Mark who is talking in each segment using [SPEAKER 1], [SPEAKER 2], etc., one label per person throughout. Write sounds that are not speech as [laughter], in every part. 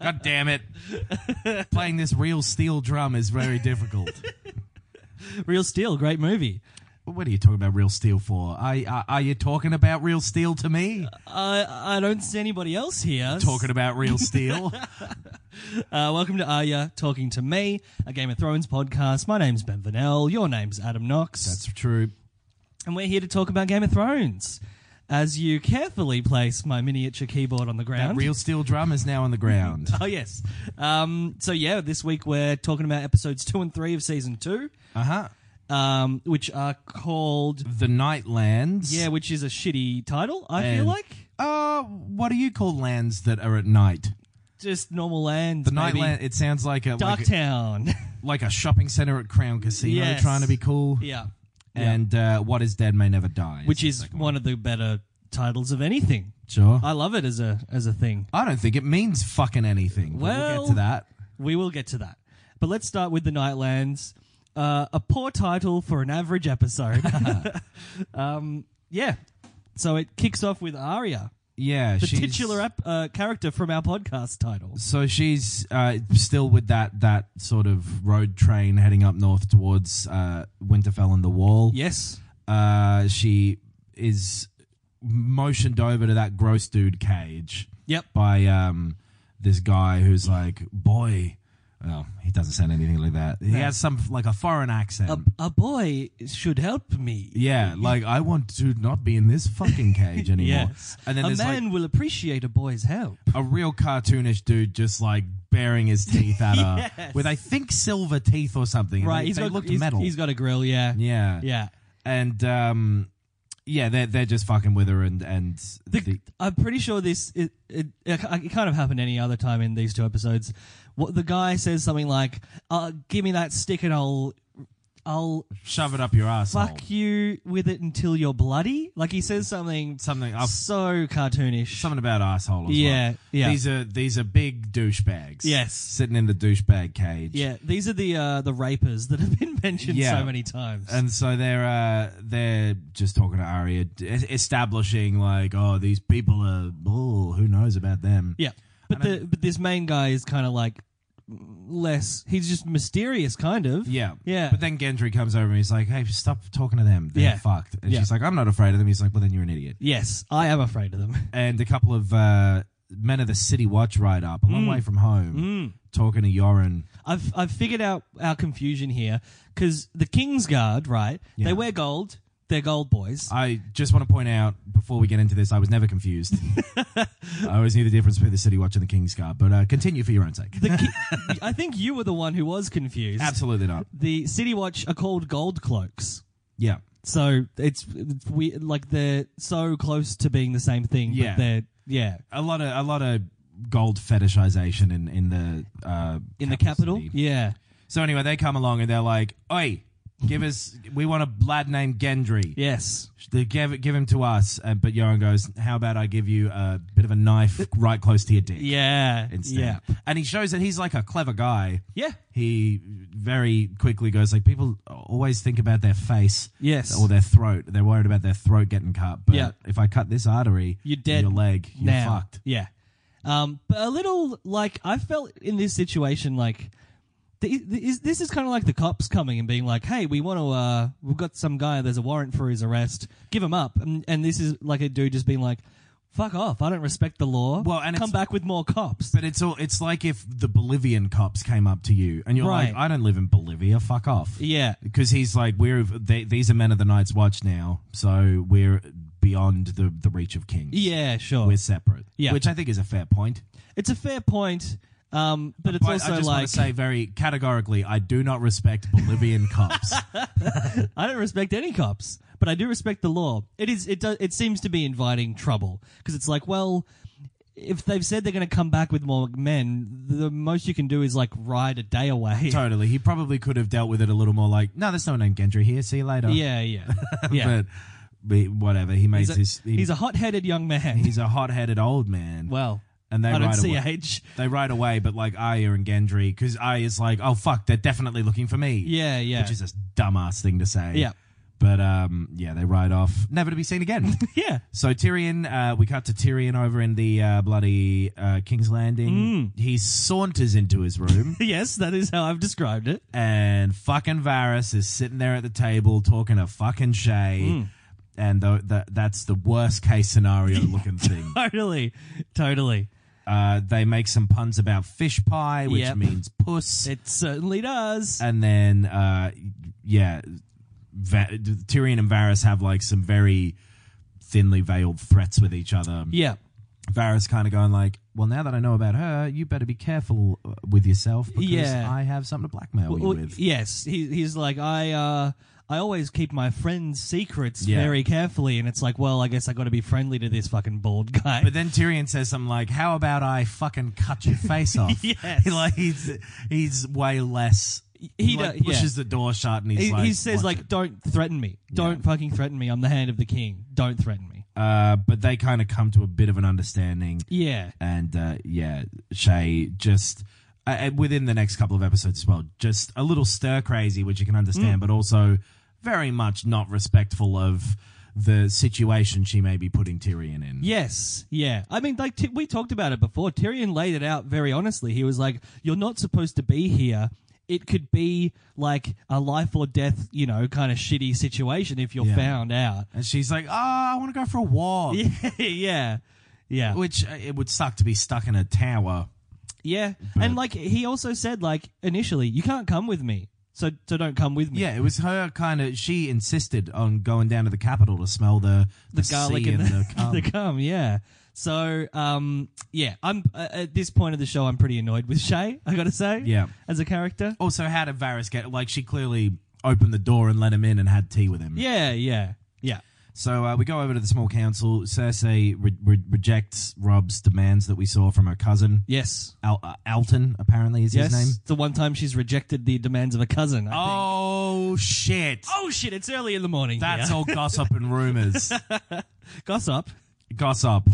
[SPEAKER 1] God damn it. Playing this real steel drum is very difficult.
[SPEAKER 2] Real Steel, great movie.
[SPEAKER 1] what are you talking about real steel for? Are, are, are you talking about real steel to me?
[SPEAKER 2] I I don't see anybody else here.
[SPEAKER 1] talking about real
[SPEAKER 2] [laughs]
[SPEAKER 1] steel?
[SPEAKER 2] Uh, welcome to Arya Talking to Me, a Game of Thrones podcast. My name's Ben Vanel. Your name's Adam Knox.
[SPEAKER 1] That's true.
[SPEAKER 2] and we're here to talk about Game of Thrones. As you carefully place my miniature keyboard on the
[SPEAKER 1] That
[SPEAKER 2] ground.
[SPEAKER 1] real steel drum is now on the ground.
[SPEAKER 2] [laughs] oh, yes. Um, so, yeah, this week we're talking about episodes two and three of season two,
[SPEAKER 1] Uh huh.
[SPEAKER 2] um, which are called.
[SPEAKER 1] The Nightlands.
[SPEAKER 2] Yeah, which is a shitty title, I
[SPEAKER 1] And-
[SPEAKER 2] feel like.
[SPEAKER 1] Uh, what do you call lands that are at night?
[SPEAKER 2] Just normal lands.
[SPEAKER 1] The
[SPEAKER 2] maybe.
[SPEAKER 1] Nightland. It sounds like a like, a-
[SPEAKER 2] Darktown.
[SPEAKER 1] like a shopping center at Crown Casino,
[SPEAKER 2] Yes.
[SPEAKER 1] trying to be cool.
[SPEAKER 2] [laughs] yeah.
[SPEAKER 1] And uh, what is dead may never die,
[SPEAKER 2] Which
[SPEAKER 1] the
[SPEAKER 2] is
[SPEAKER 1] second
[SPEAKER 2] one of the better titles of anything.
[SPEAKER 1] Sure.
[SPEAKER 2] I love it as a as a thing.
[SPEAKER 1] I don't think it means fucking anything. but we'll
[SPEAKER 2] Well-
[SPEAKER 1] get to that.
[SPEAKER 2] We will get to that. But let's start with the Nightlands. Uh, a poor title for an
[SPEAKER 1] [laughs]
[SPEAKER 2] average episode. um, yeah. So it kicks off with Arya,
[SPEAKER 1] Yeah,
[SPEAKER 2] the
[SPEAKER 1] she's,
[SPEAKER 2] titular ep- uh, character from our podcast titles.
[SPEAKER 1] So she's uh, still with that that sort of road train heading up north towards uh, Winterfell and the Wall.
[SPEAKER 2] Yes.
[SPEAKER 1] Uh, she is motioned over to that gross dude cage.
[SPEAKER 2] Yep.
[SPEAKER 1] By um, this guy who's like, boy. Well, he doesn't sound anything like that. He has some like a foreign accent.
[SPEAKER 2] A, a boy should help me.
[SPEAKER 1] yeah, like I want to not be in this fucking cage anymore.
[SPEAKER 2] [laughs] Yes.
[SPEAKER 1] And then
[SPEAKER 2] a
[SPEAKER 1] there's like
[SPEAKER 2] man will appreciate a boy's help.
[SPEAKER 1] a real cartoonish dude just like baring his teeth at her
[SPEAKER 2] [laughs] Yes.
[SPEAKER 1] with I think silver teeth or something.
[SPEAKER 2] Right.
[SPEAKER 1] They,
[SPEAKER 2] he's
[SPEAKER 1] they
[SPEAKER 2] got
[SPEAKER 1] looked
[SPEAKER 2] he's-
[SPEAKER 1] metal.
[SPEAKER 2] He's got a grill. Yeah.
[SPEAKER 1] yeah.
[SPEAKER 2] Yeah.
[SPEAKER 1] And um yeah, they're they're just fucking with her and and
[SPEAKER 2] The,
[SPEAKER 1] the,
[SPEAKER 2] I'm pretty sure this it, it, it kind of happened any other time in these two episodes. What the guy says something like, uh, "Give me that stick and I'll I'll
[SPEAKER 1] shove it up your asshole.
[SPEAKER 2] fuck you with it until you're bloody." Like he says something
[SPEAKER 1] Something I'll,
[SPEAKER 2] so cartoonish.
[SPEAKER 1] something about asshole as
[SPEAKER 2] Yeah,
[SPEAKER 1] well.
[SPEAKER 2] yeah.
[SPEAKER 1] These are these are big douchebags.
[SPEAKER 2] Yes.
[SPEAKER 1] Sitting in the douchebag cage.
[SPEAKER 2] yeah, these are the uh, the rapers that have been [laughs] mentioned
[SPEAKER 1] Yeah.
[SPEAKER 2] so many times.
[SPEAKER 1] And so they're uh, they're just talking to Arya, d- es- establishing like, oh, these people are, oh, who knows about them?
[SPEAKER 2] yeah, but the but this main guy is kind of like less. He's just mysterious, kind of.
[SPEAKER 1] Yeah.
[SPEAKER 2] Yeah.
[SPEAKER 1] But then Gendry comes over and he's like, hey, stop talking to them. They're
[SPEAKER 2] Yeah.
[SPEAKER 1] fucked. And
[SPEAKER 2] Yeah.
[SPEAKER 1] she's like, I'm not afraid of them. He's like, well, then you're an idiot.
[SPEAKER 2] Yes, I am afraid of them. [laughs]
[SPEAKER 1] And a couple of uh, men of the city watch ride up a
[SPEAKER 2] Mm.
[SPEAKER 1] long way from home talking to Yoren.
[SPEAKER 2] I've I've figured out our confusion here because the King's Guard, right? They wear gold. They're gold boys.
[SPEAKER 1] I just want to point out before we get into this, I was never
[SPEAKER 2] [laughs]
[SPEAKER 1] confused. I always knew the difference between the city watch and the King's Guard. But uh, continue for your own sake.
[SPEAKER 2] The
[SPEAKER 1] [laughs]
[SPEAKER 2] ki- I think you were the one who was confused.
[SPEAKER 1] Absolutely not.
[SPEAKER 2] The City Watch are called gold cloaks.
[SPEAKER 1] Yeah.
[SPEAKER 2] So it's, it's we like they're so close to being the same thing.
[SPEAKER 1] Yeah.
[SPEAKER 2] But they're yeah.
[SPEAKER 1] A lot of a lot of gold fetishization in in the uh,
[SPEAKER 2] In the capital,
[SPEAKER 1] city.
[SPEAKER 2] yeah,
[SPEAKER 1] So anyway, they come along and they're like, "Oi, give us. We want a lad named Gendry.
[SPEAKER 2] yes,
[SPEAKER 1] They give give him to us." Uh, but Yoren goes, "How about I give you a bit of a knife right close to your dick?"
[SPEAKER 2] yeah,
[SPEAKER 1] Instead.
[SPEAKER 2] yeah,
[SPEAKER 1] And he shows that he's like a clever guy.
[SPEAKER 2] yeah,
[SPEAKER 1] He very quickly goes like, "People always think about their face,
[SPEAKER 2] Yes.
[SPEAKER 1] or their throat. They're worried about their throat getting cut. But
[SPEAKER 2] Yeah.
[SPEAKER 1] if I cut this artery,
[SPEAKER 2] You're dead
[SPEAKER 1] Your leg, you're
[SPEAKER 2] now.
[SPEAKER 1] fucked."
[SPEAKER 2] Yeah. Um, but a little like I felt in this situation like th- th- is- this is kind of like the cops coming and being like, "Hey, we want to. Uh, we've got some guy. There's a warrant for his arrest. Give him up." And, and this is like a dude just being like, "Fuck off! I don't respect the law.
[SPEAKER 1] Well, and
[SPEAKER 2] come
[SPEAKER 1] it's-
[SPEAKER 2] back with more cops."
[SPEAKER 1] But it's all it's like if the Bolivian cops came up to you and you're like,
[SPEAKER 2] Right.
[SPEAKER 1] I don't live in Bolivia, fuck off.
[SPEAKER 2] Yeah.
[SPEAKER 1] Because he's like, we're they, these are men of the Night's Watch now, so we're beyond the the reach of kings.
[SPEAKER 2] Yeah, sure.
[SPEAKER 1] We're separate.
[SPEAKER 2] Yeah.
[SPEAKER 1] Which I think is a fair point.
[SPEAKER 2] It's a fair point. Um, but it's
[SPEAKER 1] But
[SPEAKER 2] also
[SPEAKER 1] I just want
[SPEAKER 2] like
[SPEAKER 1] to say very categorically, I do not respect
[SPEAKER 2] [laughs]
[SPEAKER 1] Bolivian cops.
[SPEAKER 2] I don't respect any cops, but I do respect the law. It is it does it seems to be inviting trouble because it's like, well, if they've said they're going to come back with more men, the most you can do is like ride a day away.
[SPEAKER 1] totally, he probably could have dealt with it a little more. Like, no, there's no one named Gendry here. See you later.
[SPEAKER 2] [laughs]
[SPEAKER 1] [laughs]
[SPEAKER 2] Yeah, yeah, yeah.
[SPEAKER 1] but, but whatever. He makes
[SPEAKER 2] he's, a,
[SPEAKER 1] his. he-
[SPEAKER 2] he's a hot-headed young man.
[SPEAKER 1] he's a hot-headed old man.
[SPEAKER 2] [laughs] well,
[SPEAKER 1] and they
[SPEAKER 2] I don't
[SPEAKER 1] ride
[SPEAKER 2] see
[SPEAKER 1] away.
[SPEAKER 2] age.
[SPEAKER 1] They ride away, but like Arya and Gendry, because Arya's like, "Oh fuck, they're definitely looking for me."
[SPEAKER 2] Yeah, yeah,
[SPEAKER 1] which is a dumbass thing to say.
[SPEAKER 2] Yeah.
[SPEAKER 1] but um, yeah, they ride off, never to be seen
[SPEAKER 2] [laughs]
[SPEAKER 1] again.
[SPEAKER 2] yeah.
[SPEAKER 1] So Tyrion, uh, we cut to Tyrion over in the uh, bloody uh, King's
[SPEAKER 2] Mm.
[SPEAKER 1] Landing. He saunters into his room,
[SPEAKER 2] Yes, that is how I've described it. [laughs]
[SPEAKER 1] and fucking Varys is sitting there at the table talking to fucking Shay.
[SPEAKER 2] Mm.
[SPEAKER 1] And tho- tha- that's the worst case scenario looking
[SPEAKER 2] [laughs]
[SPEAKER 1] thing.
[SPEAKER 2] Totally, totally.
[SPEAKER 1] Uh, they make some puns about fish pie, which
[SPEAKER 2] Yep.
[SPEAKER 1] means puss.
[SPEAKER 2] It certainly does.
[SPEAKER 1] and then, uh, yeah, Va- Tyrion and Varys have like some very thinly veiled threats with each other.
[SPEAKER 2] yeah,
[SPEAKER 1] Varys kind of going like, "Well, now that I know about her, you better be careful uh, with yourself because
[SPEAKER 2] Yeah.
[SPEAKER 1] I have something to blackmail you
[SPEAKER 2] Well,
[SPEAKER 1] with."
[SPEAKER 2] Yes, he, he's like I. Uh, I always keep my friends' secrets
[SPEAKER 1] Yeah.
[SPEAKER 2] very carefully, and it's like, well, I guess I got to be friendly to this fucking bald guy.
[SPEAKER 1] But then Tyrion says something like, "How about I fucking cut your
[SPEAKER 2] [laughs]
[SPEAKER 1] face off?" [laughs]
[SPEAKER 2] Yes.
[SPEAKER 1] like he's he's way less.
[SPEAKER 2] [laughs] He
[SPEAKER 1] like,
[SPEAKER 2] do- yeah.
[SPEAKER 1] pushes the door shut and he's
[SPEAKER 2] he,
[SPEAKER 1] like,
[SPEAKER 2] he says,
[SPEAKER 1] "Watch
[SPEAKER 2] like,
[SPEAKER 1] it."
[SPEAKER 2] don't threaten me. Don't fucking threaten me. I'm the hand of the king. Don't threaten me.
[SPEAKER 1] Uh, but they kind of come to a bit of an understanding,
[SPEAKER 2] Yeah,
[SPEAKER 1] and uh, yeah, Shay just. Uh, and within the next couple of episodes as well, just a little stir crazy, which you can
[SPEAKER 2] Mm.
[SPEAKER 1] understand, but also very much not respectful of the situation she may be putting Tyrion in.
[SPEAKER 2] Yes, yeah. I mean, like t- we talked about it before. Tyrion laid it out very honestly. He was like, "You're not supposed to be here. It could be like a life or death, you know, kind of shitty situation if you're
[SPEAKER 1] Yeah.
[SPEAKER 2] found out." [laughs]
[SPEAKER 1] And she's like, oh, I want to go for a walk.
[SPEAKER 2] Yeah, yeah, yeah,
[SPEAKER 1] Which uh, it would suck to be stuck in a tower.
[SPEAKER 2] yeah. And like he also said, like initially, you can't come with me, so so don't come with me.
[SPEAKER 1] Yeah, it was her kind of. She insisted on going down to the capital to smell the
[SPEAKER 2] the garlic
[SPEAKER 1] sea
[SPEAKER 2] and the,
[SPEAKER 1] cum.
[SPEAKER 2] [laughs] the cum. Yeah. So, um, yeah, I'm uh, at this point of the show, I'm pretty annoyed with Shay. I got to say,
[SPEAKER 1] [laughs] Yeah.
[SPEAKER 2] as a character.
[SPEAKER 1] also, how did Varys get? Like, she clearly opened the door and let him in and had tea with him.
[SPEAKER 2] Yeah, yeah, yeah.
[SPEAKER 1] So uh, we go over to the small council. Cersei re- re- rejects Rob's demands that we saw from her cousin.
[SPEAKER 2] Yes.
[SPEAKER 1] Al- uh, Alton, apparently, is
[SPEAKER 2] Yes.
[SPEAKER 1] his name.
[SPEAKER 2] It's the one time she's rejected the demands of a cousin. I think.
[SPEAKER 1] Oh, shit.
[SPEAKER 2] Oh shit! It's early in the morning.
[SPEAKER 1] That's
[SPEAKER 2] here.
[SPEAKER 1] all gossip and rumors.
[SPEAKER 2] Gossip.
[SPEAKER 1] [laughs] Gossip.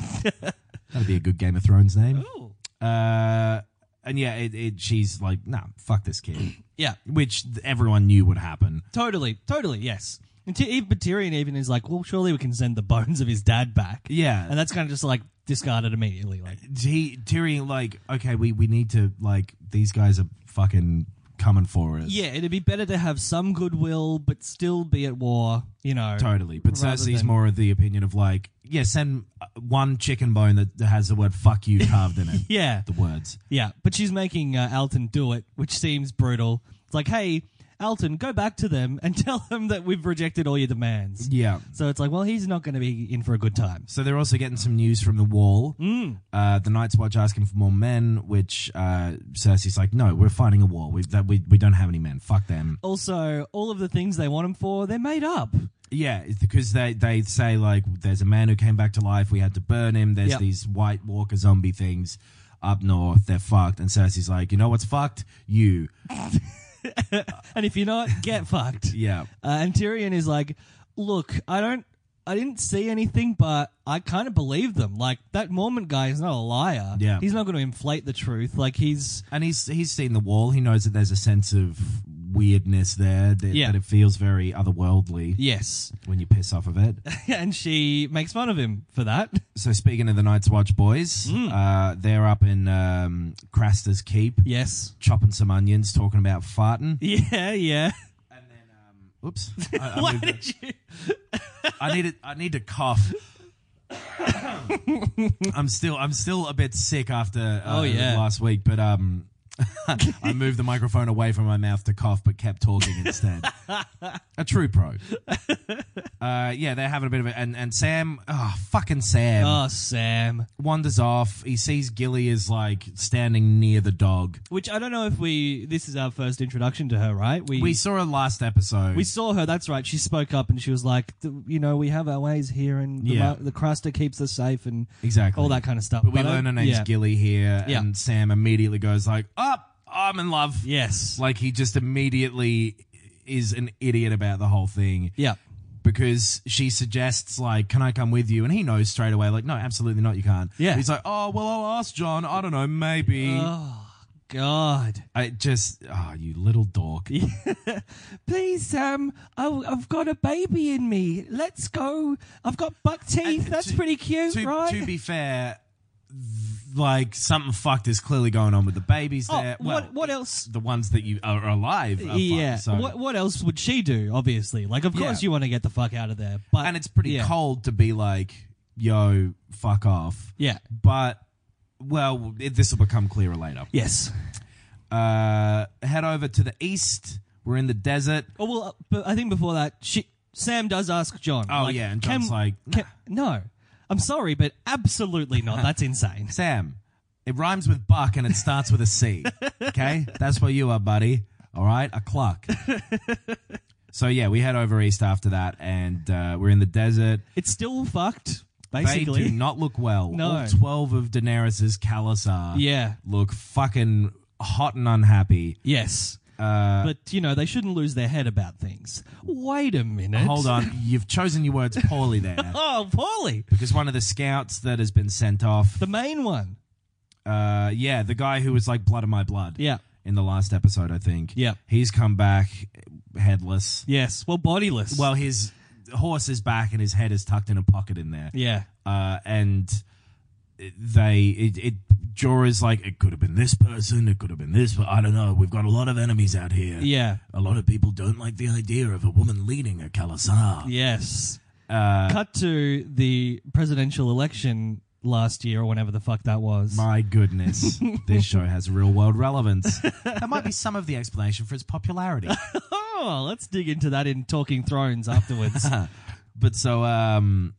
[SPEAKER 1] That'd be a good Game of Thrones name.
[SPEAKER 2] Ooh.
[SPEAKER 1] Uh, and yeah, it, it, she's like, nah, fuck this kid,
[SPEAKER 2] Yeah.
[SPEAKER 1] which th- everyone knew would happen.
[SPEAKER 2] Totally. Totally. Yes. And T- even- but Tyrion even is like, well, surely we can send the bones of his dad back.
[SPEAKER 1] Yeah,
[SPEAKER 2] And that's kind of just like discarded immediately. Like,
[SPEAKER 1] he Tyrion like, okay, we we need to like these guys are fucking coming for us.
[SPEAKER 2] yeah, it'd be better to have some goodwill, but still be at war. You know.
[SPEAKER 1] Totally, but
[SPEAKER 2] Rather
[SPEAKER 1] Cersei's
[SPEAKER 2] than-
[SPEAKER 1] more of the opinion of like, yeah, send uh, one chicken bone that that has the word "fuck you" carved in it.
[SPEAKER 2] [laughs] Yeah.
[SPEAKER 1] The words,
[SPEAKER 2] Yeah, but she's making uh, Alton do it, which seems brutal. It's like, hey, Alton, go back to them and [laughs] tell them that we've rejected all your demands.
[SPEAKER 1] yeah.
[SPEAKER 2] So it's like, well, he's not going to be in for a good time.
[SPEAKER 1] So they're also getting some news from the Wall.
[SPEAKER 2] Mm.
[SPEAKER 1] Uh, the Night's Watch asking for more men, which uh, Cersei's like, "No, we're fighting a war. We that we, we don't have any men. Fuck them."
[SPEAKER 2] Also, all of the things they want him for, they're made up. [laughs]
[SPEAKER 1] Yeah, it's because they they say like, "There's a man who came back to life. We had to burn him." There's
[SPEAKER 2] Yep.
[SPEAKER 1] these White Walker zombie things up north. They're fucked. And Cersei's like, "You know what's fucked? You."
[SPEAKER 2] And if you're not, get fucked.
[SPEAKER 1] Yeah.
[SPEAKER 2] Uh, and Tyrion is like, look, I don't, I didn't see anything, but I kind of believe them. Like that Mormon guy is not a liar.
[SPEAKER 1] Yeah.
[SPEAKER 2] he's not going to inflate the truth. Like he's,
[SPEAKER 1] And he's he's seen the wall. He knows that there's a sense of weirdness there. That,
[SPEAKER 2] Yeah.
[SPEAKER 1] that it feels very otherworldly
[SPEAKER 2] yes. [laughs]
[SPEAKER 1] when you piss off of it.
[SPEAKER 2] and she makes fun of him for that. [laughs]
[SPEAKER 1] so speaking of the Night's Watch boys, uh, they're up in um, Craster's Keep,
[SPEAKER 2] Yes.
[SPEAKER 1] chopping some onions, talking about farting.
[SPEAKER 2] Yeah, yeah.
[SPEAKER 1] And then, um, oops, [laughs] I, I,
[SPEAKER 2] Why
[SPEAKER 1] moved it.
[SPEAKER 2] did you? [laughs]
[SPEAKER 1] I need it. I need to cough. [coughs] I'm still I'm still a bit sick after uh,
[SPEAKER 2] Oh, yeah.
[SPEAKER 1] last week, but um, [laughs] I moved the microphone away from my mouth to cough, but kept talking instead. a true
[SPEAKER 2] [laughs]
[SPEAKER 1] pro. Uh, yeah, they're having a bit of it, and and Sam, oh fucking Sam,
[SPEAKER 2] Oh, Sam.
[SPEAKER 1] wanders off. He sees Gilly is like standing near the dog.
[SPEAKER 2] Which I don't know if we. This is our first introduction to her, right?
[SPEAKER 1] We saw her last episode.
[SPEAKER 2] We saw her. That's right. She spoke up and she was like, "Th- you know, we have our ways here, and the,
[SPEAKER 1] Yeah.
[SPEAKER 2] mu- the cruster keeps us safe, and
[SPEAKER 1] exactly
[SPEAKER 2] all that kind of stuff.
[SPEAKER 1] But we
[SPEAKER 2] I-
[SPEAKER 1] learn her name's
[SPEAKER 2] yeah.
[SPEAKER 1] Gilly here,
[SPEAKER 2] Yeah.
[SPEAKER 1] and Sam immediately goes like, "Up, I'm in love."
[SPEAKER 2] Yes.
[SPEAKER 1] Like he just immediately is an idiot about the whole thing
[SPEAKER 2] yeah.
[SPEAKER 1] because she suggests like, "Can I come with you?" And he knows straight away like, "No, absolutely not. You can't."
[SPEAKER 2] Yeah.
[SPEAKER 1] He's like, "Oh, well, I'll ask John. I don't know, maybe."
[SPEAKER 2] Oh God.
[SPEAKER 1] I just, oh, you little dork.
[SPEAKER 2] Please, Sam. I, I've got a baby in me. Let's go. I've got buck teeth.
[SPEAKER 1] And
[SPEAKER 2] That's
[SPEAKER 1] to-
[SPEAKER 2] pretty cute,
[SPEAKER 1] to,
[SPEAKER 2] right?
[SPEAKER 1] to be fair, th- like something fucked is clearly going on with the babies
[SPEAKER 2] Oh,
[SPEAKER 1] there.
[SPEAKER 2] what-
[SPEAKER 1] Well, oh,
[SPEAKER 2] what else?
[SPEAKER 1] The ones that you are alive. Are fucked,
[SPEAKER 2] yeah.
[SPEAKER 1] so-
[SPEAKER 2] What What else would she do? Obviously, like of course
[SPEAKER 1] Yeah.
[SPEAKER 2] you want to get the fuck out of there, but
[SPEAKER 1] and it's pretty
[SPEAKER 2] yeah.
[SPEAKER 1] cold to be like, "Yo, fuck off."
[SPEAKER 2] Yeah.
[SPEAKER 1] But well, it, this will become clearer later.
[SPEAKER 2] Yes.
[SPEAKER 1] Uh, head over to the east. We're in the desert.
[SPEAKER 2] Oh well, uh, but I think before that, she, Sam does ask John.
[SPEAKER 1] Oh,
[SPEAKER 2] like,
[SPEAKER 1] yeah, and John's like,
[SPEAKER 2] can- "No, I'm sorry, but
[SPEAKER 1] [laughs]
[SPEAKER 2] absolutely not. That's insane."
[SPEAKER 1] Sam, it rhymes with buck and it starts with a C. Okay? That's where you are, buddy. All right? A
[SPEAKER 2] [laughs]
[SPEAKER 1] clock. so, yeah, we head over east after that and uh, we're in the desert.
[SPEAKER 2] It's still fucked,
[SPEAKER 1] They do
[SPEAKER 2] basically.
[SPEAKER 1] not look well.
[SPEAKER 2] No.
[SPEAKER 1] All 12 of Daenerys' Kalasar
[SPEAKER 2] Yeah.
[SPEAKER 1] look fucking hot and unhappy.
[SPEAKER 2] Yes.
[SPEAKER 1] Uh,
[SPEAKER 2] But you know they shouldn't lose their head about things. Wait a minute.
[SPEAKER 1] hold on. You've chosen your words poorly
[SPEAKER 2] [laughs]
[SPEAKER 1] there.
[SPEAKER 2] Oh, Paulie,
[SPEAKER 1] Because one of the scouts that has been sent off,
[SPEAKER 2] the main one.
[SPEAKER 1] uh, yeah, the guy who was like blood of my blood,
[SPEAKER 2] Yeah.
[SPEAKER 1] in the last episode, I think,
[SPEAKER 2] Yeah.
[SPEAKER 1] he's come back headless.
[SPEAKER 2] Yes. Well, bodiless.
[SPEAKER 1] Well, his horse is back and his head is tucked in a pocket in there.
[SPEAKER 2] Yeah.
[SPEAKER 1] Uh, and they, it, it, Jorah's like, it could have been this person, it could have been this, but I don't know. We've got a lot of enemies out here.
[SPEAKER 2] Yeah.
[SPEAKER 1] A lot of people don't like the idea of a woman leading a Kalasar.
[SPEAKER 2] Yes.
[SPEAKER 1] Uh,
[SPEAKER 2] Cut to the presidential election last year or whenever the fuck that was.
[SPEAKER 1] my goodness, this show has real world relevance. That might be some of the explanation for its popularity.
[SPEAKER 2] [laughs] Oh, let's dig into that in Talking
[SPEAKER 1] [laughs]
[SPEAKER 2] Thrones afterwards.
[SPEAKER 1] But so, um,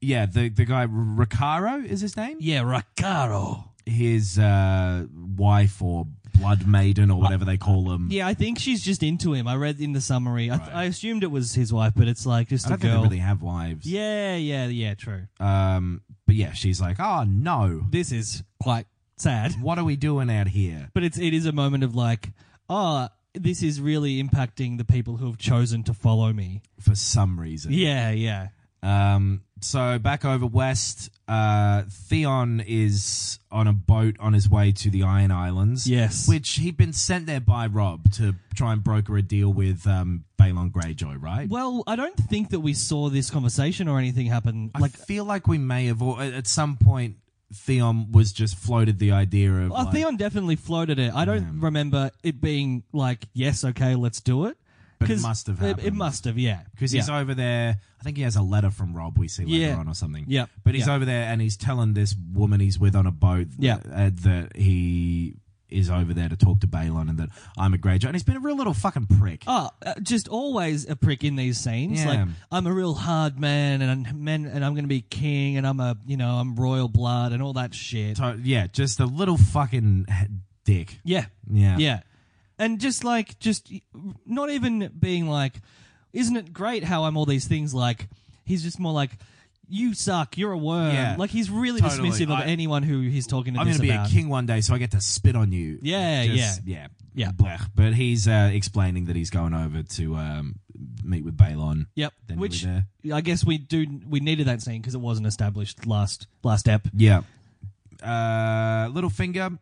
[SPEAKER 1] yeah, the, the guy, Ricaro is his name?
[SPEAKER 2] yeah, Rakaro.
[SPEAKER 1] his uh, wife or blood maiden or whatever they call them.
[SPEAKER 2] Yeah, I think she's just into him. I read in the summary. I, th- I assumed it was his wife, but it's like just
[SPEAKER 1] I
[SPEAKER 2] a
[SPEAKER 1] don't think
[SPEAKER 2] girl.
[SPEAKER 1] they really have wives.
[SPEAKER 2] Yeah, yeah, yeah. True.
[SPEAKER 1] Um, but yeah, she's like, oh no,
[SPEAKER 2] This is quite [laughs] sad,
[SPEAKER 1] what are we doing out here?
[SPEAKER 2] but it's it is a moment of like, oh, this is really impacting the people who have chosen to follow me.
[SPEAKER 1] For some reason.
[SPEAKER 2] Yeah, yeah.
[SPEAKER 1] Um, so back over west, uh, Theon is on a boat on his way to the Iron Islands.
[SPEAKER 2] Yes.
[SPEAKER 1] Which he'd been sent there by Rob to try and broker a deal with um, Balon Greyjoy, right?
[SPEAKER 2] Well, I don't think that we saw this conversation or anything happen.
[SPEAKER 1] I
[SPEAKER 2] Like,
[SPEAKER 1] feel like we may have, or at at some point, Theon was just floated the idea of.
[SPEAKER 2] Oh,
[SPEAKER 1] like,
[SPEAKER 2] Theon definitely floated it. I don't remember it being like, yes, okay, let's do it.
[SPEAKER 1] But it
[SPEAKER 2] 'Cause
[SPEAKER 1] must have
[SPEAKER 2] It, it
[SPEAKER 1] happened.
[SPEAKER 2] must have, yeah.
[SPEAKER 1] because
[SPEAKER 2] yeah.
[SPEAKER 1] he's over there. I think he has a letter from Rob. We see later
[SPEAKER 2] Yeah.
[SPEAKER 1] on or something.
[SPEAKER 2] Yeah.
[SPEAKER 1] but he's
[SPEAKER 2] Yeah.
[SPEAKER 1] over there and he's telling this woman he's with on a boat.
[SPEAKER 2] Yeah.
[SPEAKER 1] uh, that he is over there to talk to Balon and that I'm a Greyjoy. And he's been a real little fucking prick.
[SPEAKER 2] Oh, uh, just always a prick in these scenes.
[SPEAKER 1] Yeah.
[SPEAKER 2] Like I'm a real hard man, and I'm men, and I'm going to be king, and I'm a you know I'm royal blood and all that shit.
[SPEAKER 1] To- yeah, just a little fucking h- dick.
[SPEAKER 2] Yeah,
[SPEAKER 1] Yeah,
[SPEAKER 2] yeah, and just like just not even being like, isn't it great how I'm all these things? Like he's just more like. You suck. You're a worm.
[SPEAKER 1] Yeah.
[SPEAKER 2] like he's really
[SPEAKER 1] Totally.
[SPEAKER 2] dismissive of
[SPEAKER 1] I-
[SPEAKER 2] anyone who he's talking to.
[SPEAKER 1] I'm
[SPEAKER 2] this
[SPEAKER 1] gonna be
[SPEAKER 2] about.
[SPEAKER 1] a king one day, so I get to spit on you.
[SPEAKER 2] Yeah,
[SPEAKER 1] yeah,
[SPEAKER 2] Yeah.
[SPEAKER 1] blech. But he's uh, explaining that he's going over to um, meet with Balon.
[SPEAKER 2] Yep.
[SPEAKER 1] Then we
[SPEAKER 2] Which
[SPEAKER 1] were
[SPEAKER 2] I guess we do. We needed that scene because it wasn't established last last ep.
[SPEAKER 1] Yeah. Uh, Littlefinger,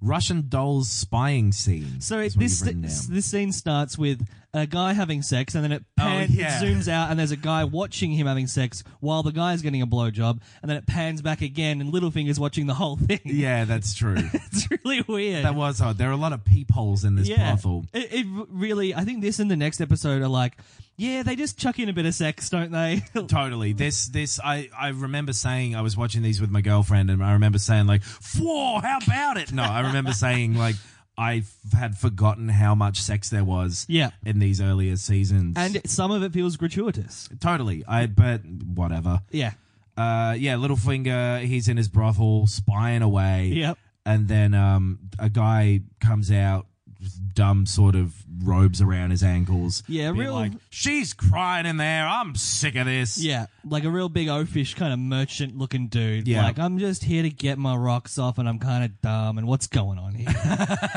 [SPEAKER 1] Russian dolls spying scene.
[SPEAKER 2] So
[SPEAKER 1] is
[SPEAKER 2] it,
[SPEAKER 1] what
[SPEAKER 2] this
[SPEAKER 1] you've written down.
[SPEAKER 2] this scene starts with a guy having sex, and then it
[SPEAKER 1] Oh,
[SPEAKER 2] pans,
[SPEAKER 1] yeah.
[SPEAKER 2] it zooms out, and there's a guy watching him having sex while the guy's getting a blowjob, and then it pans back again, and Littlefinger's watching the whole thing.
[SPEAKER 1] Yeah, that's true.
[SPEAKER 2] [laughs] it's really weird.
[SPEAKER 1] that was odd. There are a lot of peepholes in this
[SPEAKER 2] yeah,
[SPEAKER 1] brothel.
[SPEAKER 2] it, it really. I think this and the next episode are like, yeah, they just chuck in a bit of sex, don't they?
[SPEAKER 1] [laughs] Totally. This, this, I, I remember saying I was watching these with my girlfriend, and I remember saying like, "Whoa, how about it?" No, I remember
[SPEAKER 2] [laughs]
[SPEAKER 1] saying like, I f- had forgotten how much sex there was.
[SPEAKER 2] Yeah.
[SPEAKER 1] in these earlier seasons,
[SPEAKER 2] and some of it feels gratuitous.
[SPEAKER 1] totally. I, but whatever.
[SPEAKER 2] Yeah,
[SPEAKER 1] Uh, yeah, Littlefinger, he's in his brothel, spying away.
[SPEAKER 2] Yep.
[SPEAKER 1] And then um, a guy comes out, with dumb sort of robes around his ankles.
[SPEAKER 2] Yeah,
[SPEAKER 1] being
[SPEAKER 2] real-
[SPEAKER 1] Like, She's crying in there. I'm sick of this.
[SPEAKER 2] yeah, like a real big oafish kind of merchant-looking dude.
[SPEAKER 1] Yeah.
[SPEAKER 2] like I'm just here to get my rocks off, and I'm kind of dumb, and what's going on
[SPEAKER 1] [laughs]
[SPEAKER 2] here? [laughs]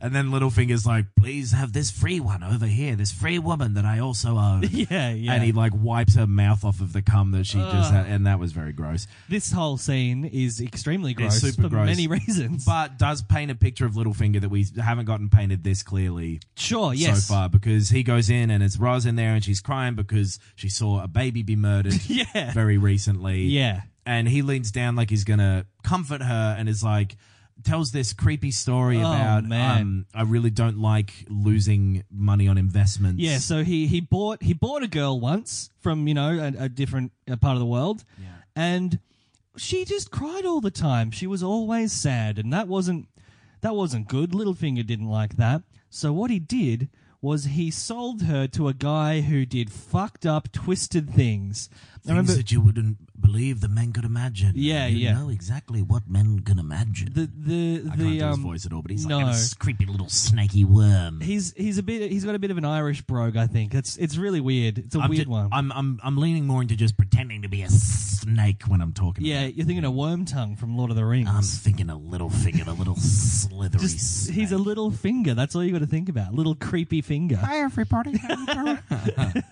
[SPEAKER 1] And then Littlefinger's like, please have this free one over here, this free woman that I also own.
[SPEAKER 2] [laughs] yeah, yeah.
[SPEAKER 1] And he like wipes her mouth off of the cum that she just had, and that was very gross.
[SPEAKER 2] this whole scene is extremely gross
[SPEAKER 1] super
[SPEAKER 2] for
[SPEAKER 1] gross.
[SPEAKER 2] many reasons.
[SPEAKER 1] But does paint a picture of Littlefinger that we haven't gotten painted this clearly
[SPEAKER 2] sure, Oh, yes.
[SPEAKER 1] so far because he goes in and it's Roz in there and she's crying because she saw a baby be murdered
[SPEAKER 2] [laughs] [laughs] Yeah.
[SPEAKER 1] very recently.
[SPEAKER 2] Yeah.
[SPEAKER 1] And he leans down like he's going to comfort her and is like, tells this creepy story about,
[SPEAKER 2] Oh, man.
[SPEAKER 1] Um, I really don't like losing money on investments.
[SPEAKER 2] Yeah, so he he bought he bought a girl once from you know a, a different uh part of the world, and she just cried all the time. She was always sad, and that wasn't that wasn't good. Littlefinger didn't like that. So what he did was he sold her to a guy who did fucked up, twisted things. I
[SPEAKER 1] Things
[SPEAKER 2] remember
[SPEAKER 1] that you wouldn't believe the men could imagine.
[SPEAKER 2] Yeah,
[SPEAKER 1] you
[SPEAKER 2] yeah.
[SPEAKER 1] know exactly what men can imagine.
[SPEAKER 2] the the
[SPEAKER 1] I
[SPEAKER 2] the
[SPEAKER 1] can't do his
[SPEAKER 2] um,
[SPEAKER 1] voice at all, but he's
[SPEAKER 2] no.
[SPEAKER 1] like a creepy little snaky worm.
[SPEAKER 2] He's he's a bit he's got a bit of an Irish brogue, I think. It's it's really weird. It's a
[SPEAKER 1] I'm
[SPEAKER 2] weird
[SPEAKER 1] ju-
[SPEAKER 2] one.
[SPEAKER 1] I'm, I'm, I'm leaning more into just pretending to be a snake when I'm talking.
[SPEAKER 2] yeah,
[SPEAKER 1] about it.
[SPEAKER 2] you're thinking of Worm Tongue from Lord of the Rings.
[SPEAKER 1] I'm thinking a little finger, a little slithery.
[SPEAKER 2] Just-
[SPEAKER 1] snake.
[SPEAKER 2] he's a little finger. That's all you got to think about. Little creepy finger.
[SPEAKER 1] Hi everybody. How you doing?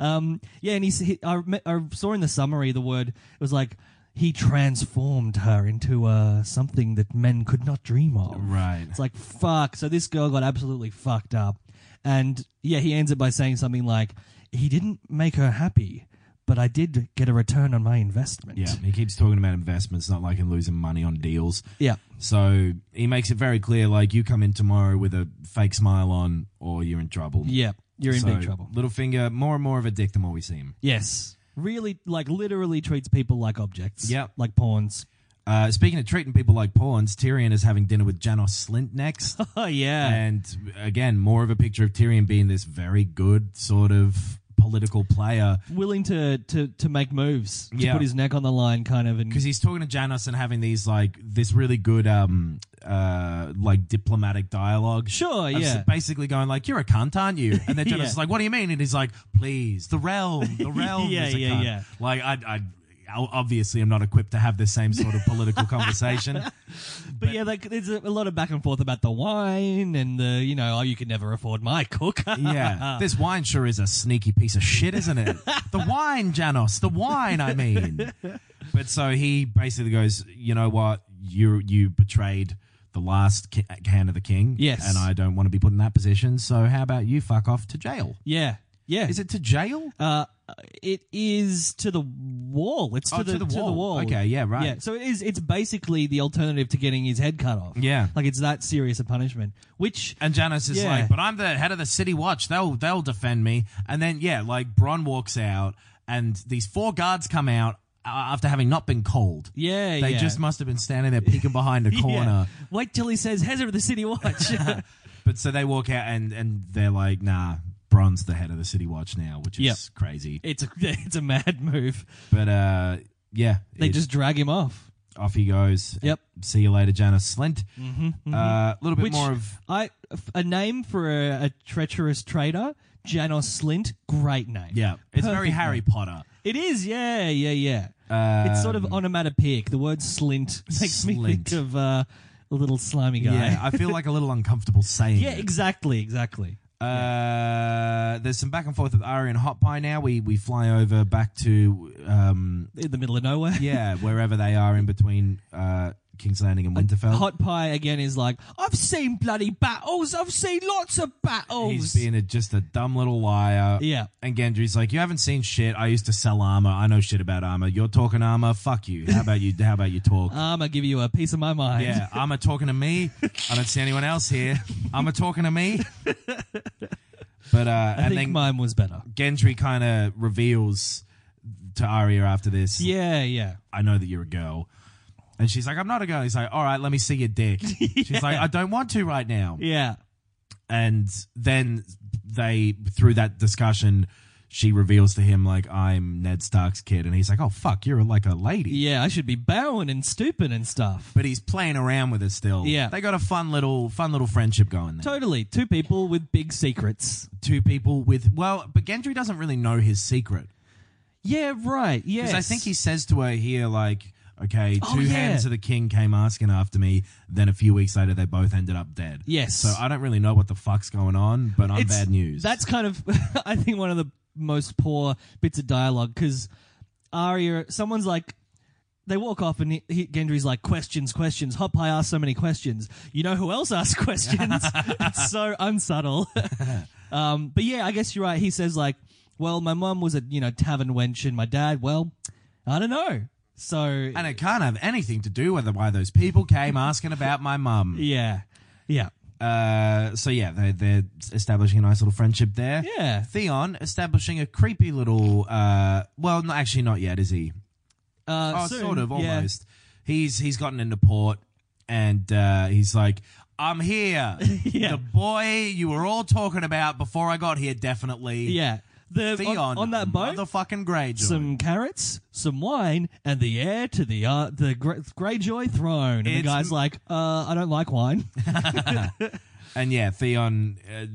[SPEAKER 2] Um, yeah, and he's, he, I, me- I saw in the summary the word it was like he transformed her into uh, something that men could not dream of.
[SPEAKER 1] right.
[SPEAKER 2] It's like fuck. So this girl got absolutely fucked up, and yeah, he ends it by saying something like, "He didn't make her happy, but I did get a return on my investment."
[SPEAKER 1] Yeah, he keeps talking about investments, not liking losing money on deals.
[SPEAKER 2] yeah.
[SPEAKER 1] So he makes it very clear, like you come in tomorrow with a fake smile on, or you're in trouble.
[SPEAKER 2] Yeah, you're in
[SPEAKER 1] So,
[SPEAKER 2] big trouble.
[SPEAKER 1] Littlefinger, more and more of a dick the more we see him.
[SPEAKER 2] Yes. Really, like, literally treats people like objects.
[SPEAKER 1] Yep.
[SPEAKER 2] Like pawns.
[SPEAKER 1] Uh, speaking of treating people like pawns, Tyrion is having dinner with Janos Slint
[SPEAKER 2] [laughs]
[SPEAKER 1] next.
[SPEAKER 2] Oh, yeah.
[SPEAKER 1] and again, more of a picture of Tyrion being this very good sort of political player.
[SPEAKER 2] Willing to, to, to make moves, to
[SPEAKER 1] Yeah.
[SPEAKER 2] put his neck on the line, kind of. And
[SPEAKER 1] because he's talking to Janus and having these like this really good um uh like diplomatic dialogue.
[SPEAKER 2] Sure,
[SPEAKER 1] Of s-
[SPEAKER 2] yeah.
[SPEAKER 1] Basically going like you're a cunt, aren't you? And
[SPEAKER 2] [laughs]
[SPEAKER 1] then Janus
[SPEAKER 2] Yeah.
[SPEAKER 1] is like, "What do you mean?" And he's like, "Please, the realm, the realm
[SPEAKER 2] [laughs] Yeah,
[SPEAKER 1] is a
[SPEAKER 2] yeah,
[SPEAKER 1] cunt."
[SPEAKER 2] yeah.
[SPEAKER 1] Like I, I obviously I'm not equipped to have this same sort of political
[SPEAKER 2] [laughs]
[SPEAKER 1] conversation.
[SPEAKER 2] but yeah, like, there's a, a lot of back and forth about the wine and the, you know, oh, you could never afford my cook.
[SPEAKER 1] Yeah, this wine sure is a sneaky piece of shit, isn't
[SPEAKER 2] [laughs]
[SPEAKER 1] it? the wine, Janos, the wine. I mean, but so he basically goes, you know what, you you betrayed the last ki- hand of the king.
[SPEAKER 2] Yes.
[SPEAKER 1] and I don't want to be put in that position. So how about you fuck off to jail?
[SPEAKER 2] [laughs] yeah. Yeah.
[SPEAKER 1] Is it to jail?
[SPEAKER 2] Uh, it is to the wall. It's to,
[SPEAKER 1] Oh,
[SPEAKER 2] the, to, the, wall.
[SPEAKER 1] Okay, yeah, right.
[SPEAKER 2] Yeah, so it is. It's basically the alternative to getting his head cut off.
[SPEAKER 1] Yeah.
[SPEAKER 2] like it's that serious a punishment. Which
[SPEAKER 1] And Janice is
[SPEAKER 2] Yeah.
[SPEAKER 1] like, but I'm the head of the city watch. They'll they'll defend me. And then yeah, like Bron walks out, and these four guards come out uh, after having not been called.
[SPEAKER 2] yeah,
[SPEAKER 1] They
[SPEAKER 2] yeah.
[SPEAKER 1] just must have been standing there peeking behind a
[SPEAKER 2] [laughs] Yeah.
[SPEAKER 1] corner.
[SPEAKER 2] Wait till he says Hazard of the
[SPEAKER 1] [laughs]
[SPEAKER 2] City Watch. [laughs]
[SPEAKER 1] But so they walk out and and they're like, nah, Bron's the head of the City Watch now, which is
[SPEAKER 2] Yep.
[SPEAKER 1] crazy.
[SPEAKER 2] it's a [laughs] it's a mad move.
[SPEAKER 1] But uh yeah,
[SPEAKER 2] They
[SPEAKER 1] it-
[SPEAKER 2] just drag him off.
[SPEAKER 1] off he goes.
[SPEAKER 2] Yep.
[SPEAKER 1] See you later, Janice Slint. Mm-hmm, Uh, a little bit
[SPEAKER 2] Which
[SPEAKER 1] more of
[SPEAKER 2] I f- a name for a, a treacherous traitor, Janos Slint. Great name.
[SPEAKER 1] yeah, it's very
[SPEAKER 2] Perfect
[SPEAKER 1] Harry Potter.
[SPEAKER 2] It is. Yeah, yeah, yeah.
[SPEAKER 1] Um,
[SPEAKER 2] it's sort of onomatopoeic. The word Slint [laughs] makes me
[SPEAKER 1] Slint.
[SPEAKER 2] think of uh, a little slimy guy.
[SPEAKER 1] yeah. I feel like a little uncomfortable saying.
[SPEAKER 2] [laughs] yeah,
[SPEAKER 1] it.
[SPEAKER 2] exactly, exactly.
[SPEAKER 1] Uh, there's some back and forth with Ari and Hot Pie now. We we fly over back to um,
[SPEAKER 2] In the middle of nowhere. [laughs]
[SPEAKER 1] yeah, wherever they are in between uh, King's Landing and Winterfell.
[SPEAKER 2] Hot Pie again is like, I've seen bloody battles. I've seen lots of battles.
[SPEAKER 1] He's being a, just a dumb little liar.
[SPEAKER 2] Yeah.
[SPEAKER 1] And Gendry's like, you haven't seen shit. I used to sell armor. I know shit about armor. You're talking armor. Fuck you. How about you? How about you talk?
[SPEAKER 2] I'm gonna give you a piece of my mind.
[SPEAKER 1] yeah, armor talking to me. I don't see anyone else here. Armor talking to me. But uh,
[SPEAKER 2] [laughs] I
[SPEAKER 1] and
[SPEAKER 2] think
[SPEAKER 1] then
[SPEAKER 2] mine was
[SPEAKER 1] [laughs]
[SPEAKER 2] better.
[SPEAKER 1] Gendry kind of reveals to Arya after this.
[SPEAKER 2] Yeah, yeah.
[SPEAKER 1] I know that you're a girl. And she's like, I'm not a girl. He's like, all right, let me see your
[SPEAKER 2] [laughs]
[SPEAKER 1] dick. She's like, I don't want to right now.
[SPEAKER 2] Yeah.
[SPEAKER 1] and then they through that discussion she reveals to him like i'm ned stark's kid and he's like oh fuck you're like a lady
[SPEAKER 2] Yeah, I should be bowing and stooping and stuff.
[SPEAKER 1] but he's playing around with it still
[SPEAKER 2] Yeah.
[SPEAKER 1] they got a fun little fun little friendship going there
[SPEAKER 2] Totally. Two people with big secrets.
[SPEAKER 1] two people with well but gendry doesn't really know his secret
[SPEAKER 2] Yeah, right. Yes.
[SPEAKER 1] because i think he says to her here like okay,
[SPEAKER 2] Oh,
[SPEAKER 1] two
[SPEAKER 2] yeah.
[SPEAKER 1] hands of the king came asking after me then a few weeks later they both ended up dead
[SPEAKER 2] Yes.
[SPEAKER 1] so i don't really know what the fuck's going on but i'm
[SPEAKER 2] It's-
[SPEAKER 1] bad news
[SPEAKER 2] That's kind of, [laughs] I think, one of the most poor bits of dialogue because Arya, someone's like, they walk off and he, he, Gendry's like, questions, questions. Hot Pie asked so many questions. You know who else
[SPEAKER 1] [laughs]
[SPEAKER 2] asked [laughs] questions? it's so unsubtle. [laughs] um, but yeah, I guess you're right. He says like, well, my mum was a you know tavern wench and my dad, well, I don't know. So
[SPEAKER 1] And it can't have anything to do with why those people came asking about my mum.
[SPEAKER 2] [laughs] yeah, yeah,
[SPEAKER 1] Uh, so yeah, they're, they're establishing a nice little friendship there.
[SPEAKER 2] Yeah.
[SPEAKER 1] Theon establishing a creepy little. Uh, well, no, actually, not yet, is he?
[SPEAKER 2] uh,
[SPEAKER 1] Oh,
[SPEAKER 2] soon,
[SPEAKER 1] sort of,
[SPEAKER 2] yeah.
[SPEAKER 1] almost. He's he's gotten into port, and uh, he's like, "I'm here,
[SPEAKER 2] [laughs] Yeah.
[SPEAKER 1] the boy you were all talking about before I got here, definitely."
[SPEAKER 2] Yeah, the on-
[SPEAKER 1] Theon
[SPEAKER 2] on, that boat.
[SPEAKER 1] motherfucking Greyjoy.
[SPEAKER 2] some carrots, some wine, and the heir to the uh, the Gre- Greyjoy throne. And the
[SPEAKER 1] It's
[SPEAKER 2] guy's
[SPEAKER 1] m-
[SPEAKER 2] like, uh, I don't like wine.
[SPEAKER 1] And yeah, Theon, uh,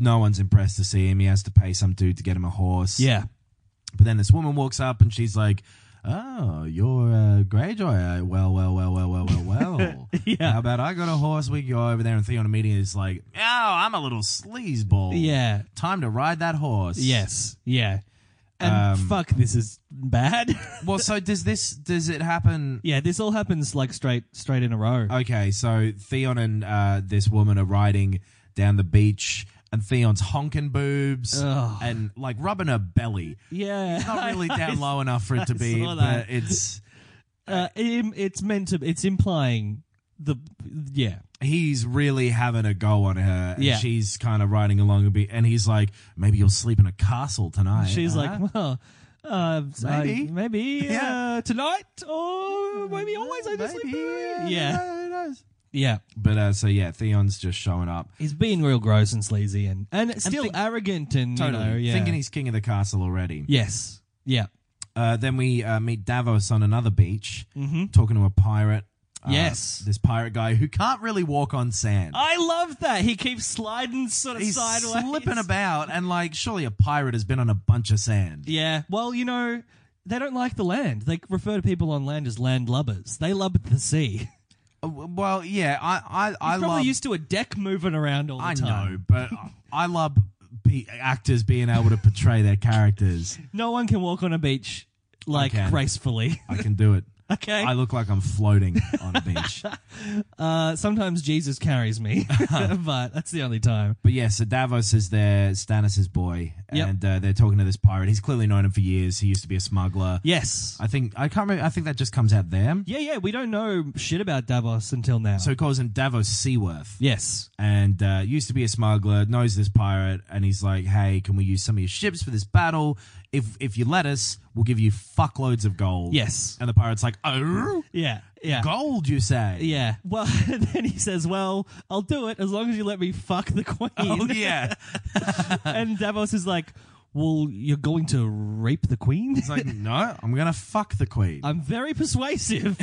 [SPEAKER 1] no one's impressed to see him. He has to pay some dude to get him a horse.
[SPEAKER 2] yeah.
[SPEAKER 1] But then this woman walks up and she's like, "Oh, you're a Greyjoy. Uh, Well, well, well, well, well, well, well.
[SPEAKER 2] [laughs] Yeah.
[SPEAKER 1] How about I got a horse? We go over there." And Theon immediately is like, "Oh, I'm a little sleazeball.
[SPEAKER 2] Yeah.
[SPEAKER 1] time to ride that horse."
[SPEAKER 2] Yes. Yeah. And
[SPEAKER 1] Um,
[SPEAKER 2] fuck, this is bad. [laughs]
[SPEAKER 1] Well, so does this? Does it happen?
[SPEAKER 2] yeah, this all happens like straight straight in a row.
[SPEAKER 1] Okay, so Theon and uh, this woman are riding down the beach, and Theon's honking boobs
[SPEAKER 2] Ugh.
[SPEAKER 1] and like rubbing her belly.
[SPEAKER 2] yeah.
[SPEAKER 1] It's
[SPEAKER 2] [laughs]
[SPEAKER 1] not really
[SPEAKER 2] I-
[SPEAKER 1] down low enough for it to be,
[SPEAKER 2] saw that.
[SPEAKER 1] but it's
[SPEAKER 2] Uh, im- it's meant to. It's implying the. Yeah.
[SPEAKER 1] he's really having a go on her. And
[SPEAKER 2] Yeah.
[SPEAKER 1] she's kind of riding along a bit, and he's like, "Maybe you'll sleep in a castle tonight." Uh-huh.
[SPEAKER 2] She's
[SPEAKER 1] huh?"
[SPEAKER 2] like, well. Uh, I-
[SPEAKER 1] Maybe.
[SPEAKER 2] maybe
[SPEAKER 1] Yeah.
[SPEAKER 2] uh, tonight, or maybe always. I just
[SPEAKER 1] Maybe,
[SPEAKER 2] sleep.
[SPEAKER 1] yeah,
[SPEAKER 2] Yeah,
[SPEAKER 1] who knows?
[SPEAKER 2] yeah.
[SPEAKER 1] But uh, so yeah, Theon's just showing up.
[SPEAKER 2] He's being real gross and sleazy and and still
[SPEAKER 1] think-
[SPEAKER 2] arrogant and
[SPEAKER 1] Totally
[SPEAKER 2] you know, yeah.
[SPEAKER 1] thinking he's king of the castle already.
[SPEAKER 2] yes, yeah,
[SPEAKER 1] Uh, then we uh, meet Davos on another beach,
[SPEAKER 2] Mm-hmm.
[SPEAKER 1] talking to a pirate. Uh,
[SPEAKER 2] Yes.
[SPEAKER 1] this pirate guy who can't really walk on sand.
[SPEAKER 2] I love that he keeps sliding sort of
[SPEAKER 1] He's
[SPEAKER 2] sideways,
[SPEAKER 1] slipping about, and like, surely a pirate has been on a bunch of sand.
[SPEAKER 2] Yeah, well, you know, they don't like the land. They refer to people on land as landlubbers. They lub the sea. He's
[SPEAKER 1] Uh, Well, yeah, I, I, I
[SPEAKER 2] probably
[SPEAKER 1] love.
[SPEAKER 2] used to a deck moving around all the
[SPEAKER 1] I
[SPEAKER 2] time.
[SPEAKER 1] know, but I love pe- actors being able to portray their characters.
[SPEAKER 2] No one can walk on a beach like
[SPEAKER 1] I can.
[SPEAKER 2] gracefully. [laughs]
[SPEAKER 1] I can do it.
[SPEAKER 2] okay.
[SPEAKER 1] I look like I'm floating on a beach.
[SPEAKER 2] [laughs] uh, sometimes Jesus carries
[SPEAKER 1] [laughs]
[SPEAKER 2] me, [laughs] but that's the only time.
[SPEAKER 1] But yeah, so Davos is there, Stannis' boy,
[SPEAKER 2] Yep.
[SPEAKER 1] and uh, they're talking to this pirate. He's clearly known him for years. He used to be a smuggler.
[SPEAKER 2] Yes.
[SPEAKER 1] I think I can't remember. I think that just comes out there.
[SPEAKER 2] Yeah, yeah. We don't know shit about Davos until now.
[SPEAKER 1] So he calls him Davos Seaworth,
[SPEAKER 2] yes.
[SPEAKER 1] and uh, used to be a smuggler. Knows this pirate, and he's like, "Hey, can we use some of your ships for this battle? If if you let us, we'll give you fuckloads of gold."
[SPEAKER 2] Yes.
[SPEAKER 1] And the pirate's like, "Oh,
[SPEAKER 2] Yeah, yeah.
[SPEAKER 1] gold, you say?"
[SPEAKER 2] Yeah. Well, [laughs] then he says, "Well, I'll do it as long as you let me fuck the queen."
[SPEAKER 1] [laughs] [laughs] Oh yeah.
[SPEAKER 2] [laughs] and Davos is like, "Well, you're going to rape the queen?
[SPEAKER 1] It's like, no, I'm gonna fuck the queen.
[SPEAKER 2] [laughs] I'm very
[SPEAKER 1] [laughs]
[SPEAKER 2] persuasive."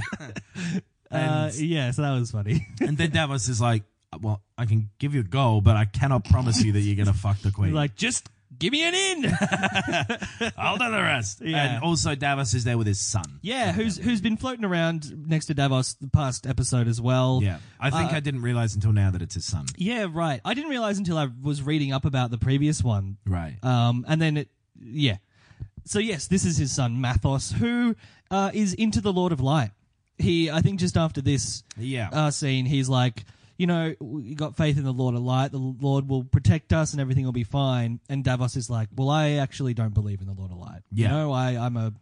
[SPEAKER 2] uh,
[SPEAKER 1] And-
[SPEAKER 2] yeah, so that was funny. [laughs]
[SPEAKER 1] and then Davos is like, well, I can give you gold, but I cannot promise you that you're gonna fuck the [laughs] queen.
[SPEAKER 2] like, just give me an in. [laughs]
[SPEAKER 1] I'll do the rest.
[SPEAKER 2] Yeah.
[SPEAKER 1] And also, Davos is there with his son.
[SPEAKER 2] yeah, who's who's been floating around next to Davos the past episode as well.
[SPEAKER 1] Yeah, I
[SPEAKER 2] Uh,
[SPEAKER 1] think I didn't realize until now that it's his son.
[SPEAKER 2] Yeah, right. I didn't realize until I was reading up about the previous one
[SPEAKER 1] Right.
[SPEAKER 2] Um, and then, it, yeah. So yes, this is his son Mathos, who uh, is into the Lord of Light. he, I think, just after this
[SPEAKER 1] Yeah.
[SPEAKER 2] uh, scene, he's like, you know, we got faith in the Lord of Light. The Lord will protect us, and everything will be fine. And Davos is like, well, I actually don't believe in the Lord of Light.
[SPEAKER 1] Yeah.
[SPEAKER 2] You know, I, I'm a,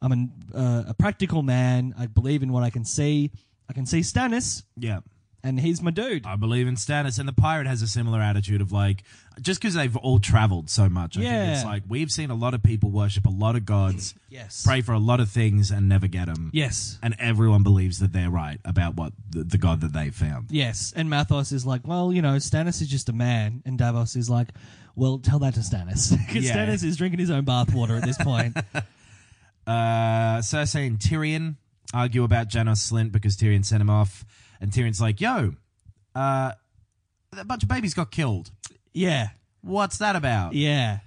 [SPEAKER 2] I'm an, uh, a practical man. I believe in what I can see. I can see Stannis,
[SPEAKER 1] yeah.
[SPEAKER 2] and he's my dude.
[SPEAKER 1] I believe in status, and the pirate has a similar attitude of like, just because they've all traveled so much, I think it's
[SPEAKER 2] Yeah.
[SPEAKER 1] like we've seen a lot of people worship a lot of gods,
[SPEAKER 2] yes.
[SPEAKER 1] pray for a lot of things, and never get them.
[SPEAKER 2] Yes.
[SPEAKER 1] and everyone believes that they're right about what the, the god that they found.
[SPEAKER 2] Yes, and Mathos is like, well, you know, Stannis is just a man, and Davos is like, well, tell that to Stannis [laughs] 'Cause
[SPEAKER 1] Yeah.
[SPEAKER 2] Stannis is drinking his own bathwater at
[SPEAKER 1] [laughs]
[SPEAKER 2] this point.
[SPEAKER 1] Uh, Cersei and Tyrion argue about Janos Slint because Tyrion sent him off, and Tyrion's like, "Yo, uh, a bunch of babies got killed.
[SPEAKER 2] yeah,
[SPEAKER 1] What's that about?"
[SPEAKER 2] yeah.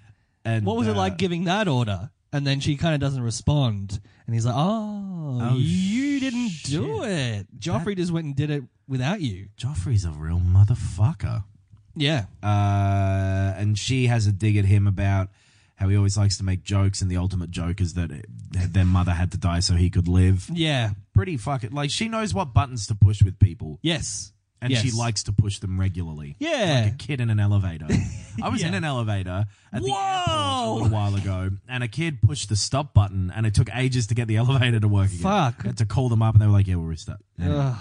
[SPEAKER 1] And
[SPEAKER 2] What was it
[SPEAKER 1] uh,
[SPEAKER 2] like giving that order? And then she kind of doesn't respond, and he's like, oh,
[SPEAKER 1] Oh,
[SPEAKER 2] you didn't do it. Joffrey just went and did it without you.
[SPEAKER 1] Joffrey's a real motherfucker.
[SPEAKER 2] Yeah,
[SPEAKER 1] uh, and she has a dig at him about how he always likes to make jokes, and the ultimate joke is that it, that their mother had to die so he could live.
[SPEAKER 2] yeah,
[SPEAKER 1] Pretty fucking like she knows what buttons to push with people,
[SPEAKER 2] yes,
[SPEAKER 1] and she
[SPEAKER 2] Yes.
[SPEAKER 1] likes to push them regularly.
[SPEAKER 2] yeah,
[SPEAKER 1] Like a kid in an elevator. I was in
[SPEAKER 2] Yeah.
[SPEAKER 1] an elevator at the airport a
[SPEAKER 2] Whoa!
[SPEAKER 1] little while ago, and a kid pushed the stop button, and it took ages to get the [laughs] elevator to work. Again.
[SPEAKER 2] Fuck.
[SPEAKER 1] I had to call them up, and they were like, "Yeah, we'll restart." Anyway.
[SPEAKER 2] Ugh.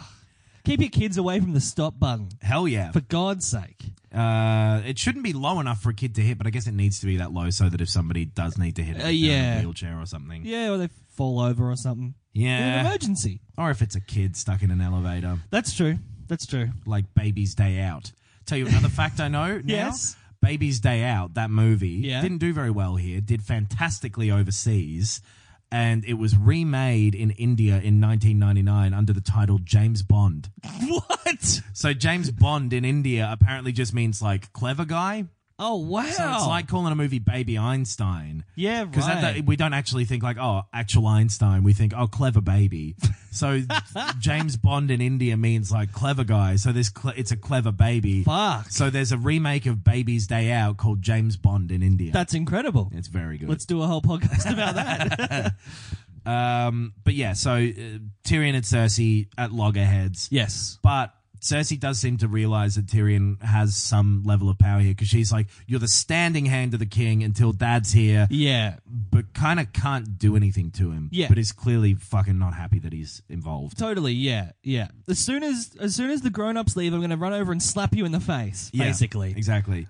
[SPEAKER 2] Keep your kids away from the stop button,
[SPEAKER 1] Hell yeah!
[SPEAKER 2] for God's sake.
[SPEAKER 1] Uh, it shouldn't be low enough for a kid to hit, but I guess it needs to be that low so that if somebody does need to hit it,
[SPEAKER 2] Uh,
[SPEAKER 1] if they're in
[SPEAKER 2] yeah.
[SPEAKER 1] a wheelchair or something.
[SPEAKER 2] Yeah, or they fall over or something. In an
[SPEAKER 1] Yeah.
[SPEAKER 2] emergency.
[SPEAKER 1] Or if it's a kid stuck in an elevator,
[SPEAKER 2] That's true. That's true.
[SPEAKER 1] like Baby's Day Out. Tell you another fact I
[SPEAKER 2] [laughs]
[SPEAKER 1] know now.
[SPEAKER 2] Yes.
[SPEAKER 1] Baby's Day Out, that movie,
[SPEAKER 2] Yeah.
[SPEAKER 1] didn't do very well here, did fantastically overseas, and it was remade in India in 1999 under the title James Bond.
[SPEAKER 2] What?
[SPEAKER 1] So James Bond in India apparently just means like clever guy.
[SPEAKER 2] Oh wow!
[SPEAKER 1] So it's like calling a movie Baby Einstein.
[SPEAKER 2] yeah, right.
[SPEAKER 1] Because we don't actually think like, oh, actual Einstein. We think, oh, clever baby.
[SPEAKER 2] [laughs]
[SPEAKER 1] So James Bond in India means like clever guy. So this cle it's a clever baby.
[SPEAKER 2] Fuck.
[SPEAKER 1] So there's a remake of Baby's Day Out called James Bond in India.
[SPEAKER 2] That's incredible.
[SPEAKER 1] it's very good.
[SPEAKER 2] Let's do a whole
[SPEAKER 1] [laughs]
[SPEAKER 2] podcast about that.
[SPEAKER 1] Um, but yeah, so uh, Tyrion and Cersei at loggerheads.
[SPEAKER 2] yes.
[SPEAKER 1] But Cersei does seem to realize that Tyrion has some level of power here because she's like, you're the standing hand of the king until dad's here.
[SPEAKER 2] Yeah.
[SPEAKER 1] but kind of can't do anything to him.
[SPEAKER 2] Yeah.
[SPEAKER 1] But is clearly fucking not happy that he's involved.
[SPEAKER 2] Totally. Yeah. Yeah. As soon as as soon as the grown ups leave, I'm gonna run over and slap you in the face.
[SPEAKER 1] Yeah,
[SPEAKER 2] Basically.
[SPEAKER 1] Exactly.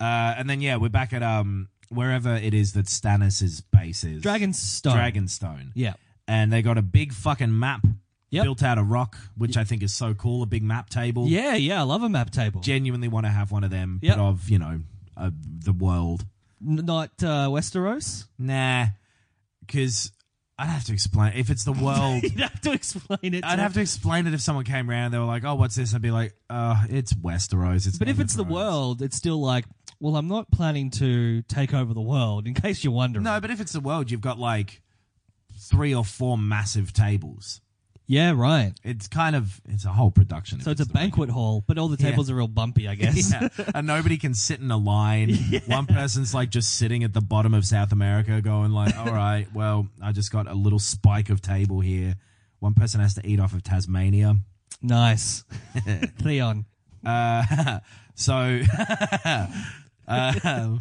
[SPEAKER 1] Uh, and then, yeah, we're back at um wherever it is that Stannis' base is.
[SPEAKER 2] Dragonstone.
[SPEAKER 1] Dragonstone.
[SPEAKER 2] Yeah.
[SPEAKER 1] And they got a big fucking map
[SPEAKER 2] Yep.
[SPEAKER 1] built out of rock, which I think is so cool. A big map table.
[SPEAKER 2] Yeah. Yeah. I love a map table.
[SPEAKER 1] Genuinely want to have one of them,
[SPEAKER 2] Yep.
[SPEAKER 1] but of, you know, uh, the world.
[SPEAKER 2] N- not uh,
[SPEAKER 1] [laughs]
[SPEAKER 2] Westeros.
[SPEAKER 1] Nah. Because I'd have to explain. If it's the world.
[SPEAKER 2] [laughs] You'd have to explain it.
[SPEAKER 1] I'd have to explain it if someone came around. They were like, "Oh, what's this?" I'd be like, "Uh, it's Westeros." It's
[SPEAKER 2] But if it's the
[SPEAKER 1] Westeros."
[SPEAKER 2] world, it's still like, well, I'm not planning to take over the world. In case you're wondering.
[SPEAKER 1] no. But if it's the world, you've got like three or four massive tables.
[SPEAKER 2] Yeah. Right.
[SPEAKER 1] It's kind of it's a whole production. if
[SPEAKER 2] So it's a
[SPEAKER 1] the world.
[SPEAKER 2] banquet hall, but all the
[SPEAKER 1] Yeah.
[SPEAKER 2] tables are real bumpy, I
[SPEAKER 1] [laughs]
[SPEAKER 2] guess.
[SPEAKER 1] Yeah, and nobody can sit in a
[SPEAKER 2] [laughs]
[SPEAKER 1] line. One person's like just sitting at the bottom of South America, going
[SPEAKER 2] [laughs]
[SPEAKER 1] like, "All right, well, I just got a little spike of table here." One person has to eat off of Tasmania. [laughs]
[SPEAKER 2] Nice. Theon.
[SPEAKER 1] Uh, so [laughs] um,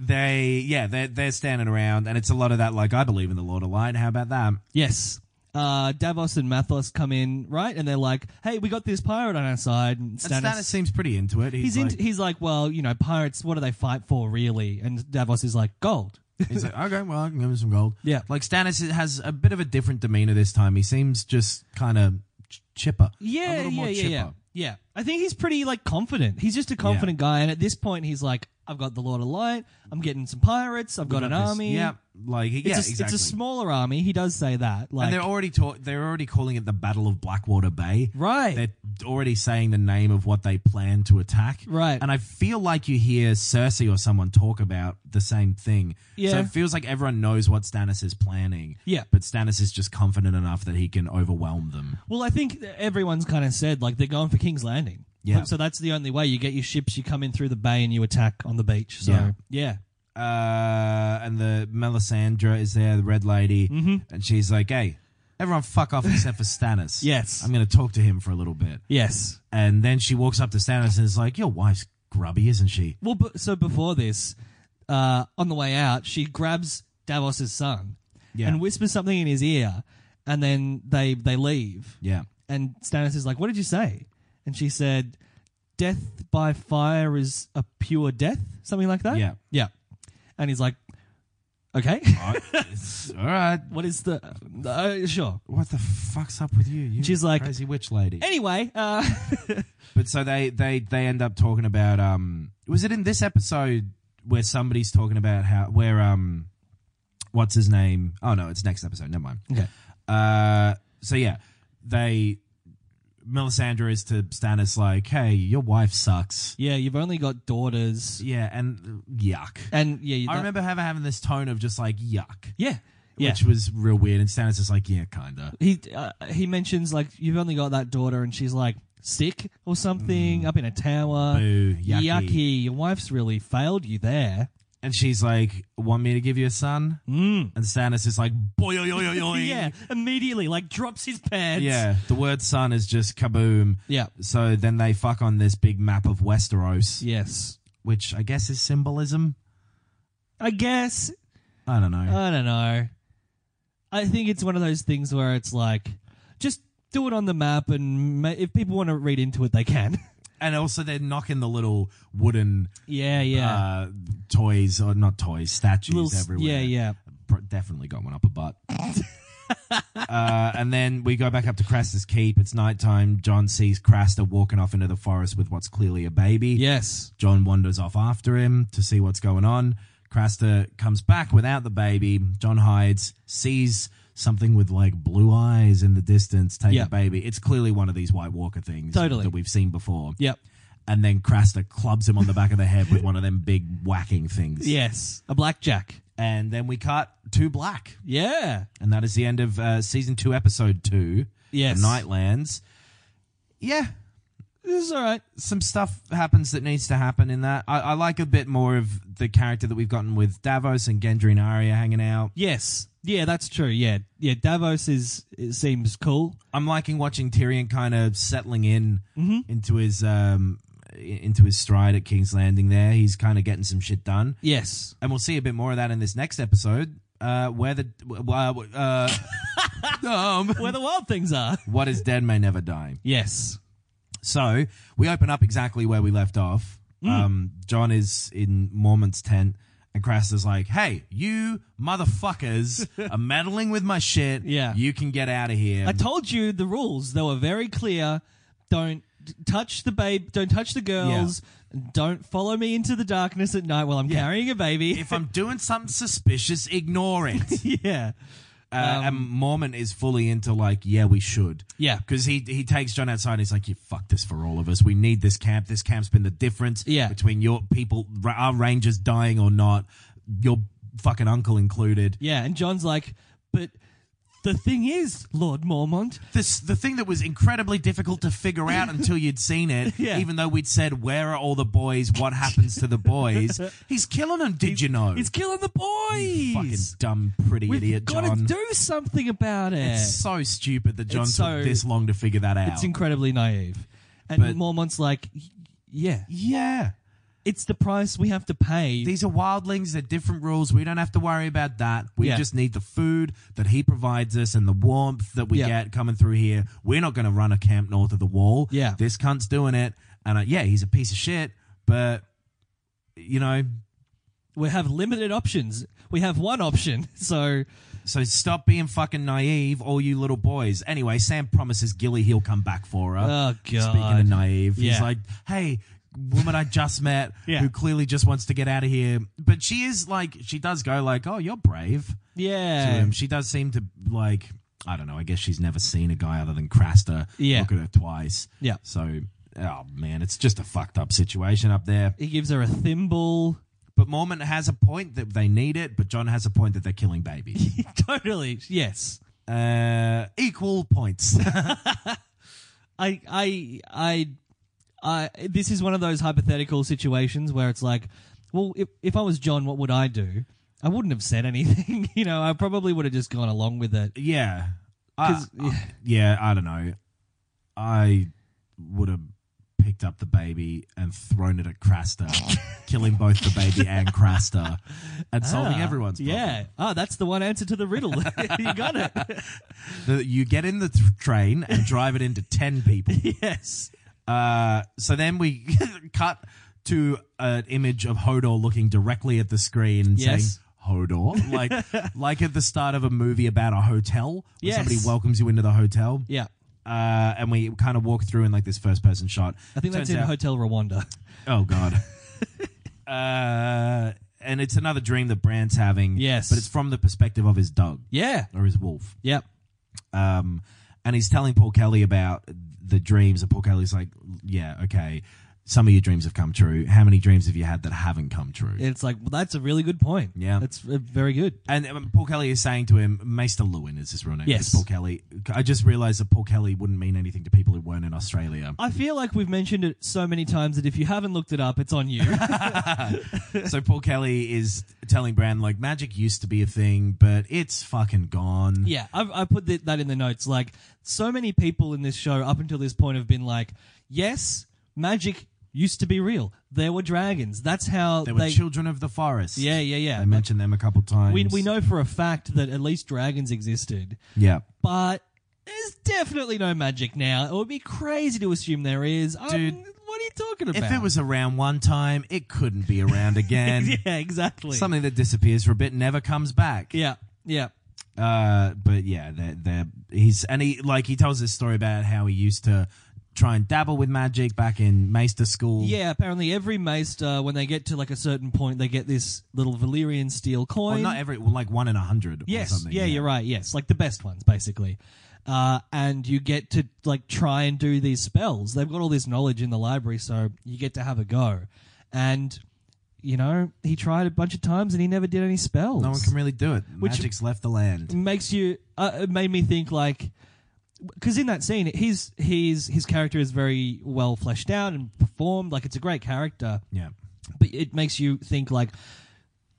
[SPEAKER 1] they, yeah, they're, they're standing around, and it's a lot of that, like, I believe in the Lord of Light. How about that?
[SPEAKER 2] Yes. Uh, Davos and Mathos come in, right? And they're like, hey, we got this pirate on our side. And
[SPEAKER 1] And Stannis,
[SPEAKER 2] Stannis,
[SPEAKER 1] seems pretty into it. He's,
[SPEAKER 2] he's,
[SPEAKER 1] like,
[SPEAKER 2] into, he's like, well, you know, pirates, what do they fight for, really? And Davos is like, gold.
[SPEAKER 1] he's like, okay, well, I can give him some gold.
[SPEAKER 2] Yeah.
[SPEAKER 1] Like, Stannis has a bit of a different demeanor this time. He seems just kind of ch- chipper. a
[SPEAKER 2] Yeah,
[SPEAKER 1] little
[SPEAKER 2] yeah,
[SPEAKER 1] more
[SPEAKER 2] yeah,
[SPEAKER 1] chipper.
[SPEAKER 2] yeah. Yeah. I think he's pretty, like, confident. He's just a confident guy. And at this point, he's like, I've got the Lord of Light. I'm getting some pirates. I've got, an
[SPEAKER 1] This-
[SPEAKER 2] army.
[SPEAKER 1] Yeah, like, yeah,
[SPEAKER 2] It's, a,
[SPEAKER 1] exactly.
[SPEAKER 2] it's a smaller army. He does say that. Like,
[SPEAKER 1] and they're already ta- they're already calling it the Battle of Blackwater Bay.
[SPEAKER 2] Right.
[SPEAKER 1] They're already saying the name of what they plan to attack.
[SPEAKER 2] Right.
[SPEAKER 1] And I feel like you hear Cersei or someone talk about the same thing. So
[SPEAKER 2] Yeah.
[SPEAKER 1] it feels like everyone knows what Stannis is planning.
[SPEAKER 2] Yeah.
[SPEAKER 1] But Stannis is just confident enough that he can overwhelm them.
[SPEAKER 2] Well, I think that everyone's kind of said like they're going for King's Landing.
[SPEAKER 1] Yeah.
[SPEAKER 2] So that's the only way you get your ships. You come in through the bay and you attack on the beach. So
[SPEAKER 1] Yeah.
[SPEAKER 2] yeah,
[SPEAKER 1] Uh, and the Melisandre is there, the Red Lady, and she's like, "Hey, Everyone fuck off except for Stannis.
[SPEAKER 2] Mm-hmm. Yes.
[SPEAKER 1] I'm going to talk to him for a little bit.
[SPEAKER 2] Yes.
[SPEAKER 1] And then she walks up to Stannis and is like, Your wife's grubby, isn't she?
[SPEAKER 2] Well, but, so before this, uh, on the way out, she grabs Davos's son
[SPEAKER 1] Yeah.
[SPEAKER 2] and whispers something in his ear, and then they they leave.
[SPEAKER 1] Yeah.
[SPEAKER 2] And Stannis is like, "What did you say?" And she said, "Death by fire is a pure death," something like that.
[SPEAKER 1] Yeah.
[SPEAKER 2] yeah. And he's like, "Okay, [laughs]
[SPEAKER 1] All right. It's- [laughs] all right.
[SPEAKER 2] what is the uh, sure?"
[SPEAKER 1] What the fuck's up with you? you
[SPEAKER 2] She's like-
[SPEAKER 1] crazy witch lady.
[SPEAKER 2] Anyway, uh, [laughs]
[SPEAKER 1] But so they they they end up talking about um was it in this episode where somebody's talking about how where um what's his name? Oh no, it's next episode. Never mind.
[SPEAKER 2] okay.
[SPEAKER 1] Uh so yeah, they Melisandre is to Stannis like, "Hey, your wife sucks."
[SPEAKER 2] yeah, you've only got daughters,
[SPEAKER 1] Yeah, and yuck.
[SPEAKER 2] and yeah, you-
[SPEAKER 1] I
[SPEAKER 2] that-
[SPEAKER 1] remember having having this tone of just like yuck,
[SPEAKER 2] Yeah, yeah.
[SPEAKER 1] which was real weird. And Stannis is like, "Yeah, kinda."
[SPEAKER 2] he uh, he mentions like you've only got that daughter and she's like sick or something up in a tower
[SPEAKER 1] Mm. Boo, yucky.
[SPEAKER 2] your wife's really failed you there
[SPEAKER 1] And she's like, "Want me to give you a son?"
[SPEAKER 2] mm.
[SPEAKER 1] And Stannis is like, "Boy, oy, oy, oy, oy."
[SPEAKER 2] [laughs] yeah immediately like drops his pants
[SPEAKER 1] Yeah, the word son is just kaboom.
[SPEAKER 2] yeah
[SPEAKER 1] So then they fuck on this big map of Westeros,
[SPEAKER 2] yes
[SPEAKER 1] which I guess is symbolism.
[SPEAKER 2] i guess
[SPEAKER 1] I don't know.
[SPEAKER 2] i don't know i think it's one of those things where it's like just do it on the map and ma- if people want to read into it they can [laughs]
[SPEAKER 1] and also, they're knocking the little wooden
[SPEAKER 2] yeah yeah
[SPEAKER 1] uh, toys, or not toys, statues
[SPEAKER 2] Little s-
[SPEAKER 1] everywhere.
[SPEAKER 2] yeah yeah
[SPEAKER 1] Pro- definitely got one up a
[SPEAKER 2] [laughs]
[SPEAKER 1] butt. uh, and then we go back up to Craster's Keep. It's nighttime. John sees Craster walking off into the forest with what's clearly a baby.
[SPEAKER 2] yes
[SPEAKER 1] John wanders off after him to see what's going on. Craster comes back without the baby. John hides, sees something with like blue eyes in the distance, take
[SPEAKER 2] Yeah.
[SPEAKER 1] the baby. It's clearly one of these White Walker things
[SPEAKER 2] Totally.
[SPEAKER 1] that we've seen before.
[SPEAKER 2] yep
[SPEAKER 1] And then Craster clubs him on the back of the head with one of them big whacking things.
[SPEAKER 2] yes a blackjack
[SPEAKER 1] And then we cut to black.
[SPEAKER 2] yeah
[SPEAKER 1] And that is the end of uh, season two, episode two.
[SPEAKER 2] Yes.
[SPEAKER 1] The Nightlands. Yeah,
[SPEAKER 2] this is all right
[SPEAKER 1] some stuff happens that needs to happen in that. I, I like a bit more of the character that we've gotten with Davos and Gendry and Arya hanging out.
[SPEAKER 2] Yes. Yeah, that's true. Yeah. Yeah, Davos is it seems cool.
[SPEAKER 1] I'm liking watching Tyrion kind of settling in into his um i- into his stride at King's Landing. There, he's kind of getting some shit done,
[SPEAKER 2] Yes.
[SPEAKER 1] and we'll see a bit more of that in this next episode. Uh, where the w- uh, uh, um,
[SPEAKER 2] Where the wild things are.
[SPEAKER 1] what is dead may never die.
[SPEAKER 2] [laughs] Yes.
[SPEAKER 1] So we open up exactly where we left off.
[SPEAKER 2] Mm.
[SPEAKER 1] Um, John is in Mormont's tent, and Craster's like, "Hey, you motherfuckers
[SPEAKER 2] [laughs]
[SPEAKER 1] are meddling with my shit.
[SPEAKER 2] Yeah.
[SPEAKER 1] you can get out of here."
[SPEAKER 2] I told you the rules. They were very clear. Don't t- touch the babe, don't touch the girls. Don't follow me into the darkness at night while I'm carrying a baby.
[SPEAKER 1] if I'm doing something suspicious, ignore it.
[SPEAKER 2] [laughs] yeah.
[SPEAKER 1] Uh, and Mormon is fully into like, yeah, we should.
[SPEAKER 2] Yeah.
[SPEAKER 1] because he he takes John outside. and He's like, you fuck this for all of us. We need this camp. This camp's been the difference
[SPEAKER 2] Yeah.
[SPEAKER 1] between your people, ra- our rangers dying or not, your fucking uncle included.
[SPEAKER 2] Yeah, and John's like, "But the thing is, Lord Mormont,
[SPEAKER 1] this the thing that was incredibly difficult to figure
[SPEAKER 2] [laughs]
[SPEAKER 1] out until you'd seen it
[SPEAKER 2] Yeah.
[SPEAKER 1] even though we'd said where are all the boys what happens to the
[SPEAKER 2] [laughs]
[SPEAKER 1] boys he's killing them did you know
[SPEAKER 2] he's killing the boys.
[SPEAKER 1] fucking dumb pretty
[SPEAKER 2] We've
[SPEAKER 1] idiot
[SPEAKER 2] got to
[SPEAKER 1] john
[SPEAKER 2] do something about it."
[SPEAKER 1] it's so stupid that john took
[SPEAKER 2] It's so-
[SPEAKER 1] this long to figure that out
[SPEAKER 2] It's incredibly naive. And
[SPEAKER 1] But-
[SPEAKER 2] Mormont's like, "Y- yeah,
[SPEAKER 1] yeah
[SPEAKER 2] it's the price we have to pay.
[SPEAKER 1] these are wildlings they're different rules we don't have to worry about that we
[SPEAKER 2] Yeah.
[SPEAKER 1] just need the food that he provides us and the warmth that we
[SPEAKER 2] Yeah.
[SPEAKER 1] get coming through here we're not going to run a camp north of the wall
[SPEAKER 2] Yeah.
[SPEAKER 1] this cunt's doing it and uh, yeah he's a piece of shit but you know
[SPEAKER 2] we have limited options. We have one option. [laughs] So,
[SPEAKER 1] so stop being fucking naive all you little boys anyway sam promises gilly he'll come back for her
[SPEAKER 2] oh,
[SPEAKER 1] Uh, Speaking of
[SPEAKER 2] God.
[SPEAKER 1] naive, he's
[SPEAKER 2] Yeah.
[SPEAKER 1] like, "Hey, woman I just met,
[SPEAKER 2] [laughs] Yeah.
[SPEAKER 1] who clearly just wants to get out of here." But she is like, she does go like, "Oh, you're brave." to
[SPEAKER 2] Yeah.
[SPEAKER 1] him. Um, She does seem to like. I don't know. I guess she's never seen a guy other than Craster
[SPEAKER 2] Yeah.
[SPEAKER 1] look at her twice.
[SPEAKER 2] Yeah.
[SPEAKER 1] So, oh man, it's just a fucked up situation up there.
[SPEAKER 2] He gives her a thimble. [laughs]
[SPEAKER 1] But Mormon has a point that they need it, but John has a point that they're killing
[SPEAKER 2] [laughs]
[SPEAKER 1] baby.
[SPEAKER 2] totally. Yes.
[SPEAKER 1] uh, equal
[SPEAKER 2] [laughs]
[SPEAKER 1] points.
[SPEAKER 2] I, I, I, I, this is one of those hypothetical situations where it's like, well, if, if I was John, what would [laughs] I do? I wouldn't have said anything. you know, I probably would have just gone along with it.
[SPEAKER 1] yeah. I,
[SPEAKER 2] 'Cause-
[SPEAKER 1] I- yeah, I don't know. I would have picked up the baby and thrown it at
[SPEAKER 2] [laughs]
[SPEAKER 1] Craster, killing both the baby and Craster, and solving
[SPEAKER 2] Ah,
[SPEAKER 1] everyone's problem.
[SPEAKER 2] Yeah. Ah, that's the one answer to the riddle. [laughs] you
[SPEAKER 1] [laughs]
[SPEAKER 2] got it.
[SPEAKER 1] The- you get in the th- train
[SPEAKER 2] [laughs]
[SPEAKER 1] and drive it into 10 people.
[SPEAKER 2] yes.
[SPEAKER 1] Uh, so then we [laughs] cut to an image of Hodor looking directly at the screen and
[SPEAKER 2] Yes.
[SPEAKER 1] saying, Hodor,
[SPEAKER 2] [laughs]
[SPEAKER 1] like like at the start of a movie about a hotel, where
[SPEAKER 2] Yes.
[SPEAKER 1] somebody welcomes you into the hotel.
[SPEAKER 2] Yeah.
[SPEAKER 1] uh, and we kind of walk through in like this first person shot.
[SPEAKER 2] I think that's
[SPEAKER 1] Turns
[SPEAKER 2] in
[SPEAKER 1] out-
[SPEAKER 2] Hotel Rwanda. [laughs]
[SPEAKER 1] Oh god. uh, and it's another dream that Brand's having.
[SPEAKER 2] Yes.
[SPEAKER 1] but it's from the perspective of his dog
[SPEAKER 2] Yeah.
[SPEAKER 1] or his wolf.
[SPEAKER 2] Yep.
[SPEAKER 1] Um, and he's telling Paul Kelly about the dreams, and Paul Kelly's like, "Yeah, okay." Some of your dreams have come true. How many dreams have you had that haven't come true?
[SPEAKER 2] It's like, well, that's a really good point.
[SPEAKER 1] Yeah.
[SPEAKER 2] That's uh, very good.
[SPEAKER 1] And um, Paul Kelly is saying to him, Maester Lewin is his real name.
[SPEAKER 2] Yes.
[SPEAKER 1] It's Paul Kelly. I just realized that Paul Kelly wouldn't mean anything to people who weren't in
[SPEAKER 2] [laughs]
[SPEAKER 1] Australia.
[SPEAKER 2] I feel like we've mentioned it so many times that if you haven't looked it up, it's
[SPEAKER 1] [laughs]
[SPEAKER 2] on you.
[SPEAKER 1] so Paul Kelly is telling Brand like magic used to be a thing, but it's fucking gone.
[SPEAKER 2] yeah, I've, I put th- that in the notes. Like, so many people in this show up until this point have been like, yes, magic used to be real. There were dragons. That's how
[SPEAKER 1] They were
[SPEAKER 2] they.
[SPEAKER 1] children of the forest.
[SPEAKER 2] yeah, yeah, yeah.
[SPEAKER 1] I mentioned them a couple times.
[SPEAKER 2] we, we know for a fact that at least dragons existed,
[SPEAKER 1] Yeah,
[SPEAKER 2] but there's definitely no magic now. It would be crazy to assume there is. I'm-
[SPEAKER 1] Dude,
[SPEAKER 2] what are you talking about?
[SPEAKER 1] if
[SPEAKER 2] [laughs]
[SPEAKER 1] it was around one time, it couldn't be around again.
[SPEAKER 2] yeah, exactly.
[SPEAKER 1] Something that disappears for a bit never comes back.
[SPEAKER 2] Yeah, yeah,
[SPEAKER 1] Uh, but yeah, they're, they're, he's and he like he tells this story about how he used to try and dabble with magic back in Maester school.
[SPEAKER 2] yeah. Apparently, every maester, uh, when they get to like a certain point, they get this little Valyrian steel coin.
[SPEAKER 1] Well, Oh, not every well, like one in a hundred.
[SPEAKER 2] yes,
[SPEAKER 1] or something.
[SPEAKER 2] yeah, you're right. Yes, like the best ones, basically. Uh, and you get to like try and do these spells. They've got all this knowledge in the library, so you get to have a go. And you know, he tried a bunch of times and he never did any spells.
[SPEAKER 1] No one can really do it.
[SPEAKER 2] Which-
[SPEAKER 1] Magic's left the land.
[SPEAKER 2] makes you uh, it made me think like because in that scene his his his character is very well fleshed out and performed like it's a great character
[SPEAKER 1] Yeah.
[SPEAKER 2] but it makes you think like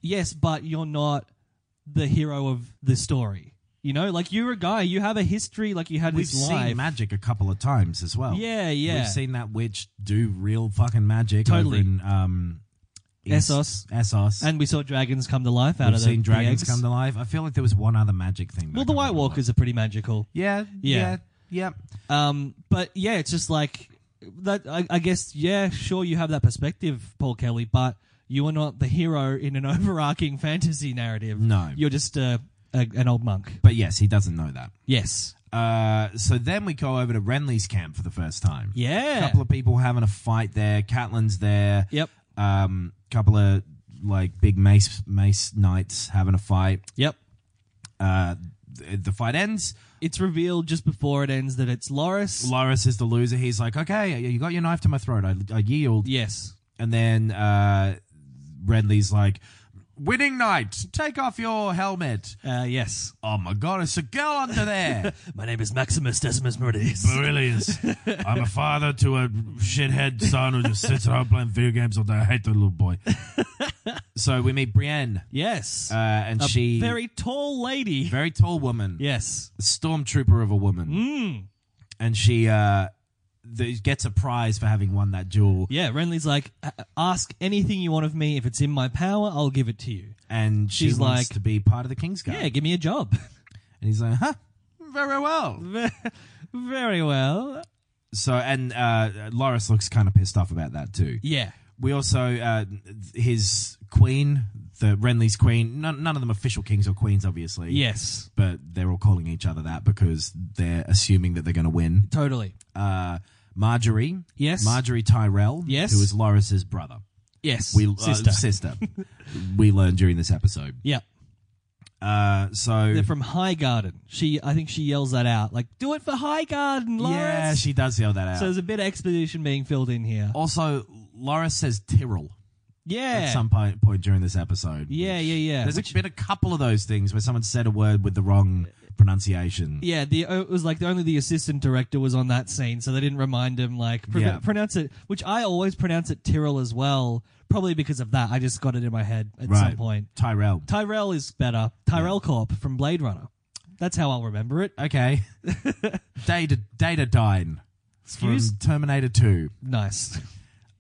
[SPEAKER 2] yes but you're not the hero of the story you know like you're a guy you have a history like you had
[SPEAKER 1] We've
[SPEAKER 2] this
[SPEAKER 1] seen
[SPEAKER 2] life
[SPEAKER 1] magic a couple of times as well.
[SPEAKER 2] yeah yeah
[SPEAKER 1] We've seen that witch do real fucking magic. over
[SPEAKER 2] Totally.
[SPEAKER 1] in, um, East-
[SPEAKER 2] Essos.
[SPEAKER 1] Essos.
[SPEAKER 2] and we saw dragons come to life out
[SPEAKER 1] We've
[SPEAKER 2] of the,
[SPEAKER 1] seen dragons
[SPEAKER 2] the eggs.
[SPEAKER 1] come to life. I feel like there was one other magic thing.
[SPEAKER 2] well
[SPEAKER 1] that
[SPEAKER 2] the
[SPEAKER 1] I
[SPEAKER 2] white
[SPEAKER 1] remember.
[SPEAKER 2] walkers are pretty magical
[SPEAKER 1] Yeah.
[SPEAKER 2] Yeah.
[SPEAKER 1] Yeah. Yeah.
[SPEAKER 2] Um, but yeah, it's just like that. I, I guess yeah, sure, you have that perspective, Paul Kelly, but you are not the hero in an [laughs] overarching fantasy narrative.
[SPEAKER 1] No.
[SPEAKER 2] you're just uh, a, an old monk.
[SPEAKER 1] But yes, he doesn't know that.
[SPEAKER 2] Yes.
[SPEAKER 1] Uh, so then we go over to Renly's camp for the first time.
[SPEAKER 2] Yeah.
[SPEAKER 1] A couple of people having a fight there. Catelyn's there.
[SPEAKER 2] Yep.
[SPEAKER 1] Um, couple of like big mace mace knights having a fight.
[SPEAKER 2] Yep.
[SPEAKER 1] Uh, th- the fight ends.
[SPEAKER 2] It's revealed just before it ends that it's Loris.
[SPEAKER 1] Loris is the loser. He's like, okay, you got your knife to my throat. I, I yield.
[SPEAKER 2] yes.
[SPEAKER 1] And then uh, Renly's like, winning knight, take off your helmet.
[SPEAKER 2] Uh, yes.
[SPEAKER 1] Oh my god, it's a girl under there.
[SPEAKER 2] [laughs] My name is Maximus Decimus Meridius.
[SPEAKER 1] Aurelius,
[SPEAKER 2] [laughs]
[SPEAKER 1] I'm a father to a shithead son who just sits at home playing video games all day. I hate that little
[SPEAKER 2] [laughs]
[SPEAKER 1] boy. so we meet Brienne,
[SPEAKER 2] yes.
[SPEAKER 1] uh, and
[SPEAKER 2] a
[SPEAKER 1] she
[SPEAKER 2] very tall lady.
[SPEAKER 1] very tall woman,
[SPEAKER 2] yes.
[SPEAKER 1] stormtrooper of a woman,
[SPEAKER 2] Mm.
[SPEAKER 1] and she uh, th- gets a prize for having won that duel.
[SPEAKER 2] Yeah. Renly's like, "A- ask anything you want of me. If it's in my power, I'll give it to you.
[SPEAKER 1] and she
[SPEAKER 2] She's
[SPEAKER 1] wants
[SPEAKER 2] like-
[SPEAKER 1] to be part of the King's Guard.
[SPEAKER 2] Yeah, give me a job. [laughs]
[SPEAKER 1] And he's like, huh, very well.
[SPEAKER 2] Very well.
[SPEAKER 1] So, and uh, Loris looks kind of pissed off about that too.
[SPEAKER 2] Yeah.
[SPEAKER 1] We also, uh, his queen, the Renly's queen, none, none of them official kings or queens, obviously.
[SPEAKER 2] Yes.
[SPEAKER 1] But they're all calling each other that because they're assuming that they're going to win.
[SPEAKER 2] Totally.
[SPEAKER 1] Uh, Marjorie.
[SPEAKER 2] Yes.
[SPEAKER 1] Marjorie Tyrell.
[SPEAKER 2] Yes.
[SPEAKER 1] Who is Loris's brother.
[SPEAKER 2] Yes.
[SPEAKER 1] We, uh,
[SPEAKER 2] Sister. [laughs]
[SPEAKER 1] sister. we learned during this episode.
[SPEAKER 2] yeah.
[SPEAKER 1] Uh, so.
[SPEAKER 2] They're from High Garden. She, I think she yells that out, like, "Do it for High Garden, Lawrence."
[SPEAKER 1] yeah, she does yell that out.
[SPEAKER 2] so there's a bit of expedition being filled in here.
[SPEAKER 1] Also, Laura says Tyrrell
[SPEAKER 2] yeah.
[SPEAKER 1] at some point, point during this episode.
[SPEAKER 2] yeah, yeah,
[SPEAKER 1] which-
[SPEAKER 2] yeah,
[SPEAKER 1] There's
[SPEAKER 2] Which,
[SPEAKER 1] been a couple of those things where someone said a word with the wrong pronunciation.
[SPEAKER 2] yeah, the it was like the, only the assistant director was on that scene, so they didn't remind him like pro-
[SPEAKER 1] Yeah.
[SPEAKER 2] pronounce it. Which I always pronounce it Tyrrell as well, probably because of that. I just got it in my head at
[SPEAKER 1] Right.
[SPEAKER 2] some point.
[SPEAKER 1] Tyrell.
[SPEAKER 2] Tyrell is better. Tyrell Corp from Blade Runner. That's how I'll remember it. [laughs]
[SPEAKER 1] Okay. Data Data Dine.
[SPEAKER 2] Excuse?
[SPEAKER 1] From Terminator 2. [laughs]
[SPEAKER 2] Nice.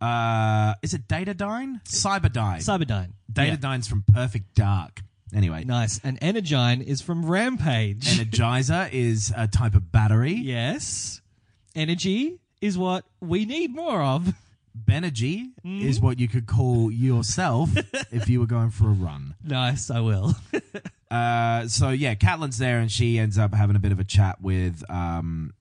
[SPEAKER 1] Uh, is it Datadine? Cyberdyne.
[SPEAKER 2] Cyberdyne. Yeah.
[SPEAKER 1] Datadine's from Perfect Dark. Anyway,
[SPEAKER 2] [laughs] Nice. And Energine is from Rampage.
[SPEAKER 1] Energizer is a type of battery.
[SPEAKER 2] yes. Energy is what we need more of. [laughs]
[SPEAKER 1] Benergy
[SPEAKER 2] Mm-hmm.
[SPEAKER 1] is what you could call
[SPEAKER 2] [laughs]
[SPEAKER 1] yourself if you were going for a run.
[SPEAKER 2] Nice, I will. [laughs]
[SPEAKER 1] Uh, so yeah, Catelyn's there, and she ends up having a bit of a chat with um,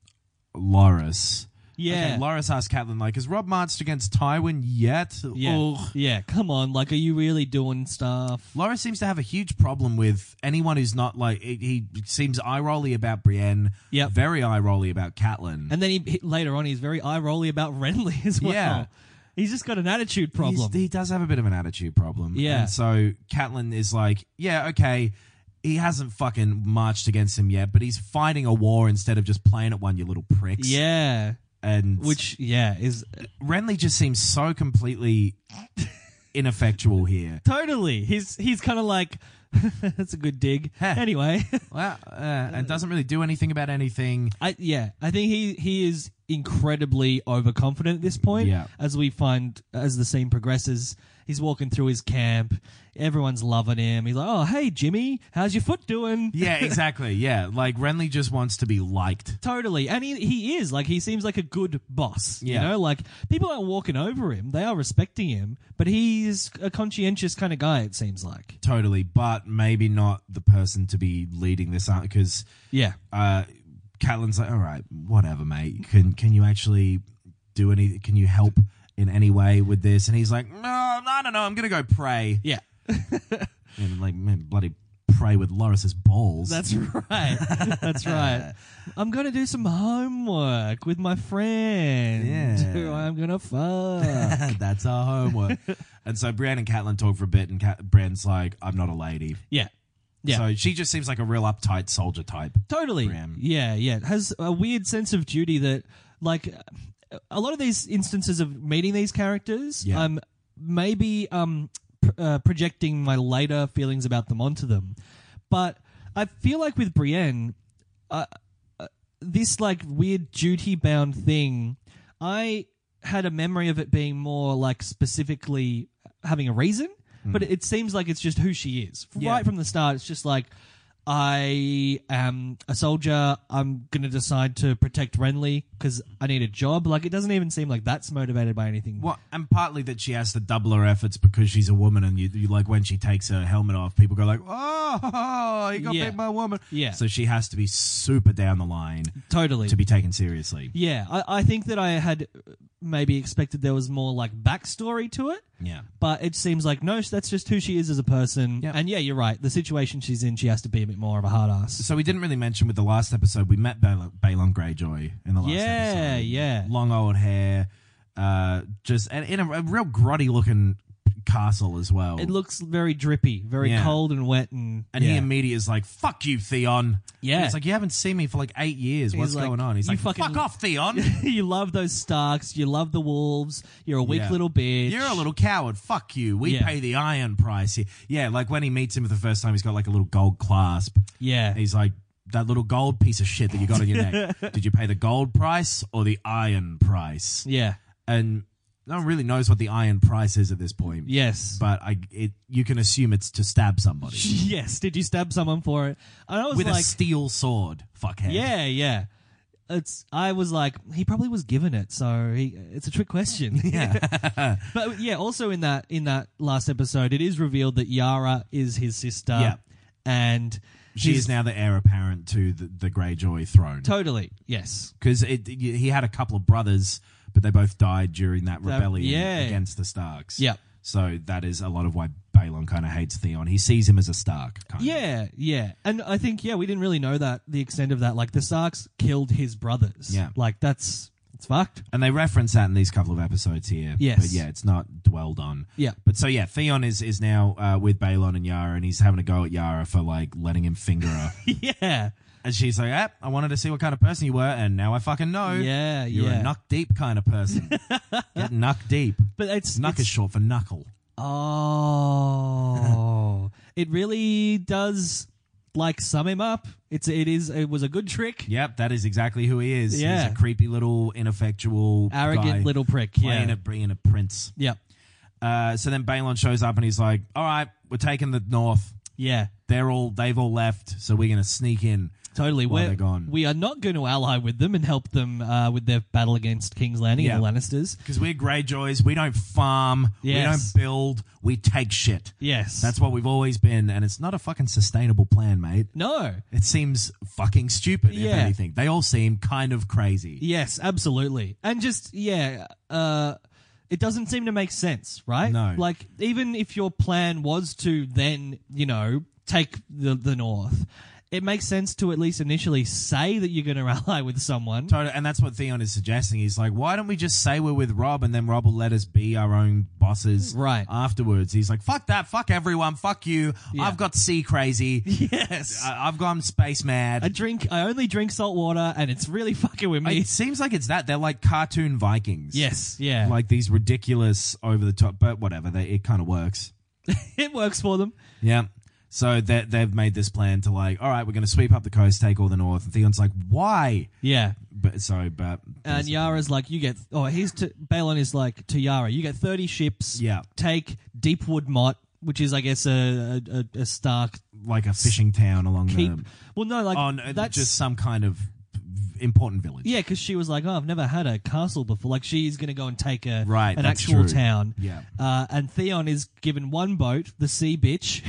[SPEAKER 1] Loris.
[SPEAKER 2] Yeah.
[SPEAKER 1] Okay, Loris asks Catelyn, like, "Is Rob marched against Tywin yet?"
[SPEAKER 2] yeah.
[SPEAKER 1] Ugh.
[SPEAKER 2] Yeah, come on. Like, are you really doing stuff?
[SPEAKER 1] Loris seems to have a huge problem with anyone who's not like he he seems eye rolly about Brienne.
[SPEAKER 2] Yep.
[SPEAKER 1] Very eye rolly about Catelyn.
[SPEAKER 2] And then he, he- later on, he's very eye rolly about [laughs] Renly as well.
[SPEAKER 1] Yeah.
[SPEAKER 2] He's just got an attitude
[SPEAKER 1] He's-
[SPEAKER 2] problem.
[SPEAKER 1] he does have a bit of an attitude problem.
[SPEAKER 2] Yeah.
[SPEAKER 1] And so Catelyn is like, yeah, okay, he hasn't fucking marched against him yet, but he's fighting a war instead of just playing at one, you little pricks.
[SPEAKER 2] yeah.
[SPEAKER 1] And which
[SPEAKER 2] Which, yeah, is
[SPEAKER 1] Renly just seems so completely [laughs] ineffectual here.
[SPEAKER 2] totally. He's he's kind of like, [laughs] that's a good [laughs] dig.
[SPEAKER 1] Huh.
[SPEAKER 2] Anyway,
[SPEAKER 1] Well, uh, and doesn't really do anything about anything.
[SPEAKER 2] I yeah, I think he he is incredibly overconfident at this point.
[SPEAKER 1] Yeah.
[SPEAKER 2] As we find as the scene progresses, he's walking through his camp. Everyone's loving him. He's like, "Oh, hey Jimmy, how's your foot doing?"
[SPEAKER 1] Yeah, exactly. Yeah, like Renly just wants to be liked.
[SPEAKER 2] Totally. And he, he is. Like, he seems like a good boss.
[SPEAKER 1] Yeah.
[SPEAKER 2] You know, like, people aren't walking over him. They are respecting him. But he's a conscientious kind of guy, it seems like.
[SPEAKER 1] Totally, but maybe not the person to be leading this out because
[SPEAKER 2] Yeah.
[SPEAKER 1] uh, Catelyn's like, all right, whatever, mate. Can can you actually do any? Can you help in any way with this? And he's like, no, I don't know. I'm gonna go pray.
[SPEAKER 2] Yeah.
[SPEAKER 1] And I'm like, man, bloody pray with Loris's balls. [laughs]
[SPEAKER 2] That's [laughs] right. That's right. I'm going to do some homework with my friend.
[SPEAKER 1] Yeah.
[SPEAKER 2] Who I'm going to
[SPEAKER 1] [laughs]
[SPEAKER 2] fuck.
[SPEAKER 1] that's our homework. and so Brienne and Catelyn talk for a bit, and Cat- Brienne's like, I'm not a lady.
[SPEAKER 2] yeah. Yeah.
[SPEAKER 1] So she just seems like a real uptight soldier type.
[SPEAKER 2] Totally.
[SPEAKER 1] Graham.
[SPEAKER 2] Yeah, yeah. It Has a weird sense of duty that, like, a lot of these instances of meeting these characters,
[SPEAKER 1] Yeah.
[SPEAKER 2] I'm maybe um, pr- uh, projecting my later feelings about them onto them. But I feel like with Brienne, uh, uh, this, like, weird duty bound thing, I had a memory of it being more, like, specifically having a reason. But it seems like it's just who she is.
[SPEAKER 1] Hmm. Yeah.
[SPEAKER 2] Right from the start, it's just like, I am a soldier. I'm going to decide to protect Renly because I need a job. Like, it doesn't even seem like that's motivated by anything.
[SPEAKER 1] Well, and partly that she has to double her efforts because she's a woman, and you, you like when she takes her helmet off, people go like, "Oh, you got
[SPEAKER 2] Yeah.
[SPEAKER 1] bit by a woman."
[SPEAKER 2] Yeah.
[SPEAKER 1] So she has to be super down the line
[SPEAKER 2] Totally.
[SPEAKER 1] to be taken seriously.
[SPEAKER 2] yeah. I, I think that I had maybe expected there was more, like, backstory to it.
[SPEAKER 1] Yeah.
[SPEAKER 2] But it seems like, no, that's just who she is as a person.
[SPEAKER 1] Yeah.
[SPEAKER 2] And yeah, you're right. The situation she's in, she has to be a bit more of a hard ass.
[SPEAKER 1] So we didn't really mention with the last episode we met Balon, Balon Greyjoy in the last
[SPEAKER 2] Yeah,
[SPEAKER 1] episode.
[SPEAKER 2] yeah.
[SPEAKER 1] Long old hair, uh, just and in a, a real grotty looking castle as well.
[SPEAKER 2] It looks very drippy, very
[SPEAKER 1] Yeah.
[SPEAKER 2] cold and wet. And,
[SPEAKER 1] and
[SPEAKER 2] yeah.
[SPEAKER 1] he immediately is like, "Fuck you, Theon."
[SPEAKER 2] Yeah.
[SPEAKER 1] And it's like you haven't seen me for like eight years. What's
[SPEAKER 2] like,
[SPEAKER 1] going on? He's
[SPEAKER 2] "You
[SPEAKER 1] like,
[SPEAKER 2] fucking-
[SPEAKER 1] "Fuck off,
[SPEAKER 2] [laughs]
[SPEAKER 1] Theon."
[SPEAKER 2] [laughs] you love those Starks. You love the wolves. You're a weak
[SPEAKER 1] Yeah.
[SPEAKER 2] little bitch.
[SPEAKER 1] You're a little coward. Fuck you. We
[SPEAKER 2] Yeah.
[SPEAKER 1] pay the iron price here. Yeah, like when he meets him for the first time, he's got like a little gold clasp.
[SPEAKER 2] Yeah.
[SPEAKER 1] He's like, that little gold piece of shit that you got on your neck.
[SPEAKER 2] [laughs]
[SPEAKER 1] Did you pay the gold price or the iron price?
[SPEAKER 2] Yeah.
[SPEAKER 1] And no one really knows what the iron price is at this point.
[SPEAKER 2] Yes.
[SPEAKER 1] But I, it, you can assume it's to stab somebody
[SPEAKER 2] [laughs] yes. Did you stab someone for it? And I was
[SPEAKER 1] with a
[SPEAKER 2] like,
[SPEAKER 1] steel sword. Fuckhead.
[SPEAKER 2] yeah, yeah. It's. I was like, he probably was given it, so he, it's a trick question. [laughs]
[SPEAKER 1] [laughs] Yeah.
[SPEAKER 2] but yeah, also in that in that last episode, it is revealed that Yara is his sister.
[SPEAKER 1] Yeah.
[SPEAKER 2] And
[SPEAKER 1] she
[SPEAKER 2] his-
[SPEAKER 1] is now the heir apparent to the, the Greyjoy throne.
[SPEAKER 2] totally yes.
[SPEAKER 1] because he had a couple of brothers, but they both died during that rebellion
[SPEAKER 2] yeah.
[SPEAKER 1] against the Starks.
[SPEAKER 2] Yep.
[SPEAKER 1] So that is a lot of why Balon kind of hates Theon. He sees him as a Stark. Kind Of.
[SPEAKER 2] Yeah, yeah. And I think yeah, we didn't really know that the extent of that. Like the Starks killed his brothers.
[SPEAKER 1] Yeah.
[SPEAKER 2] Like that's it's fucked.
[SPEAKER 1] And they reference that in these couple of episodes here.
[SPEAKER 2] Yes.
[SPEAKER 1] But yeah, it's not dwelled on.
[SPEAKER 2] Yeah.
[SPEAKER 1] But so yeah, Theon is is now uh, with Balon and Yara, and he's having a go at Yara for like letting him finger
[SPEAKER 2] [laughs]
[SPEAKER 1] her.
[SPEAKER 2] [laughs] yeah.
[SPEAKER 1] and she's like, "Ah, I wanted to see what kind of person you were, and now I fucking know.
[SPEAKER 2] Yeah,
[SPEAKER 1] You're
[SPEAKER 2] yeah.
[SPEAKER 1] a knuck deep kind of
[SPEAKER 2] [laughs]
[SPEAKER 1] person. Get knuck deep.
[SPEAKER 2] But it's
[SPEAKER 1] Knuck
[SPEAKER 2] it's-
[SPEAKER 1] is short for knuckle.
[SPEAKER 2] [laughs] Oh, it really does like sum him up. It's it is it was a good trick.
[SPEAKER 1] Yep, that is exactly who he is.
[SPEAKER 2] Yeah.
[SPEAKER 1] He's a creepy little ineffectual
[SPEAKER 2] Arrogant
[SPEAKER 1] guy
[SPEAKER 2] little prick.
[SPEAKER 1] playing
[SPEAKER 2] yeah.
[SPEAKER 1] at being a prince.
[SPEAKER 2] yeah.
[SPEAKER 1] Uh, so then Balon shows up and he's like, "All right, we're taking the north.
[SPEAKER 2] Yeah.
[SPEAKER 1] They're all they've all left, so we're gonna sneak in."
[SPEAKER 2] Totally.
[SPEAKER 1] While
[SPEAKER 2] We're,
[SPEAKER 1] they're gone.
[SPEAKER 2] We are not going to ally with them and help them uh, with their battle against King's Landing
[SPEAKER 1] Yeah.
[SPEAKER 2] and the Lannisters.
[SPEAKER 1] Because we're Greyjoys, we don't farm,
[SPEAKER 2] Yes.
[SPEAKER 1] we don't build, we take shit.
[SPEAKER 2] Yes.
[SPEAKER 1] That's what we've always been, and it's not a fucking sustainable plan, mate.
[SPEAKER 2] no.
[SPEAKER 1] It seems fucking stupid, if
[SPEAKER 2] Yeah.
[SPEAKER 1] anything. They all seem kind of crazy.
[SPEAKER 2] Yes, absolutely. And just yeah, uh it doesn't seem to make sense, right?
[SPEAKER 1] No.
[SPEAKER 2] Like even if your plan was to then, you know, take the the north, it makes sense to at least initially say that you're going to [laughs] ally with someone.
[SPEAKER 1] Tota- And that's what Theon is suggesting. He's like, why don't we just say we're with Rob and then Rob will let us be our own bosses
[SPEAKER 2] Right.
[SPEAKER 1] afterwards? He's like, fuck that, fuck everyone, fuck you.
[SPEAKER 2] Yeah.
[SPEAKER 1] I've got sea crazy.
[SPEAKER 2] Yes.
[SPEAKER 1] I- I've gone space mad.
[SPEAKER 2] I drink I only drink salt water and it's really [laughs] fucking with me.
[SPEAKER 1] it seems like it's that. They're like cartoon Vikings.
[SPEAKER 2] yes, yeah.
[SPEAKER 1] Like these ridiculous over the top, but whatever, they, it kind of works.
[SPEAKER 2] [laughs] it works for them.
[SPEAKER 1] Yeah. So they, they've made this plan to like, all right, we're going to sweep up the coast, take all the north. And Theon's like, why?
[SPEAKER 2] Yeah.
[SPEAKER 1] But so, but
[SPEAKER 2] And Yara's like, you get. Oh, he's to Balon is like to Yara, you get thirty ships.
[SPEAKER 1] Yeah.
[SPEAKER 2] Take Deepwood Mott, which is, I guess, a a, a- a Stark
[SPEAKER 1] like a fishing town along
[SPEAKER 2] keep.
[SPEAKER 1] the
[SPEAKER 2] Well, no, like
[SPEAKER 1] Um, on uh,
[SPEAKER 2] that's
[SPEAKER 1] just some kind of important village.
[SPEAKER 2] yeah, because she was like, oh, I've never had a castle before. Like she's gonna go and take a
[SPEAKER 1] Right,
[SPEAKER 2] an
[SPEAKER 1] that's
[SPEAKER 2] actual
[SPEAKER 1] true.
[SPEAKER 2] town.
[SPEAKER 1] Yeah.
[SPEAKER 2] Uh, and Theon is given one boat, the Sea Bitch.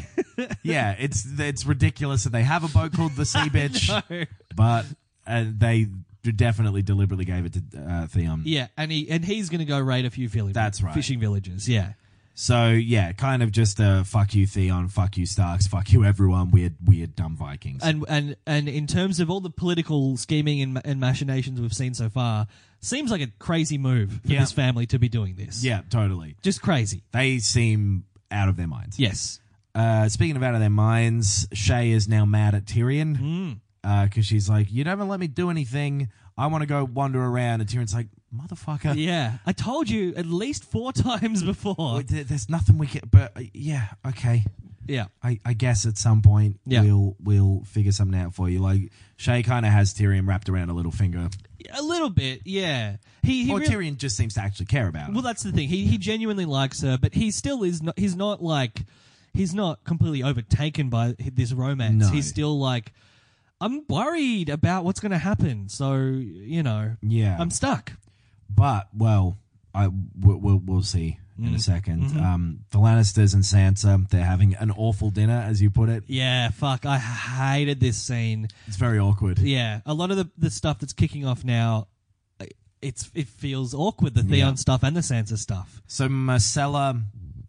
[SPEAKER 2] [laughs]
[SPEAKER 1] Yeah, it's it's ridiculous that they have a boat called the
[SPEAKER 2] [laughs]
[SPEAKER 1] Sea Bitch, but uh, they definitely deliberately gave it to uh, Theon.
[SPEAKER 2] yeah, and he and he's gonna go raid a few village-
[SPEAKER 1] That's right.
[SPEAKER 2] fishing villages. Yeah.
[SPEAKER 1] So yeah, kind of just a fuck you Theon, fuck you Starks, fuck you everyone, weird weird dumb Vikings.
[SPEAKER 2] and and and in terms of all the political scheming and, and machinations we've seen so far, seems like a crazy move for
[SPEAKER 1] Yeah.
[SPEAKER 2] this family to be doing this.
[SPEAKER 1] yeah, totally.
[SPEAKER 2] just crazy.
[SPEAKER 1] They seem out of their minds.
[SPEAKER 2] Yes, [laughs]
[SPEAKER 1] Uh, speaking of out of their minds, Shay is now mad at
[SPEAKER 2] Hmm.
[SPEAKER 1] Tyrion because she's like, "You never let me do anything. I want to go wander around." And Tyrion's like, "Motherfucker,
[SPEAKER 2] yeah. I told you at least four [laughs] times before.
[SPEAKER 1] Well, there- there's nothing we can." But uh, yeah, okay.
[SPEAKER 2] Yeah,
[SPEAKER 1] I, I guess at some point
[SPEAKER 2] Yeah.
[SPEAKER 1] we'll we'll figure something out for you. Like Shay kind of has Tyrion wrapped around a little finger,
[SPEAKER 2] a little bit. Yeah, he. he
[SPEAKER 1] or
[SPEAKER 2] really-
[SPEAKER 1] Tyrion just seems to actually care about. Her.
[SPEAKER 2] well, that's the thing. He he genuinely likes her, but he still is not. He's not like. He's not completely overtaken by this romance.
[SPEAKER 1] No.
[SPEAKER 2] He's still like, I'm worried about what's going to happen. So you know,
[SPEAKER 1] yeah,
[SPEAKER 2] I'm stuck.
[SPEAKER 1] But well, I we'll, we'll, we'll see in
[SPEAKER 2] Mm.
[SPEAKER 1] a 2nd
[SPEAKER 2] Mm-hmm.
[SPEAKER 1] Um, the Lannisters and Sansa, they're having an awful dinner, as you put it.
[SPEAKER 2] Yeah, fuck. I hated this scene.
[SPEAKER 1] It's very awkward.
[SPEAKER 2] Yeah, a lot of the, the stuff that's kicking off now, i- it's it feels awkward. The Theon stuff and the Sansa stuff.
[SPEAKER 1] So Marcella,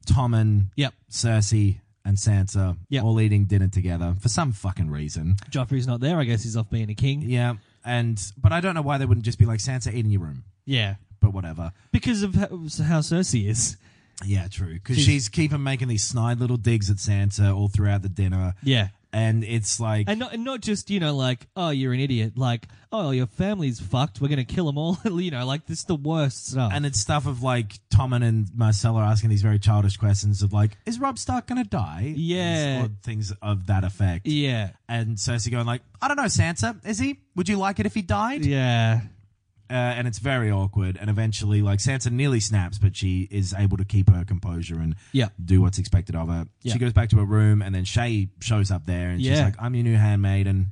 [SPEAKER 1] Tommen,
[SPEAKER 2] Yep,
[SPEAKER 1] Cersei, and Sansa
[SPEAKER 2] Yeah.
[SPEAKER 1] all eating dinner together for some fucking reason.
[SPEAKER 2] Joffrey's not there. I guess he's off being a king.
[SPEAKER 1] Yeah, and but I don't know why they wouldn't just be like Sansa, eat in your room.
[SPEAKER 2] Yeah,
[SPEAKER 1] But whatever.
[SPEAKER 2] because of how, how Cersei is.
[SPEAKER 1] Yeah, true. Because
[SPEAKER 2] She's-
[SPEAKER 1] she's, keeping making these snide little digs at Sansa all throughout the dinner,
[SPEAKER 2] Yeah,
[SPEAKER 1] and it's like
[SPEAKER 2] and not and not just you know like oh you're an idiot like oh your family's fucked. We're gonna kill them all. [laughs] you know like this is the worst stuff.
[SPEAKER 1] And it's stuff of like Tommen and Marcella asking these very childish questions of like, is Rob Stark going to die?
[SPEAKER 2] Yeah.
[SPEAKER 1] Or things of that effect.
[SPEAKER 2] yeah,
[SPEAKER 1] And Cersei going like, I don't know, Sansa, is he? Would you like it if he died?
[SPEAKER 2] yeah,
[SPEAKER 1] Uh, and it's very awkward. And eventually, like, Sansa nearly snaps, but she is able to keep her composure and
[SPEAKER 2] yeah.
[SPEAKER 1] do what's expected of her.
[SPEAKER 2] Yeah.
[SPEAKER 1] She goes back to her room, and then Shay shows up there, and she's
[SPEAKER 2] Yeah.
[SPEAKER 1] like, I'm your new handmaiden.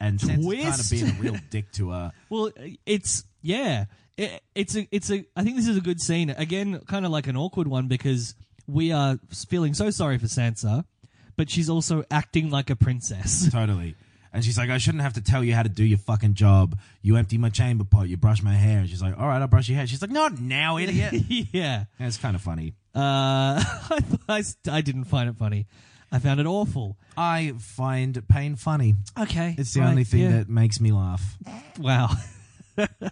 [SPEAKER 1] And Sansa's kind of
[SPEAKER 2] Twist.
[SPEAKER 1] being a real dick to her.
[SPEAKER 2] Well, it's yeah, it, it's a it's a. I think this is a good scene. Again, kind of like an awkward one because we are feeling so sorry for Sansa, but she's also acting like a princess. [laughs]
[SPEAKER 1] Totally. And she's like, I shouldn't have to tell you how to do your fucking job. You empty my chamber pot. You brush my hair. And she's like, all right, I'll brush your hair. She's like, not now, [laughs] idiot.
[SPEAKER 2] yeah,
[SPEAKER 1] and it's kind of funny.
[SPEAKER 2] uh, [laughs] I, I I didn't find it funny. I found it awful.
[SPEAKER 1] I find pain funny.
[SPEAKER 2] Okay,
[SPEAKER 1] It's the
[SPEAKER 2] right,
[SPEAKER 1] only thing
[SPEAKER 2] yeah.
[SPEAKER 1] that makes me laugh.
[SPEAKER 2] wow.
[SPEAKER 1] [laughs]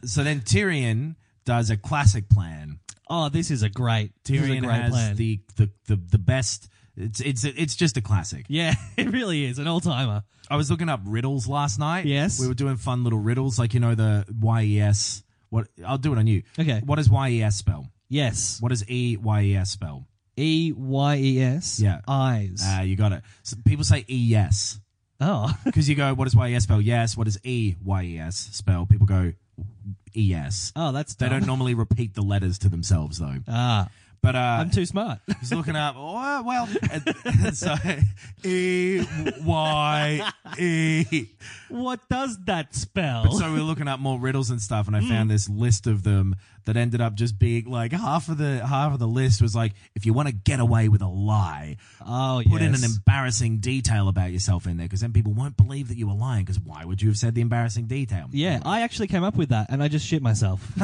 [SPEAKER 1] So then Tyrion does a classic plan.
[SPEAKER 2] Oh, this is a great this is a
[SPEAKER 1] Tyrion
[SPEAKER 2] great
[SPEAKER 1] has
[SPEAKER 2] plan.
[SPEAKER 1] The, the, the, the best. It's, it's, it's just a classic.
[SPEAKER 2] yeah, [laughs] it really is an all timer.
[SPEAKER 1] I was looking up riddles last night.
[SPEAKER 2] Yes.
[SPEAKER 1] We were doing fun little riddles, like, you know, the YES. What I'll do it on you.
[SPEAKER 2] Okay.
[SPEAKER 1] What does YES spell?
[SPEAKER 2] Yes,
[SPEAKER 1] What does EYES spell?
[SPEAKER 2] E Y E S.
[SPEAKER 1] Yeah. Uh,
[SPEAKER 2] eyes.
[SPEAKER 1] Ah, you got it. So people say ES.
[SPEAKER 2] Oh, [laughs]
[SPEAKER 1] Because you go, what does YES spell? Yes. What does E Y E S spell? People go, ES.
[SPEAKER 2] oh, that's
[SPEAKER 1] They
[SPEAKER 2] dumb.
[SPEAKER 1] don't normally repeat the letters to themselves, though.
[SPEAKER 2] Ah,
[SPEAKER 1] But uh,
[SPEAKER 2] I'm too smart. [laughs]
[SPEAKER 1] he's looking up, oh, well, and- so E Y E.
[SPEAKER 2] what does that spell?
[SPEAKER 1] But so we were looking up more riddles and stuff, and I found this list of them that ended up just being like half of the half of the list was like, if you want to get away with a lie,
[SPEAKER 2] oh,
[SPEAKER 1] put in
[SPEAKER 2] yes.
[SPEAKER 1] an embarrassing detail about yourself in there, because then people won't believe that you were lying. Because why would you have said the embarrassing detail?
[SPEAKER 2] Yeah, I actually came up with that, and I just shit myself. [laughs]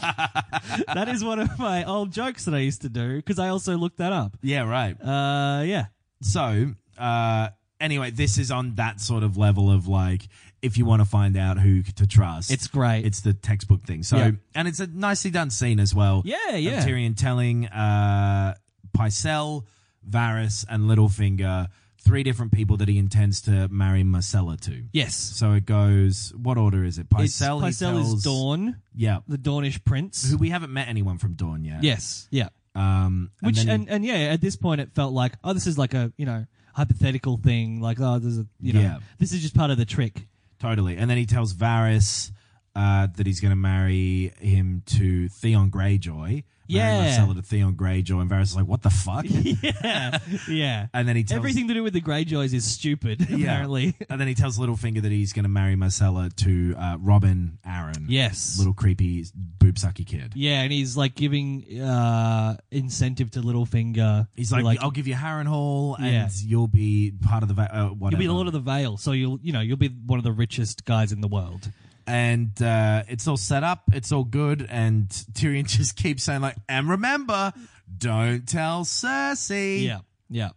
[SPEAKER 2] that is one of my old jokes that I used to do because I also looked that up.
[SPEAKER 1] yeah, right.
[SPEAKER 2] Uh, yeah.
[SPEAKER 1] So, uh, anyway, this is on that sort of level of like, if you want to find out who to trust,
[SPEAKER 2] It's great.
[SPEAKER 1] It's the textbook thing. So,
[SPEAKER 2] Yeah.
[SPEAKER 1] and it's a nicely done scene as well.
[SPEAKER 2] Yeah,
[SPEAKER 1] Of
[SPEAKER 2] yeah.
[SPEAKER 1] Tyrion telling uh, Pycelle, Varys, and Littlefinger three different people that he intends to marry Marcella to.
[SPEAKER 2] Yes.
[SPEAKER 1] So it goes. What order is it?
[SPEAKER 2] It's-
[SPEAKER 1] Pycelle. he
[SPEAKER 2] Pycelle
[SPEAKER 1] tells,
[SPEAKER 2] is Dawn,
[SPEAKER 1] Yeah.
[SPEAKER 2] the Dornish prince.
[SPEAKER 1] Who we haven't met anyone from Dawn yet.
[SPEAKER 2] yes. Yeah.
[SPEAKER 1] Um, and
[SPEAKER 2] Which
[SPEAKER 1] then
[SPEAKER 2] and,
[SPEAKER 1] he-
[SPEAKER 2] and yeah, at this point it felt like oh, this is like a you know hypothetical thing. Like oh, there's a you know
[SPEAKER 1] Yeah.
[SPEAKER 2] this is just part of
[SPEAKER 1] [laughs]
[SPEAKER 2] the trick.
[SPEAKER 1] Totally. And then he tells Varys uh, that he's going to marry him to Theon Greyjoy.
[SPEAKER 2] Yeah.
[SPEAKER 1] Marry Marcella to Theon Greyjoy. And Varys is like, what the
[SPEAKER 2] [laughs]
[SPEAKER 1] fuck?
[SPEAKER 2] yeah. Yeah.
[SPEAKER 1] and then he tells...
[SPEAKER 2] Everything to do with the Greyjoys is stupid.
[SPEAKER 1] Yeah.
[SPEAKER 2] Apparently. [laughs]
[SPEAKER 1] And then he tells Littlefinger that he's going to marry Marcella to uh, Robin Aaron.
[SPEAKER 2] Yes.
[SPEAKER 1] Little creepy boob sucky kid.
[SPEAKER 2] Yeah, and he's like giving uh incentive to Littlefinger.
[SPEAKER 1] He's like, "Oh,
[SPEAKER 2] like
[SPEAKER 1] I'll give you Harrenhal and
[SPEAKER 2] Yeah.
[SPEAKER 1] you'll be part of the... Va- uh,
[SPEAKER 2] you'll
[SPEAKER 1] whatever.
[SPEAKER 2] be the Lord of the Vale, so you'll you know you'll be one of the richest guys in the world.
[SPEAKER 1] and uh, it's all set up, it's all good, and Tyrion [laughs] just keeps saying like, and remember, don't tell Cersei.
[SPEAKER 2] Yeah. Yeah.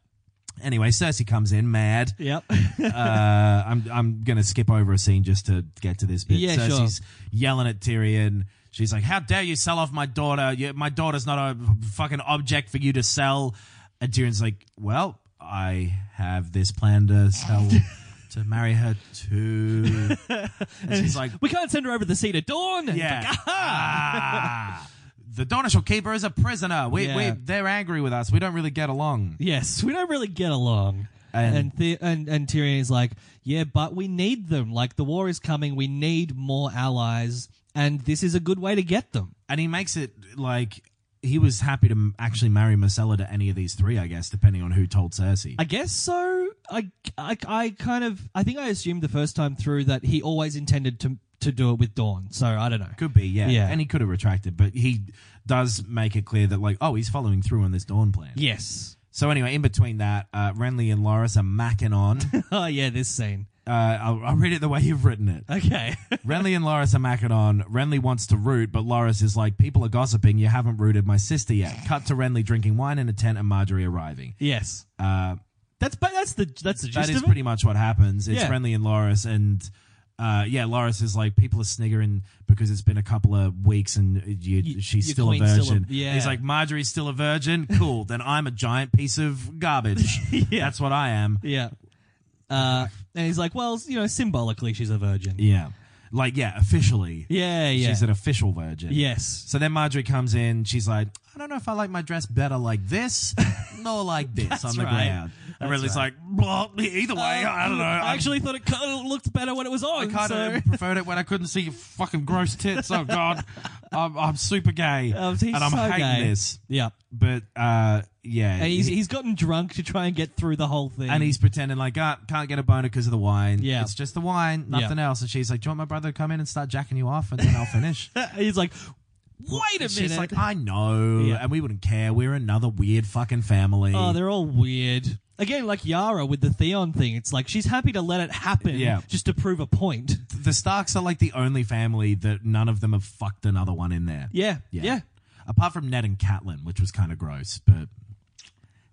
[SPEAKER 1] Anyway, Cersei comes in
[SPEAKER 2] [laughs]
[SPEAKER 1] mad.
[SPEAKER 2] Yep.
[SPEAKER 1] uh, I'm I'm gonna skip over a scene just to get to this bit.
[SPEAKER 2] Yeah,
[SPEAKER 1] so
[SPEAKER 2] sure.
[SPEAKER 1] she's yelling at Tyrion. She's like, "How dare you sell off my daughter? You, my daughter's not a fucking object for you to sell." And Tyrion's like, "Well, I have this plan to
[SPEAKER 2] [laughs]
[SPEAKER 1] sell to marry her to." And she's like,
[SPEAKER 2] we can't send her over the sea to dawn. [laughs]
[SPEAKER 1] "Yeah." [laughs] Ah, The Donishall keeper is a prisoner. We,
[SPEAKER 2] Yeah.
[SPEAKER 1] we, they're angry with us. We don't really get along.
[SPEAKER 2] Yes, we don't really get along.
[SPEAKER 1] And-
[SPEAKER 2] And and, the- and and Tyrion is like, yeah, but we need them. Like the war is coming, we need more allies, and this is a good way to get them.
[SPEAKER 1] and he makes it like he was happy to m- actually marry Marcella to any of these three, I guess, depending on who told Cersei.
[SPEAKER 2] I guess so. I, I, I kind of I think I assumed the first time through that he always intended to to do it with Dawn. So I don't know.
[SPEAKER 1] could be, yeah.
[SPEAKER 2] Yeah.
[SPEAKER 1] And he could have retracted, but he does make it clear that, like, oh, he's following through on this Dawn plan.
[SPEAKER 2] Yes. [laughs]
[SPEAKER 1] So, anyway, in between that, uh, Renly and Loras are macking
[SPEAKER 2] [laughs]
[SPEAKER 1] on. uh,
[SPEAKER 2] oh yeah, this scene.
[SPEAKER 1] I'll, I'll read it the way you've written it.
[SPEAKER 2] Okay. [laughs]
[SPEAKER 1] Renly and Loras are macking on. Renly wants to root, but Loras is like, people are gossiping. You haven't rooted my sister yet. Cut to Renly drinking wine in a tent and Marjorie arriving.
[SPEAKER 2] yes.
[SPEAKER 1] Uh,
[SPEAKER 2] That's but that's the that's the
[SPEAKER 1] that
[SPEAKER 2] gist
[SPEAKER 1] is
[SPEAKER 2] of
[SPEAKER 1] pretty much what happens. It's
[SPEAKER 2] Yeah.
[SPEAKER 1] Renly and Loris, and uh, yeah, Loris is like people are sniggering because it's been a couple of weeks and you,
[SPEAKER 2] You-
[SPEAKER 1] she's
[SPEAKER 2] your
[SPEAKER 1] still a
[SPEAKER 2] queen's still a-
[SPEAKER 1] virgin.
[SPEAKER 2] yeah.
[SPEAKER 1] He's like Marjorie's still a virgin. Cool, then I'm a giant piece of
[SPEAKER 2] [laughs]
[SPEAKER 1] garbage. That's what I am.
[SPEAKER 2] it. Yeah. Uh, and he's like, well, you know, symbolically she's a virgin.
[SPEAKER 1] Yeah, like yeah, officially,
[SPEAKER 2] Yeah, yeah.
[SPEAKER 1] she's an official virgin.
[SPEAKER 2] yes.
[SPEAKER 1] So then Marjorie comes in. She's like, I don't know if I like my dress better like this or like
[SPEAKER 2] [laughs]
[SPEAKER 1] this on the
[SPEAKER 2] right.
[SPEAKER 1] ground. And
[SPEAKER 2] That's
[SPEAKER 1] Renly's
[SPEAKER 2] right.
[SPEAKER 1] like, well, either way, I don't know.
[SPEAKER 2] I
[SPEAKER 1] I'm-
[SPEAKER 2] actually thought it kind of looked better when it was on.
[SPEAKER 1] I kind
[SPEAKER 2] so.
[SPEAKER 1] of preferred it when I couldn't see your fucking gross tits. Oh God, I'm, I'm super gay,
[SPEAKER 2] Um, he's
[SPEAKER 1] and I'm
[SPEAKER 2] so
[SPEAKER 1] hating
[SPEAKER 2] gay.
[SPEAKER 1] this.
[SPEAKER 2] Yeah.
[SPEAKER 1] But uh, yeah,
[SPEAKER 2] And he's,
[SPEAKER 1] he-
[SPEAKER 2] he's gotten drunk to try and get through the whole thing.
[SPEAKER 1] and he's pretending like I can't get a boner because of the wine.
[SPEAKER 2] Yeah.
[SPEAKER 1] it's just the wine, nothing else. And she's like, "Do you want my brother to come in and start jacking you off, and then I'll
[SPEAKER 2] [laughs]
[SPEAKER 1] finish."
[SPEAKER 2] [laughs] he's like, wait a minute.
[SPEAKER 1] And she's like, "I know,"
[SPEAKER 2] Yeah.
[SPEAKER 1] and we wouldn't care. We're another weird fucking family.
[SPEAKER 2] oh, they're all weird. Again, like Yara with the Theon thing, it's like she's happy to let it happen
[SPEAKER 1] Yeah.
[SPEAKER 2] just to prove a point.
[SPEAKER 1] the Starks are like the only family that none of them have fucked another one in there.
[SPEAKER 2] Yeah. Yeah.
[SPEAKER 1] Apart from Ned and Catelyn, which was kind of gross, but. [sighs]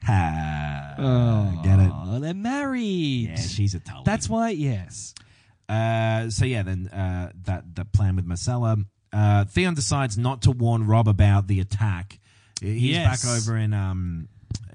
[SPEAKER 1] Ha. Get it?
[SPEAKER 2] Oh, they're married.
[SPEAKER 1] Yeah, she's a Tully.
[SPEAKER 2] That's why, yes.
[SPEAKER 1] uh, so yeah. Then uh, that the plan with Marcella. Uh, Theon decides not to warn Rob about the attack. He's
[SPEAKER 2] Yes.
[SPEAKER 1] back over in um,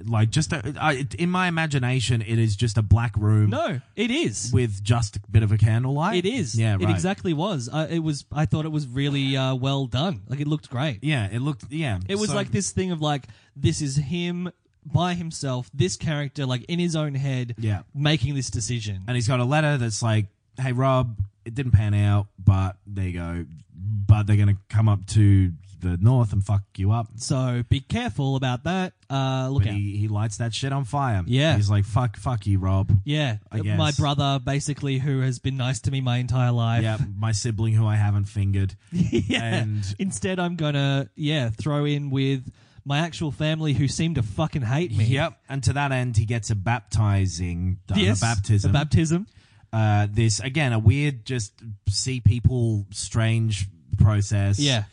[SPEAKER 1] like just a, I, in my imagination, it is just a black room
[SPEAKER 2] No, it is.
[SPEAKER 1] with just a bit of a candlelight.
[SPEAKER 2] It is.
[SPEAKER 1] Yeah, right.
[SPEAKER 2] It exactly was. I, it was. I thought it was really uh, well done. Like it looked great.
[SPEAKER 1] Yeah, it looked. Yeah,
[SPEAKER 2] It was
[SPEAKER 1] So-
[SPEAKER 2] like this thing of like this is him by himself, this character, like in his own head,
[SPEAKER 1] Yeah.
[SPEAKER 2] making this decision.
[SPEAKER 1] and he's got a letter that's like, "Hey Rob, it didn't pan out, but there you go. But they're gonna come up to the north and fuck you up."
[SPEAKER 2] so be careful about that. Uh, look
[SPEAKER 1] But
[SPEAKER 2] out.
[SPEAKER 1] he, he lights that shit on fire.
[SPEAKER 2] Yeah.
[SPEAKER 1] he's like, "Fuck, fuck you,
[SPEAKER 2] [laughs]
[SPEAKER 1] Rob."
[SPEAKER 2] yeah,
[SPEAKER 1] I
[SPEAKER 2] my
[SPEAKER 1] guess.
[SPEAKER 2] brother, basically, who has been nice to me my entire life.
[SPEAKER 1] Yeah, my sibling who I haven't fingered.
[SPEAKER 2] [laughs] yeah.
[SPEAKER 1] And-
[SPEAKER 2] Instead, I'm gonna yeah throw in with my actual family who seem to fucking hate me.
[SPEAKER 1] Yep. And to that end, he gets a baptizing, uh,
[SPEAKER 2] Yes,
[SPEAKER 1] a baptism.
[SPEAKER 2] A baptism.
[SPEAKER 1] uh, this again, a weird, just see people strange process.
[SPEAKER 2] Yeah.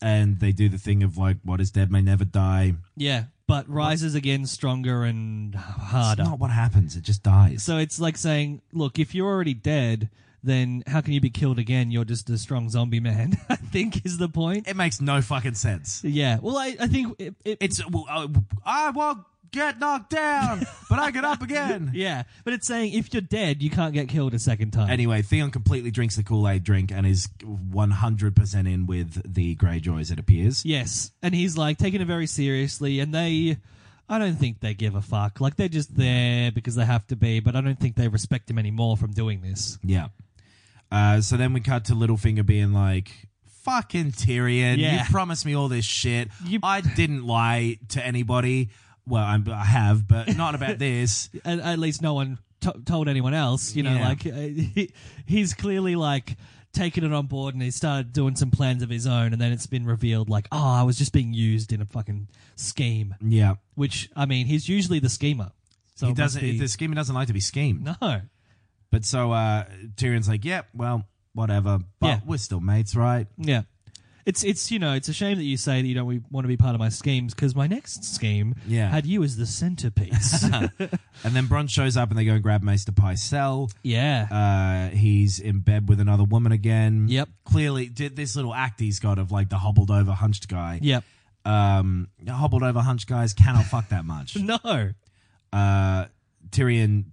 [SPEAKER 1] And they do the thing of like, what is dead may never die.
[SPEAKER 2] Yeah, but rises again stronger and
[SPEAKER 1] It's
[SPEAKER 2] harder.
[SPEAKER 1] not what happens. It just dies.
[SPEAKER 2] So it's like saying, look, if you're already dead, then how can you be killed again? You're just a strong zombie man. [laughs] I think is the point.
[SPEAKER 1] it makes no fucking sense.
[SPEAKER 2] Yeah. Well, I, I think it, it,
[SPEAKER 1] It's uh, well, I, I will get knocked down, but I get up again.
[SPEAKER 2] [laughs] yeah, but it's saying if you're dead, you can't get killed a second time.
[SPEAKER 1] Anyway, Theon completely drinks the Kool Aid drink and is 100% in with the Greyjoys, it appears.
[SPEAKER 2] yes, and he's like taking it very seriously, and they. I don't think they give a fuck. Like they're just there because they have to be, but I don't think they respect him anymore from doing this.
[SPEAKER 1] Yeah. Uh, so then we cut to Littlefinger being like, "Fucking Tyrion,
[SPEAKER 2] Yeah.
[SPEAKER 1] you promised me all this shit.
[SPEAKER 2] You-
[SPEAKER 1] I didn't lie to anybody. Well, I'm, I have, but not
[SPEAKER 2] [laughs]
[SPEAKER 1] about this.
[SPEAKER 2] at, at least no one t- told anyone else. You know,
[SPEAKER 1] Yeah.
[SPEAKER 2] like uh, he, he's clearly like taken it on board and he started doing some plans of his own, and then it's been revealed like, oh, I was just being used in a fucking scheme.
[SPEAKER 1] Yeah,
[SPEAKER 2] Which I mean, he's usually the schemer. So
[SPEAKER 1] he
[SPEAKER 2] it must
[SPEAKER 1] doesn't.
[SPEAKER 2] be-
[SPEAKER 1] The schemer doesn't like to be schemed.
[SPEAKER 2] [laughs] no.
[SPEAKER 1] But so uh, Tyrion's like, "Yep, well, whatever. But
[SPEAKER 2] Yeah.
[SPEAKER 1] we're still mates, right?
[SPEAKER 2] Yeah. It's it's you know it's a shame that you say that you don't want to be part of my schemes because my next scheme
[SPEAKER 1] Yeah.
[SPEAKER 2] had you as the
[SPEAKER 1] [laughs]
[SPEAKER 2] centerpiece.
[SPEAKER 1] And then Bronn shows up, and they go and grab Maester Pycelle.
[SPEAKER 2] yeah.
[SPEAKER 1] Uh, he's in bed with another woman again.
[SPEAKER 2] Yep.
[SPEAKER 1] Clearly, did this little act he's got of like the hobbled over, hunched guy. [laughs]
[SPEAKER 2] yep.
[SPEAKER 1] um, hobbled over hunch guys cannot fuck that much.
[SPEAKER 2] [laughs] No.
[SPEAKER 1] Uh, Tyrion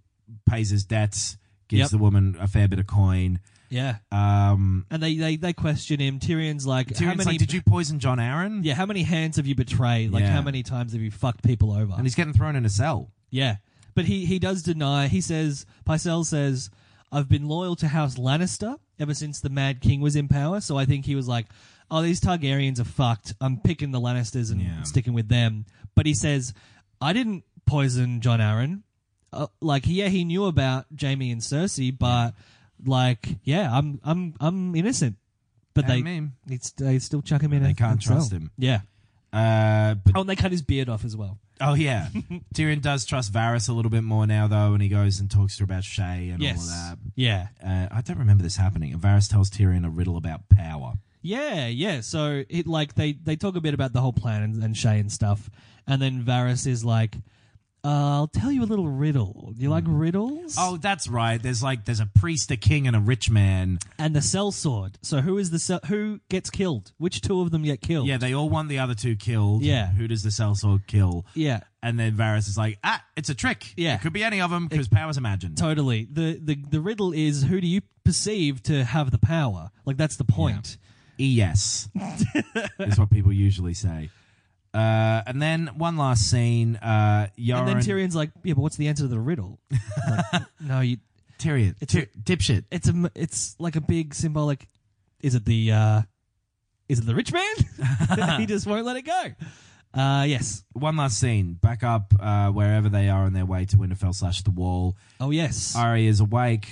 [SPEAKER 1] pays his debts, gives
[SPEAKER 2] Yep.
[SPEAKER 1] the woman a fair bit of coin.
[SPEAKER 2] Yeah.
[SPEAKER 1] Um,
[SPEAKER 2] And they, they they question him. Tyrion's like, how
[SPEAKER 1] Tyrion's
[SPEAKER 2] many
[SPEAKER 1] like, "Did you poison John Aaron?"
[SPEAKER 2] Yeah, how many hands have you betrayed? Like,
[SPEAKER 1] Yeah.
[SPEAKER 2] how many times have you fucked people over?
[SPEAKER 1] and he's getting thrown in a cell.
[SPEAKER 2] yeah, but he he does deny. He says, Pycelle says, I've been loyal to House Lannister ever since the Mad King was in power. So I think he was like, oh, these Targaryens are fucked. I'm picking the Lannisters and
[SPEAKER 1] Yeah.
[SPEAKER 2] sticking with them. But he says, I didn't poison John Aaron. Uh, like, yeah, he knew about Jamie and Cersei, but like, yeah, I'm I'm I'm innocent. But
[SPEAKER 1] And
[SPEAKER 2] they,
[SPEAKER 1] me.
[SPEAKER 2] it's, they still chuck him in.
[SPEAKER 1] They
[SPEAKER 2] a-
[SPEAKER 1] can't
[SPEAKER 2] a cell.
[SPEAKER 1] trust him.
[SPEAKER 2] Yeah.
[SPEAKER 1] Uh, but
[SPEAKER 2] Oh, and they cut his beard off as well.
[SPEAKER 1] oh [laughs] yeah, Tyrion does trust Varys a little bit more now though, and he goes and talks to her about Shay and all of that.
[SPEAKER 2] Yeah.
[SPEAKER 1] Uh, I don't remember this happening. And Varys tells Tyrion a riddle about power.
[SPEAKER 2] Yeah, yeah. So it like they they talk a bit about the whole plan and, and Shay and stuff, and then Varys is like, uh, "I'll tell you a little riddle. Do you like riddles?
[SPEAKER 1] Oh, that's right. There's like there's a priest, a king, and a rich man.
[SPEAKER 2] and the cell sword. So who is the cell, who gets killed? Which two of them get killed?
[SPEAKER 1] Yeah, they all want the other two killed.
[SPEAKER 2] Yeah.
[SPEAKER 1] Who does the sellsword kill?
[SPEAKER 2] yeah,
[SPEAKER 1] And then Varys is like, ah, it's a trick.
[SPEAKER 2] Yeah.
[SPEAKER 1] It could be any of them because power's imagined.
[SPEAKER 2] totally. The the the riddle is who do you perceive to have the power? Like that's the point.
[SPEAKER 1] [laughs] yes, E is what people usually say. Uh, and then one last scene. Uh, Yoren,
[SPEAKER 2] And then Tyrion's like, "Yeah, but what's the answer to the riddle? Like, [laughs] no, you
[SPEAKER 1] Tyrion,
[SPEAKER 2] It's
[SPEAKER 1] Ty- dipshit.
[SPEAKER 2] it's a m- it's like a big symbolic is it the uh is it the rich man [laughs] he just won't let it go uh yes
[SPEAKER 1] One last scene. Back up uh, wherever they are on their way to Winterfell slash the Wall.
[SPEAKER 2] oh yes
[SPEAKER 1] Arya is awake,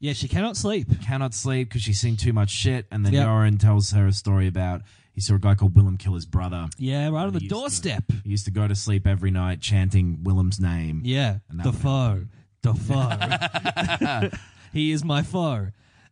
[SPEAKER 2] yeah she cannot sleep
[SPEAKER 1] cannot sleep because she's seen too much shit. And then
[SPEAKER 2] Yep.
[SPEAKER 1] Yoren tells her a story about he saw a guy called Willem kill his brother.
[SPEAKER 2] yeah right on the
[SPEAKER 1] used to-
[SPEAKER 2] doorstep
[SPEAKER 1] He used to go to sleep every night chanting Willem's name.
[SPEAKER 2] yeah
[SPEAKER 1] And that
[SPEAKER 2] the
[SPEAKER 1] would
[SPEAKER 2] foe the foe
[SPEAKER 1] [laughs]
[SPEAKER 2] [laughs] he is my foe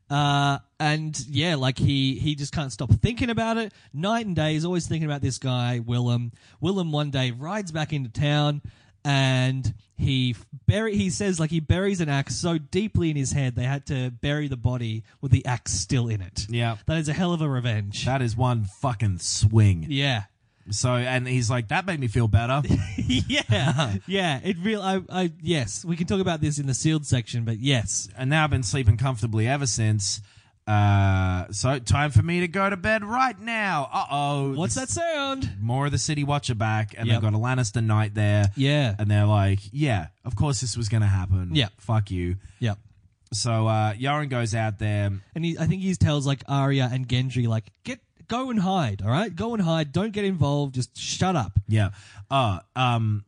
[SPEAKER 2] uh and yeah like he he just can't stop thinking about it night and day he's always thinking about this guy willem willem one day rides back into town and he f- bury he says like he buries an axe so deeply in his head they had to bury the body with the axe still in it
[SPEAKER 1] Yeah.
[SPEAKER 2] that is a hell of a revenge
[SPEAKER 1] That is one fucking swing. [laughs]
[SPEAKER 2] yeah
[SPEAKER 1] So, and he's like, that made me feel
[SPEAKER 2] [laughs]
[SPEAKER 1] better. Uh-huh.
[SPEAKER 2] yeah yeah it real I, I yes we can talk about this in the sealed section but yes
[SPEAKER 1] and now I've been sleeping comfortably ever since. Uh, so time for me to go to bed right now. Uh oh.
[SPEAKER 2] What's that sound?
[SPEAKER 1] More of the City Watcher back, and
[SPEAKER 2] Yep.
[SPEAKER 1] they've got a Lannister Knight there,
[SPEAKER 2] Yeah.
[SPEAKER 1] and they're like, "Yeah, of course this was gonna happen.
[SPEAKER 2] Yeah.
[SPEAKER 1] fuck you."
[SPEAKER 2] Yep.
[SPEAKER 1] So uh, Yaren goes out there.
[SPEAKER 2] And he, I think he tells like Arya and Genji like get go and hide, all right? Go and hide. Don't get involved. Just shut up.
[SPEAKER 1] Yeah. Uh, um,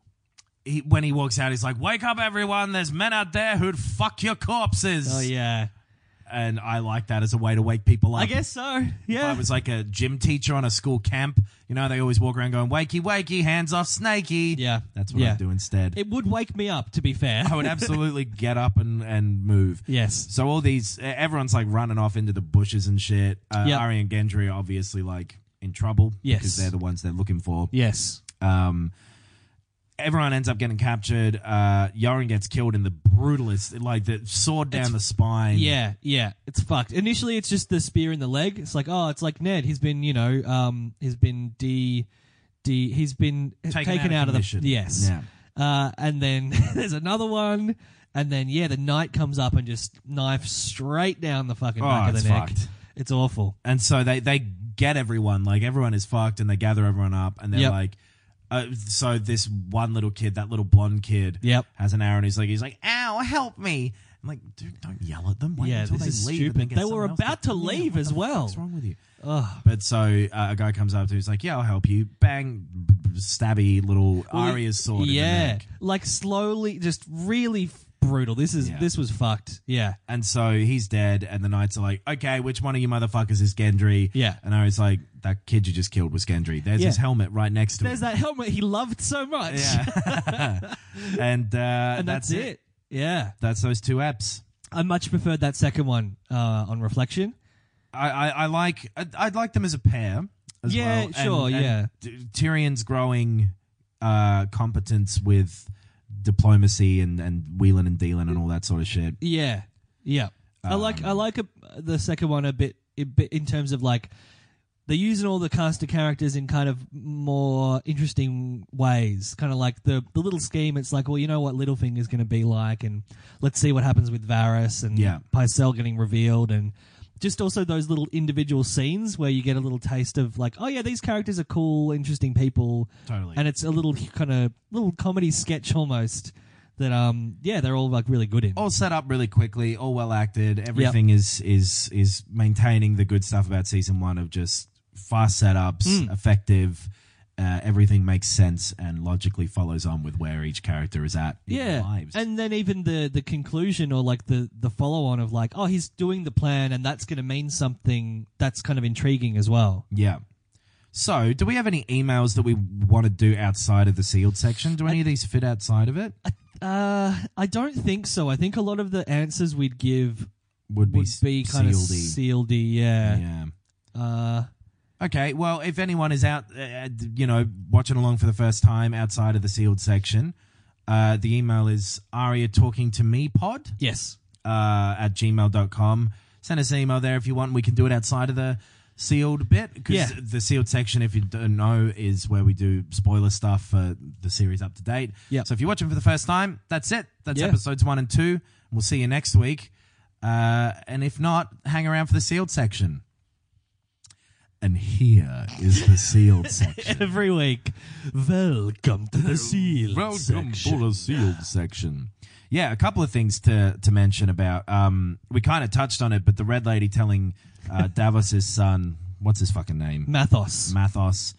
[SPEAKER 1] he, when he walks out, he's like, "Wake up, everyone! There's men out there who'd fuck your corpses."
[SPEAKER 2] Oh yeah.
[SPEAKER 1] And I like that as a way to wake people up.
[SPEAKER 2] I guess so.
[SPEAKER 1] If I
[SPEAKER 2] Yeah.
[SPEAKER 1] was like a gym teacher on a school camp, you know, they always walk around going, "Wakey, wakey, hands off, snaky."
[SPEAKER 2] Yeah.
[SPEAKER 1] That's what
[SPEAKER 2] Yeah.
[SPEAKER 1] I do instead.
[SPEAKER 2] It would wake me up to be fair.
[SPEAKER 1] I would absolutely get up and and move.
[SPEAKER 2] [laughs] yes.
[SPEAKER 1] So all these, e, everyone's like running off into the bushes and shit. Uh,
[SPEAKER 2] Yep.
[SPEAKER 1] Ari and Gendry are obviously like in trouble
[SPEAKER 2] Yes.
[SPEAKER 1] because they're the ones they're looking for.
[SPEAKER 2] Yes.
[SPEAKER 1] Um, everyone ends up getting captured. Uh, Yoren gets killed in the brutalist, like the sword down
[SPEAKER 2] It's-
[SPEAKER 1] the spine.
[SPEAKER 2] Yeah, yeah, it's fucked. Initially, it's just the spear in the leg. It's like, oh, it's like Ned. He's been, you know, um, he's been de, de, he's been taken, out, of,
[SPEAKER 1] condition.
[SPEAKER 2] the yes.
[SPEAKER 1] Yeah.
[SPEAKER 2] Uh, and then [laughs] there's another one, and then yeah, the knight comes up and just knife straight down the fucking
[SPEAKER 1] Oh,
[SPEAKER 2] back of
[SPEAKER 1] it's
[SPEAKER 2] the neck.
[SPEAKER 1] fucked.
[SPEAKER 2] It's awful.
[SPEAKER 1] And so they they get everyone. Like everyone is fucked, and they gather everyone up, and they're
[SPEAKER 2] Yep.
[SPEAKER 1] like. Uh, so this one little kid, that little blonde kid,
[SPEAKER 2] Yep.
[SPEAKER 1] has an arrow, and he's like, he's like, "Ow, help me!" I'm like, "Dude, don't yell at them. Wait
[SPEAKER 2] Yeah,
[SPEAKER 1] until
[SPEAKER 2] this
[SPEAKER 1] they
[SPEAKER 2] is
[SPEAKER 1] leave." and
[SPEAKER 2] stupid.
[SPEAKER 1] then get
[SPEAKER 2] They were
[SPEAKER 1] someone else
[SPEAKER 2] about to
[SPEAKER 1] come in.
[SPEAKER 2] leave
[SPEAKER 1] What
[SPEAKER 2] as
[SPEAKER 1] the fuck
[SPEAKER 2] well.
[SPEAKER 1] is wrong with you?
[SPEAKER 2] Ugh.
[SPEAKER 1] But so uh, a guy comes up to him, he's like, "Yeah, I'll help you." Bang, b- b- stabby little Arya's sword. in the
[SPEAKER 2] Yeah,
[SPEAKER 1] neck.
[SPEAKER 2] like slowly, just really f- brutal. This is
[SPEAKER 1] Yeah.
[SPEAKER 2] this was fucked. Yeah,
[SPEAKER 1] And so he's dead, and the knights are like, "Okay, which one of you motherfuckers is Gendry?"
[SPEAKER 2] Yeah.
[SPEAKER 1] And Arya's like, "That kid you just killed was Gendry. There's
[SPEAKER 2] Yeah.
[SPEAKER 1] his helmet right next to
[SPEAKER 2] there's
[SPEAKER 1] him."
[SPEAKER 2] that helmet he loved so
[SPEAKER 1] [laughs]
[SPEAKER 2] much.
[SPEAKER 1] yeah. and uh,
[SPEAKER 2] [laughs] and that's, it. Yeah.
[SPEAKER 1] That's those two eps.
[SPEAKER 2] I much preferred that second one uh, on reflection.
[SPEAKER 1] I, I, I like I'd, I'd like them as a pair. As
[SPEAKER 2] Yeah,
[SPEAKER 1] well.
[SPEAKER 2] sure, yeah.
[SPEAKER 1] D- Tyrion's growing uh, competence with diplomacy and and wheeling and dealing and all that sort of shit.
[SPEAKER 2] Yeah, yeah. I like
[SPEAKER 1] Um,
[SPEAKER 2] I like a, the second one a bit, a bit in terms of like they're using all the cast of characters in kind of more interesting ways. Kind of like the the little scheme. It's like, well, you know what Littlefinger's going to be like, and let's see what happens with Varys and
[SPEAKER 1] Yeah.
[SPEAKER 2] Pycelle getting revealed and. Just also those little individual scenes where you get a little taste of like, oh yeah, these characters are cool, interesting people.
[SPEAKER 1] Totally.
[SPEAKER 2] and it's a little kind of little comedy sketch almost that um yeah they're all like really good in
[SPEAKER 1] all set up really quickly, all well acted. Everything is is is maintaining the good stuff about season one of just fast setups,
[SPEAKER 2] Hmm.
[SPEAKER 1] effective. Uh, everything makes sense and logically follows on with where each character is at. in their
[SPEAKER 2] yeah
[SPEAKER 1] lives.
[SPEAKER 2] and then even the the conclusion or like the the follow on of like oh he's doing the plan and that's going to mean something that's kind of intriguing as well
[SPEAKER 1] Yeah. So, do we have any emails that we want to do outside of the sealed section? Do any of these fit outside of it?
[SPEAKER 2] uh i don't think so i think a lot of the answers we'd give
[SPEAKER 1] Would be,
[SPEAKER 2] would be kind of
[SPEAKER 1] sealed-y.
[SPEAKER 2] sealed yeah.
[SPEAKER 1] Yeah.
[SPEAKER 2] uh
[SPEAKER 1] Okay. Well, if anyone is out, uh, d- you know, watching along for the first time outside of the sealed section, uh, the email is aria talking to me pod
[SPEAKER 2] yes
[SPEAKER 1] uh, at gmail.com. Send us an email there if you want. We can do it outside of the sealed bit because
[SPEAKER 2] Yeah.
[SPEAKER 1] the sealed section, if you don't know, is where we do spoiler stuff for the series up to date.
[SPEAKER 2] Yep.
[SPEAKER 1] So if you're watching for the first time, that's it. That's
[SPEAKER 2] Yeah.
[SPEAKER 1] episodes one and two. We'll see you next week. Uh, and if not, hang around for the sealed section. And here is the
[SPEAKER 2] [laughs]
[SPEAKER 1] sealed section.
[SPEAKER 2] every week welcome to the seal
[SPEAKER 1] Welcome
[SPEAKER 2] section.
[SPEAKER 1] to the sealed section. Yeah, a couple of things to to mention about. Um, we kind of touched on it, but the red lady telling
[SPEAKER 2] [laughs]
[SPEAKER 1] uh, Davos's son, what's his fucking name,
[SPEAKER 2] mathos
[SPEAKER 1] Mathos,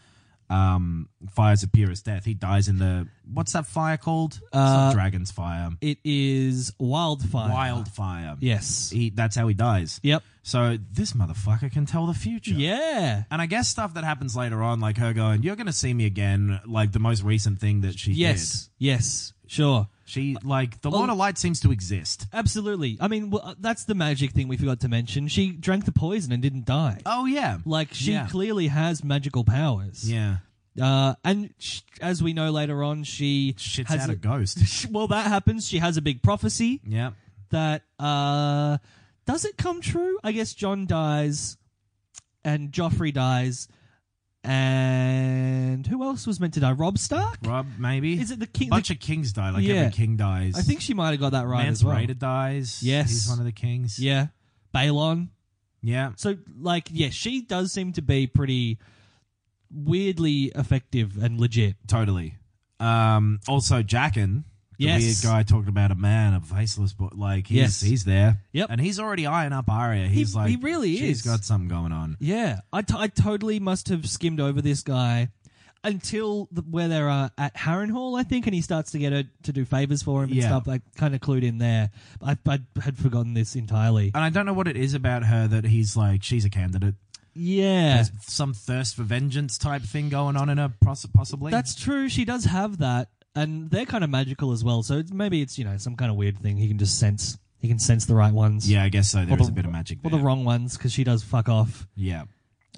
[SPEAKER 1] um, fires a purest death. He dies in the what's that fire called? It's not
[SPEAKER 2] Uh,
[SPEAKER 1] dragon's fire,
[SPEAKER 2] it is wildfire
[SPEAKER 1] wildfire.
[SPEAKER 2] yes
[SPEAKER 1] he, that's how he dies.
[SPEAKER 2] Yep.
[SPEAKER 1] So this motherfucker can tell the future.
[SPEAKER 2] Yeah.
[SPEAKER 1] And I guess stuff that happens later on, like her going, "You're going to see me again," like the most recent thing that she did.
[SPEAKER 2] Yes. Yes. Sure.
[SPEAKER 1] She like the
[SPEAKER 2] Well-
[SPEAKER 1] Lord of Light seems to exist.
[SPEAKER 2] Absolutely. I mean, well, uh, that's the magic thing we forgot to mention. She drank the poison and didn't die.
[SPEAKER 1] Oh yeah,
[SPEAKER 2] Like she
[SPEAKER 1] yeah.
[SPEAKER 2] clearly has magical powers.
[SPEAKER 1] yeah.
[SPEAKER 2] Uh, and sh- as we know later on, she
[SPEAKER 1] Shits
[SPEAKER 2] has
[SPEAKER 1] out
[SPEAKER 2] a-
[SPEAKER 1] a
[SPEAKER 2] [laughs]
[SPEAKER 1] ghost.
[SPEAKER 2] well, that happens. She has a big prophecy
[SPEAKER 1] yeah,
[SPEAKER 2] that uh, does it come true? I guess John dies, and Joffrey dies, and who else was meant to die? Rob Stark.
[SPEAKER 1] Rob maybe.
[SPEAKER 2] Is it the king?
[SPEAKER 1] a bunch of kings die? Like
[SPEAKER 2] Yeah.
[SPEAKER 1] every king dies.
[SPEAKER 2] I think she might have got that right
[SPEAKER 1] Mance
[SPEAKER 2] as well.
[SPEAKER 1] Raider dies.
[SPEAKER 2] Yes.
[SPEAKER 1] he's one of the kings.
[SPEAKER 2] Yeah. Balon.
[SPEAKER 1] Yeah.
[SPEAKER 2] So, like, yeah, she does seem to be pretty weirdly effective and legit.
[SPEAKER 1] Totally. Um, also, Jacken, the
[SPEAKER 2] Yes.
[SPEAKER 1] weird guy talking about a man, a faceless boy. Like, he's,
[SPEAKER 2] Yes.
[SPEAKER 1] he's there.
[SPEAKER 2] Yep.
[SPEAKER 1] And he's already eyeing up Arya. He's like,
[SPEAKER 2] he really
[SPEAKER 1] she's
[SPEAKER 2] is.
[SPEAKER 1] got something going on.
[SPEAKER 2] Yeah, I, t- I totally must have skimmed over this guy until the, where they're uh, at Harrenhal, I think, and he starts to get her to do favors for him and
[SPEAKER 1] Yeah.
[SPEAKER 2] stuff. I kind of clued in there. I, I had forgotten this entirely.
[SPEAKER 1] And I don't know what it is about her that he's like, she's a candidate.
[SPEAKER 2] yeah,
[SPEAKER 1] There's some thirst for vengeance type thing going on in her, poss- possibly.
[SPEAKER 2] that's true. She does have that, and they're kind of magical as well. So it's, maybe it's you know some kind of weird thing he can just sense. He can sense the right ones.
[SPEAKER 1] yeah, I guess so. There
[SPEAKER 2] the-
[SPEAKER 1] is a bit of magic
[SPEAKER 2] Or
[SPEAKER 1] there.
[SPEAKER 2] the wrong ones, because she does fuck off.
[SPEAKER 1] yeah.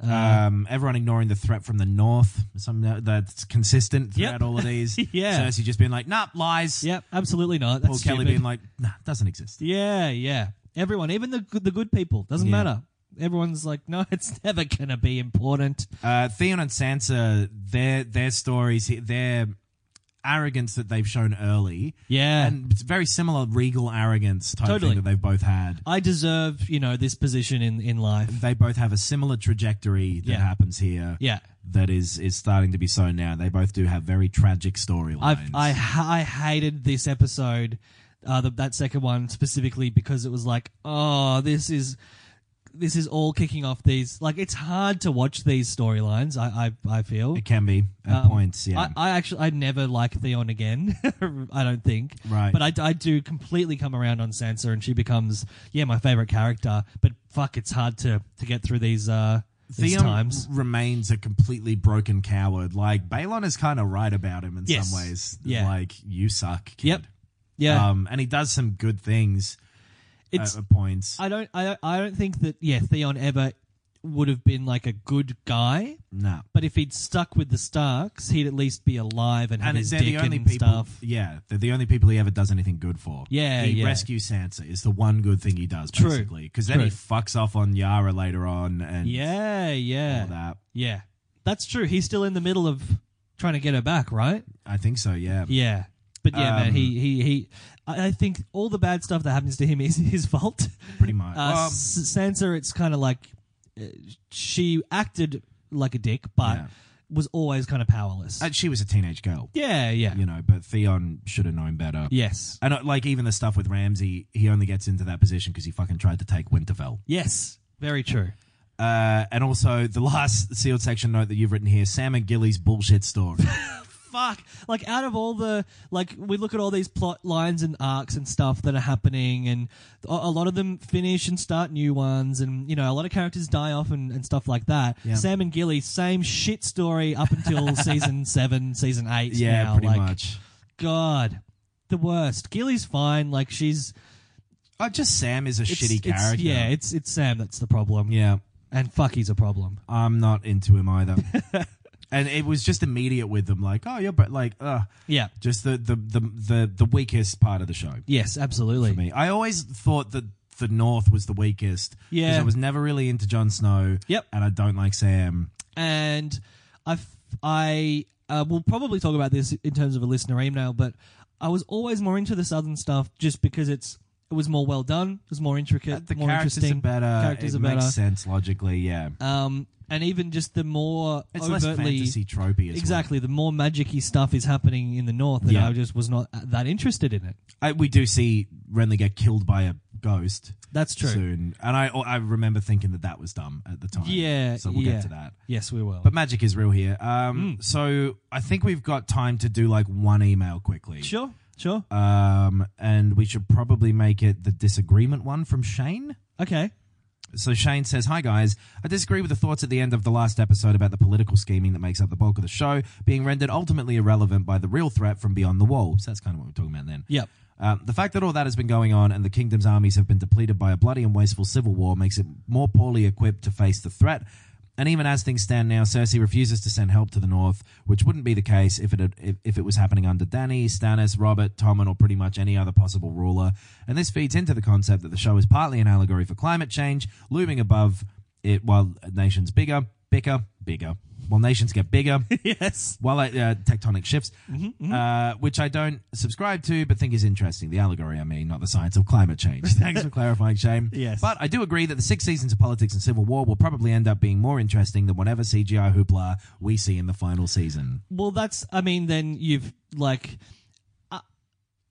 [SPEAKER 2] uh,
[SPEAKER 1] Um, everyone ignoring the threat from the north. Some uh, that's consistent throughout
[SPEAKER 2] Yep.
[SPEAKER 1] all of these.
[SPEAKER 2] [laughs] Yeah.
[SPEAKER 1] Cersei just being like, nah, lies.
[SPEAKER 2] Yep, absolutely not.
[SPEAKER 1] Paul
[SPEAKER 2] That's
[SPEAKER 1] Kelly
[SPEAKER 2] stupid.
[SPEAKER 1] being like, nah, doesn't exist.
[SPEAKER 2] Yeah, yeah. Everyone, even the good, the good people, doesn't
[SPEAKER 1] Yeah.
[SPEAKER 2] matter. Everyone's like, no, it's [laughs] never gonna be important.
[SPEAKER 1] Uh, Theon and Sansa, their their stories, their arrogance that they've shown early,
[SPEAKER 2] Yeah,
[SPEAKER 1] and it's very similar regal arrogance type
[SPEAKER 2] Totally. Uh,
[SPEAKER 1] thing that they've both had.
[SPEAKER 2] I deserve, you know, this position in in life.
[SPEAKER 1] They both have a similar trajectory that
[SPEAKER 2] Yeah.
[SPEAKER 1] happens here.
[SPEAKER 2] Yeah,
[SPEAKER 1] That is is starting to be sown now. They both do have very tragic storylines.
[SPEAKER 2] I've I ha- I hated this episode, uh, the, that second one specifically because it was like, oh, this is. This is all kicking off these. Like, it's hard to watch these storylines. I, I, I feel.
[SPEAKER 1] It can be at
[SPEAKER 2] Um,
[SPEAKER 1] points, yeah.
[SPEAKER 2] I, I actually, I never like Theon again. [laughs] I don't think.
[SPEAKER 1] Right.
[SPEAKER 2] But I, I do completely come around on Sansa, and she becomes, yeah, my favorite character. But fuck, it's hard to to get through these uh these
[SPEAKER 1] Theon
[SPEAKER 2] times.
[SPEAKER 1] remains a completely broken coward. Like Balon is kind of right about him in
[SPEAKER 2] Yes.
[SPEAKER 1] some ways.
[SPEAKER 2] Yeah.
[SPEAKER 1] Like you suck. Kid.
[SPEAKER 2] Yep. Yeah.
[SPEAKER 1] Um, and he does some good things
[SPEAKER 2] it's.
[SPEAKER 1] at points.
[SPEAKER 2] I don't. I don't- I don't think that. Yeah, Theon ever would have been like a good guy.
[SPEAKER 1] no.
[SPEAKER 2] But if he'd stuck with the Starks, he'd at least be alive and have
[SPEAKER 1] And
[SPEAKER 2] his
[SPEAKER 1] they're
[SPEAKER 2] dick
[SPEAKER 1] the only
[SPEAKER 2] and
[SPEAKER 1] people.
[SPEAKER 2] stuff.
[SPEAKER 1] Yeah, they're the only people he ever does anything good for.
[SPEAKER 2] Yeah,
[SPEAKER 1] he
[SPEAKER 2] yeah.
[SPEAKER 1] rescues Sansa is the one good thing he does,
[SPEAKER 2] True.
[SPEAKER 1] basically. Because then he
[SPEAKER 2] True.
[SPEAKER 1] fucks off on Yara later on, and
[SPEAKER 2] Yeah,
[SPEAKER 1] all
[SPEAKER 2] yeah,
[SPEAKER 1] that.
[SPEAKER 2] yeah. That's true. He's still in the middle of trying to get her back, right?
[SPEAKER 1] I think so. Yeah.
[SPEAKER 2] Yeah. But yeah, man,
[SPEAKER 1] Um,
[SPEAKER 2] he he he. I I think all the bad stuff that happens to him is [laughs] his fault.
[SPEAKER 1] pretty much. Um,
[SPEAKER 2] Uh,
[SPEAKER 1] Well,
[SPEAKER 2] S- Sansa, it's kind of like uh, she acted like a dick, but
[SPEAKER 1] Yeah.
[SPEAKER 2] was always kind of powerless.
[SPEAKER 1] and Uh, she was a teenage girl,
[SPEAKER 2] yeah, yeah,
[SPEAKER 1] you know, but Theon should have known better.
[SPEAKER 2] yes,
[SPEAKER 1] And uh, like even the stuff with Ramsey, he only gets into that position because he fucking tried to take Winterfell.
[SPEAKER 2] yes, very true.
[SPEAKER 1] Uh, and also the last sealed section note that you've written here, Sam and Gilly's bullshit
[SPEAKER 2] [laughs]
[SPEAKER 1] story.
[SPEAKER 2] Fuck, like out of all the like, we look at all these plot lines and arcs and stuff that are happening, and a, a lot of them finish and start new ones, and you know, a lot of characters die off and, and stuff like that.
[SPEAKER 1] Yeah.
[SPEAKER 2] Sam and Gilly, same shit story up
[SPEAKER 1] [laughs]
[SPEAKER 2] until season seven, season eight.
[SPEAKER 1] yeah,
[SPEAKER 2] now.
[SPEAKER 1] pretty
[SPEAKER 2] like,
[SPEAKER 1] much.
[SPEAKER 2] God, the worst. Gilly's fine. Like she's
[SPEAKER 1] Oh, just Sam is a
[SPEAKER 2] it's-
[SPEAKER 1] shitty
[SPEAKER 2] it's-
[SPEAKER 1] character.
[SPEAKER 2] yeah, it's it's Sam that's the problem.
[SPEAKER 1] yeah.
[SPEAKER 2] and fuck, he's a problem.
[SPEAKER 1] I'm not into him
[SPEAKER 2] [laughs]
[SPEAKER 1] either. and it was just immediate with them, like, oh, you're br-, like, uh,
[SPEAKER 2] Yeah.
[SPEAKER 1] just the the, the the the weakest part of the show
[SPEAKER 2] Yes, absolutely.
[SPEAKER 1] for me. I always thought that the North was the weakest. 'cause
[SPEAKER 2] Yeah.
[SPEAKER 1] I was never really into Jon Snow.
[SPEAKER 2] Yep.
[SPEAKER 1] and I don't like Sam.
[SPEAKER 2] and I, f- I uh, will probably talk about this in terms of a listener email, but I was always more into the southern stuff just because it's it was more well done, it was more intricate,
[SPEAKER 1] Uh, The
[SPEAKER 2] more
[SPEAKER 1] characters are
[SPEAKER 2] interesting,
[SPEAKER 1] better.
[SPEAKER 2] characters
[SPEAKER 1] it
[SPEAKER 2] are
[SPEAKER 1] makes
[SPEAKER 2] better,
[SPEAKER 1] sense logically. Yeah,
[SPEAKER 2] um, and even just the more
[SPEAKER 1] it's less
[SPEAKER 2] overtly
[SPEAKER 1] fantasy tropey. As well.
[SPEAKER 2] exactly the more magicy stuff is happening in the north, and
[SPEAKER 1] Yeah.
[SPEAKER 2] I just was not that interested in it.
[SPEAKER 1] I, we do see Renly get killed by a ghost
[SPEAKER 2] That's true.
[SPEAKER 1] soon, and I I remember thinking that that was dumb at the time.
[SPEAKER 2] Yeah,
[SPEAKER 1] so we'll
[SPEAKER 2] yeah. Mm.
[SPEAKER 1] get to that.
[SPEAKER 2] Yes, we will.
[SPEAKER 1] But magic is real here. Um, So I think we've got time to do like one email quickly.
[SPEAKER 2] sure, sure,
[SPEAKER 1] Um, and we should probably make it the disagreement one from Shane.
[SPEAKER 2] okay.
[SPEAKER 1] So Shane says, Hi guys, I disagree with the thoughts at the end of the last episode about the political scheming that makes up the bulk of the show being rendered ultimately irrelevant by the real threat from beyond the wall. So that's kind of what we're talking about then. [laughs]
[SPEAKER 2] Yep.
[SPEAKER 1] Um, the fact that all that has been going on and the kingdom's armies have been depleted by a bloody and wasteful civil war makes it more poorly equipped to face the threat. And even as things stand now, Cersei refuses to send help to the north, which wouldn't be the case if it had, if, if it was happening under Danny, Stannis, Robert, Tommen, or pretty much any other possible ruler. And this feeds into the concept that the show is partly an allegory for climate change looming above it, while nations bigger, bicker, bigger, while nations get bigger,
[SPEAKER 2] yes.
[SPEAKER 1] while I, uh, tectonic shifts,
[SPEAKER 2] Mm-hmm,
[SPEAKER 1] Uh, which I don't subscribe to, but think is interesting. The allegory, I mean, not the science of climate
[SPEAKER 2] [laughs]
[SPEAKER 1] change. Thanks for clarifying, Shane.
[SPEAKER 2] Yes.
[SPEAKER 1] but I do agree that the six seasons of politics and civil war will probably end up being more interesting than whatever CGI hoopla we see in the final season.
[SPEAKER 2] Well, that's. I mean, then you've like, uh,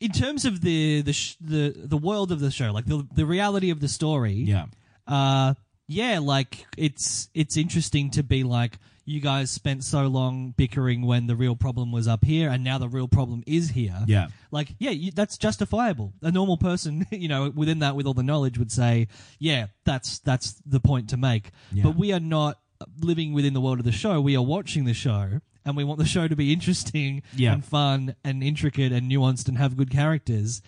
[SPEAKER 2] in terms of the the sh- the the world of the show, like the the reality of the story.
[SPEAKER 1] Yeah,
[SPEAKER 2] Uh, yeah, like it's it's interesting to be like you guys spent so long bickering when the real problem was up here, and now the real problem is here.
[SPEAKER 1] yeah.
[SPEAKER 2] Like, yeah, you, that's justifiable. A normal person, [laughs] you know, within that, with all the knowledge, would say, yeah, that's that's the point to make.
[SPEAKER 1] Yeah.
[SPEAKER 2] But we are not living within the world of the show. We are watching the show, and we want the show to be [laughs] interesting
[SPEAKER 1] Yeah.
[SPEAKER 2] and fun and intricate and nuanced and have good characters.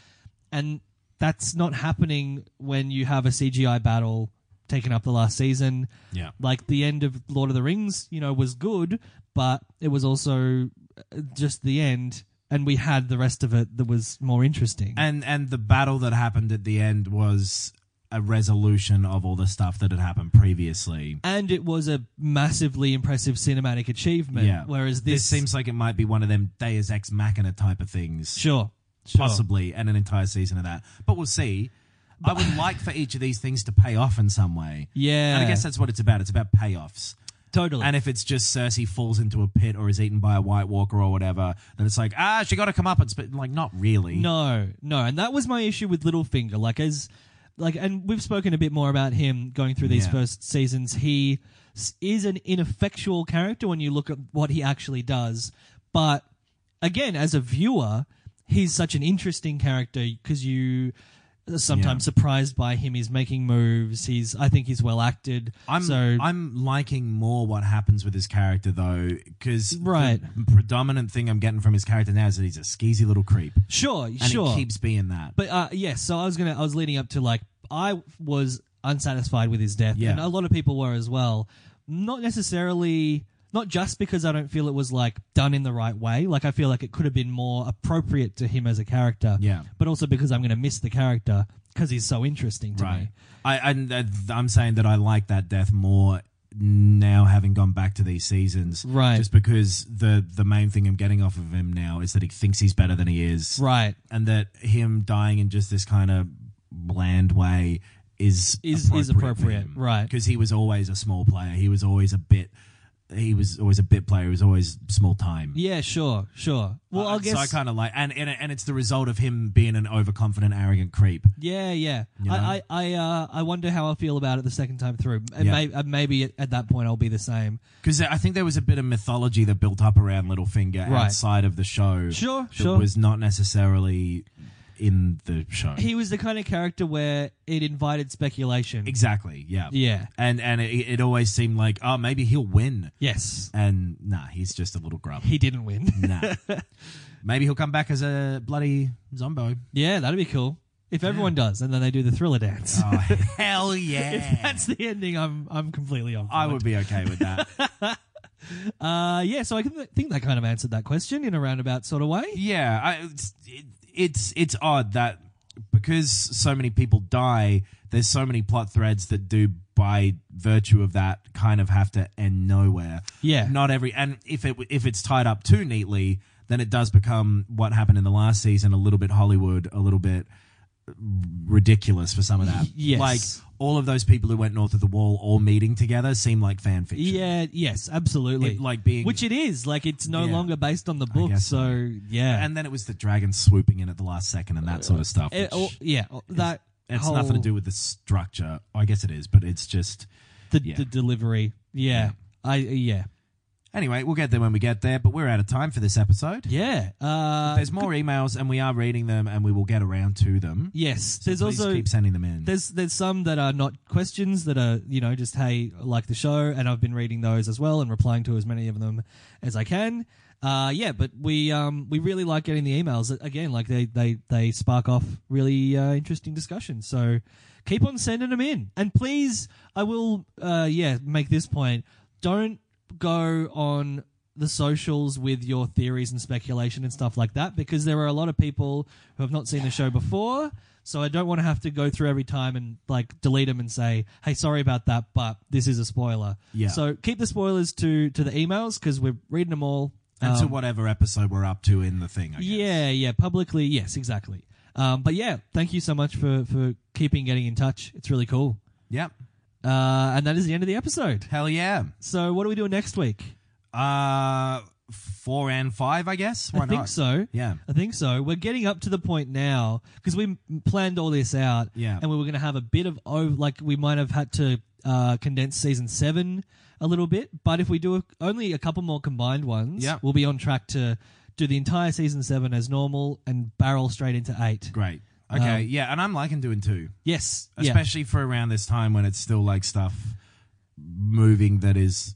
[SPEAKER 2] And that's not happening when you have a CGI battle taking up the last season.
[SPEAKER 1] Yeah.
[SPEAKER 2] Like the end of Lord of the Rings, you know, was good, but it was also uh, just the end, and we had the rest of it that was more interesting.
[SPEAKER 1] And and the battle that happened at the end was a resolution of all the stuff that had happened previously.
[SPEAKER 2] And it was a massively impressive cinematic achievement.
[SPEAKER 1] Yeah.
[SPEAKER 2] Whereas
[SPEAKER 1] This
[SPEAKER 2] this,
[SPEAKER 1] seems like it might be one of them Deus Ex Machina type of things.
[SPEAKER 2] sure, sure.
[SPEAKER 1] possibly, and an entire season of that. But we'll see. I would like for each of these things to pay off in some way.
[SPEAKER 2] Uh, Yeah.
[SPEAKER 1] And I guess that's what it's about. It's about payoffs.
[SPEAKER 2] totally.
[SPEAKER 1] And if it's just Cersei falls into a pit or is eaten by a White Walker or whatever, then it's like, ah, she got to come up. It's but like, not really.
[SPEAKER 2] No, no, and that was my issue with Littlefinger. Like as, like, and we've spoken a bit more about him going through these
[SPEAKER 1] Yeah.
[SPEAKER 2] first seasons. He s- is an ineffectual character when you look at what he actually does. But again, as a viewer, he's such an interesting character because you are sometimes surprised by him. He's making moves. He's, I think, he's well acted.
[SPEAKER 1] I'm
[SPEAKER 2] so
[SPEAKER 1] I'm liking more what happens with his character though, because
[SPEAKER 2] Right.
[SPEAKER 1] the predominant thing I'm getting from his character now is that he's a skeezy little creep,
[SPEAKER 2] sure,
[SPEAKER 1] and
[SPEAKER 2] sure.
[SPEAKER 1] it keeps being that.
[SPEAKER 2] But uh, yes, so I was gonna, I was leading up to like I was unsatisfied with his death,
[SPEAKER 1] Yeah.
[SPEAKER 2] and a lot of people were as well. Not necessarily, not just because I don't feel it was like done in the right way. Like I feel like it could have been more appropriate to him as a character.
[SPEAKER 1] Yeah.
[SPEAKER 2] But also because I'm gonna miss the character because he's so interesting to me.
[SPEAKER 1] I, I and that- I'm saying that I like that death more now having gone back to these seasons.
[SPEAKER 2] Right.
[SPEAKER 1] Just because the the main thing I'm getting off of him now is that he thinks he's better than he is.
[SPEAKER 2] Right.
[SPEAKER 1] And that him dying in just this kind of bland way is
[SPEAKER 2] Is- is appropriate, right.
[SPEAKER 1] Because he was always a small player. He was always a bit he was always a bit player. He was always small time.
[SPEAKER 2] Yeah. Sure. Sure. Well,
[SPEAKER 1] Uh,
[SPEAKER 2] I guess.
[SPEAKER 1] so I kind of like and, and and it's the result of him being an overconfident arrogant creep.
[SPEAKER 2] Yeah, yeah.
[SPEAKER 1] You know?
[SPEAKER 2] I, I, I, uh, I wonder how I'll feel about it the second time through. And
[SPEAKER 1] Yeah.
[SPEAKER 2] may, uh, maybe at, at that point I'll be the same.
[SPEAKER 1] Because I think there was a bit of mythology that built up around Littlefinger
[SPEAKER 2] Right.
[SPEAKER 1] outside of the show.
[SPEAKER 2] Sure,
[SPEAKER 1] that
[SPEAKER 2] sure.
[SPEAKER 1] was not necessarily in the show.
[SPEAKER 2] he was the kind of character where it invited speculation.
[SPEAKER 1] exactly, yeah.
[SPEAKER 2] Yeah.
[SPEAKER 1] And and it, it always seemed like, oh, maybe he'll win.
[SPEAKER 2] Yes.
[SPEAKER 1] And nah, he's just a little grub.
[SPEAKER 2] He didn't win.
[SPEAKER 1] [laughs] nah. Maybe he'll come back as a bloody
[SPEAKER 2] [laughs]
[SPEAKER 1] zombo.
[SPEAKER 2] [laughs] yeah, that'd be cool. If everyone does, and then they do the thriller dance. [laughs]
[SPEAKER 1] Oh, hell yeah.
[SPEAKER 2] That's the ending. I'm I'm completely on.
[SPEAKER 1] I
[SPEAKER 2] board.
[SPEAKER 1] would be okay with that.
[SPEAKER 2] Uh, yeah. So I can- think that kind of answered that question in a roundabout sort of way.
[SPEAKER 1] Yeah, I, it's, it, it's it's odd that because so many people die, there's so many plot threads that do by virtue of that kind of have to end nowhere.
[SPEAKER 2] Yeah.
[SPEAKER 1] not every and if it if it's tied up too neatly, then it does become what happened in the last season a little bit Hollywood, a little bit ridiculous for some of that.
[SPEAKER 2] yes.
[SPEAKER 1] like all of those people who went north of the wall all meeting together seem like fan fiction.
[SPEAKER 2] Yeah. Yes. Absolutely.
[SPEAKER 1] It- like being
[SPEAKER 2] Which it is. Like it's no
[SPEAKER 1] Yeah.
[SPEAKER 2] longer based on the book.
[SPEAKER 1] guess
[SPEAKER 2] So yeah.
[SPEAKER 1] and then it was the dragon swooping in at the last second and that sort of stuff.
[SPEAKER 2] It- oh,
[SPEAKER 1] which-
[SPEAKER 2] yeah. oh, That
[SPEAKER 1] It's
[SPEAKER 2] whole-
[SPEAKER 1] nothing to do with the structure. I guess it is, but it's just.
[SPEAKER 2] the,
[SPEAKER 1] yeah.
[SPEAKER 2] the delivery. Yeah. I yeah
[SPEAKER 1] Anyway, we'll get there when we get there, but we're out of time for this episode.
[SPEAKER 2] yeah. Uh,
[SPEAKER 1] There's more emails, and we are reading them, and we will get around to them.
[SPEAKER 2] Yes,
[SPEAKER 1] So
[SPEAKER 2] there's
[SPEAKER 1] please
[SPEAKER 2] also
[SPEAKER 1] keep sending them in.
[SPEAKER 2] there's there's some that are not questions that are you know just hey I like the show and I've been reading those as well and replying to as many of them as I can. Uh, yeah, but we um we really like getting the emails again. Like they they they spark off really uh, interesting discussions. So keep on sending them in, and please I will uh yeah make this point. Don't go on the socials with your theories and speculation and stuff like that because there are a lot of people who have not seen the show before. So I don't want to have to go through every time and like delete them and say, "Hey, sorry about that, but this is a spoiler."
[SPEAKER 1] Yeah.
[SPEAKER 2] So keep the spoilers to to the emails because we're reading them all.
[SPEAKER 1] and
[SPEAKER 2] Um,
[SPEAKER 1] to whatever episode we're up to in the thing. I guess.
[SPEAKER 2] yeah, yeah, publicly, yes, exactly. Um, but yeah, thank you so much for for keeping getting in touch. It's really cool.
[SPEAKER 1] Yep.
[SPEAKER 2] Uh, and that is the end of the episode.
[SPEAKER 1] Hell yeah.
[SPEAKER 2] So what are we doing next week?
[SPEAKER 1] Uh, four and five, I guess. Why
[SPEAKER 2] I think
[SPEAKER 1] not?
[SPEAKER 2] so.
[SPEAKER 1] Yeah.
[SPEAKER 2] I think so. We're getting up to the point now because we m- planned all this out.
[SPEAKER 1] Yeah.
[SPEAKER 2] And we were going to have a bit of over, like we might have had to uh, condense season seven a little bit. But if we do a, only a couple more combined ones,
[SPEAKER 1] Yeah.
[SPEAKER 2] we'll be on track to do the entire season seven as normal and barrel straight into eight.
[SPEAKER 1] Great. Okay. yeah, and I'm liking doing two,
[SPEAKER 2] Yes. Um, yeah.
[SPEAKER 1] especially for around this time when it's still like stuff moving that is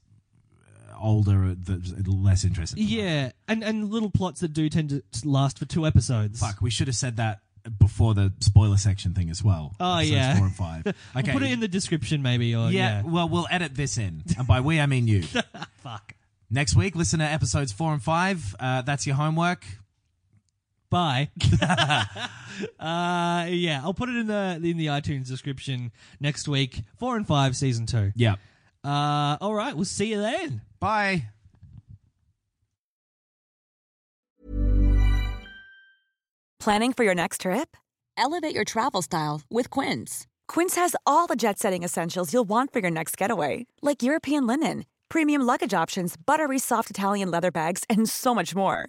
[SPEAKER 1] older, uh, that's less interesting.
[SPEAKER 2] Yeah. And and little plots that do tend to last for two episodes.
[SPEAKER 1] Fuck, we should have said that before the spoiler section thing as well.
[SPEAKER 2] Oh,
[SPEAKER 1] Episodes
[SPEAKER 2] yeah.
[SPEAKER 1] four and
[SPEAKER 2] [laughs]
[SPEAKER 1] five. Okay. Oh,
[SPEAKER 2] Put it in the description maybe or
[SPEAKER 1] yeah,
[SPEAKER 2] yeah.
[SPEAKER 1] Well, we'll edit this in, and by we I mean you.
[SPEAKER 2] [laughs] Fuck.
[SPEAKER 1] Next week, listen to episodes four and five. Uh, that's your homework.
[SPEAKER 2] Bye. [laughs] uh, yeah, I'll put it in the in the iTunes description next week. Four and five, season two.
[SPEAKER 1] Yeah.
[SPEAKER 2] Uh, all right, we'll see you then.
[SPEAKER 1] Bye.
[SPEAKER 3] Planning for your next trip?
[SPEAKER 4] Elevate your travel style with Quince.
[SPEAKER 3] Quince has all the jet setting essentials you'll want for your next getaway, like European linen, premium luggage options, buttery soft Italian leather bags, and so much more.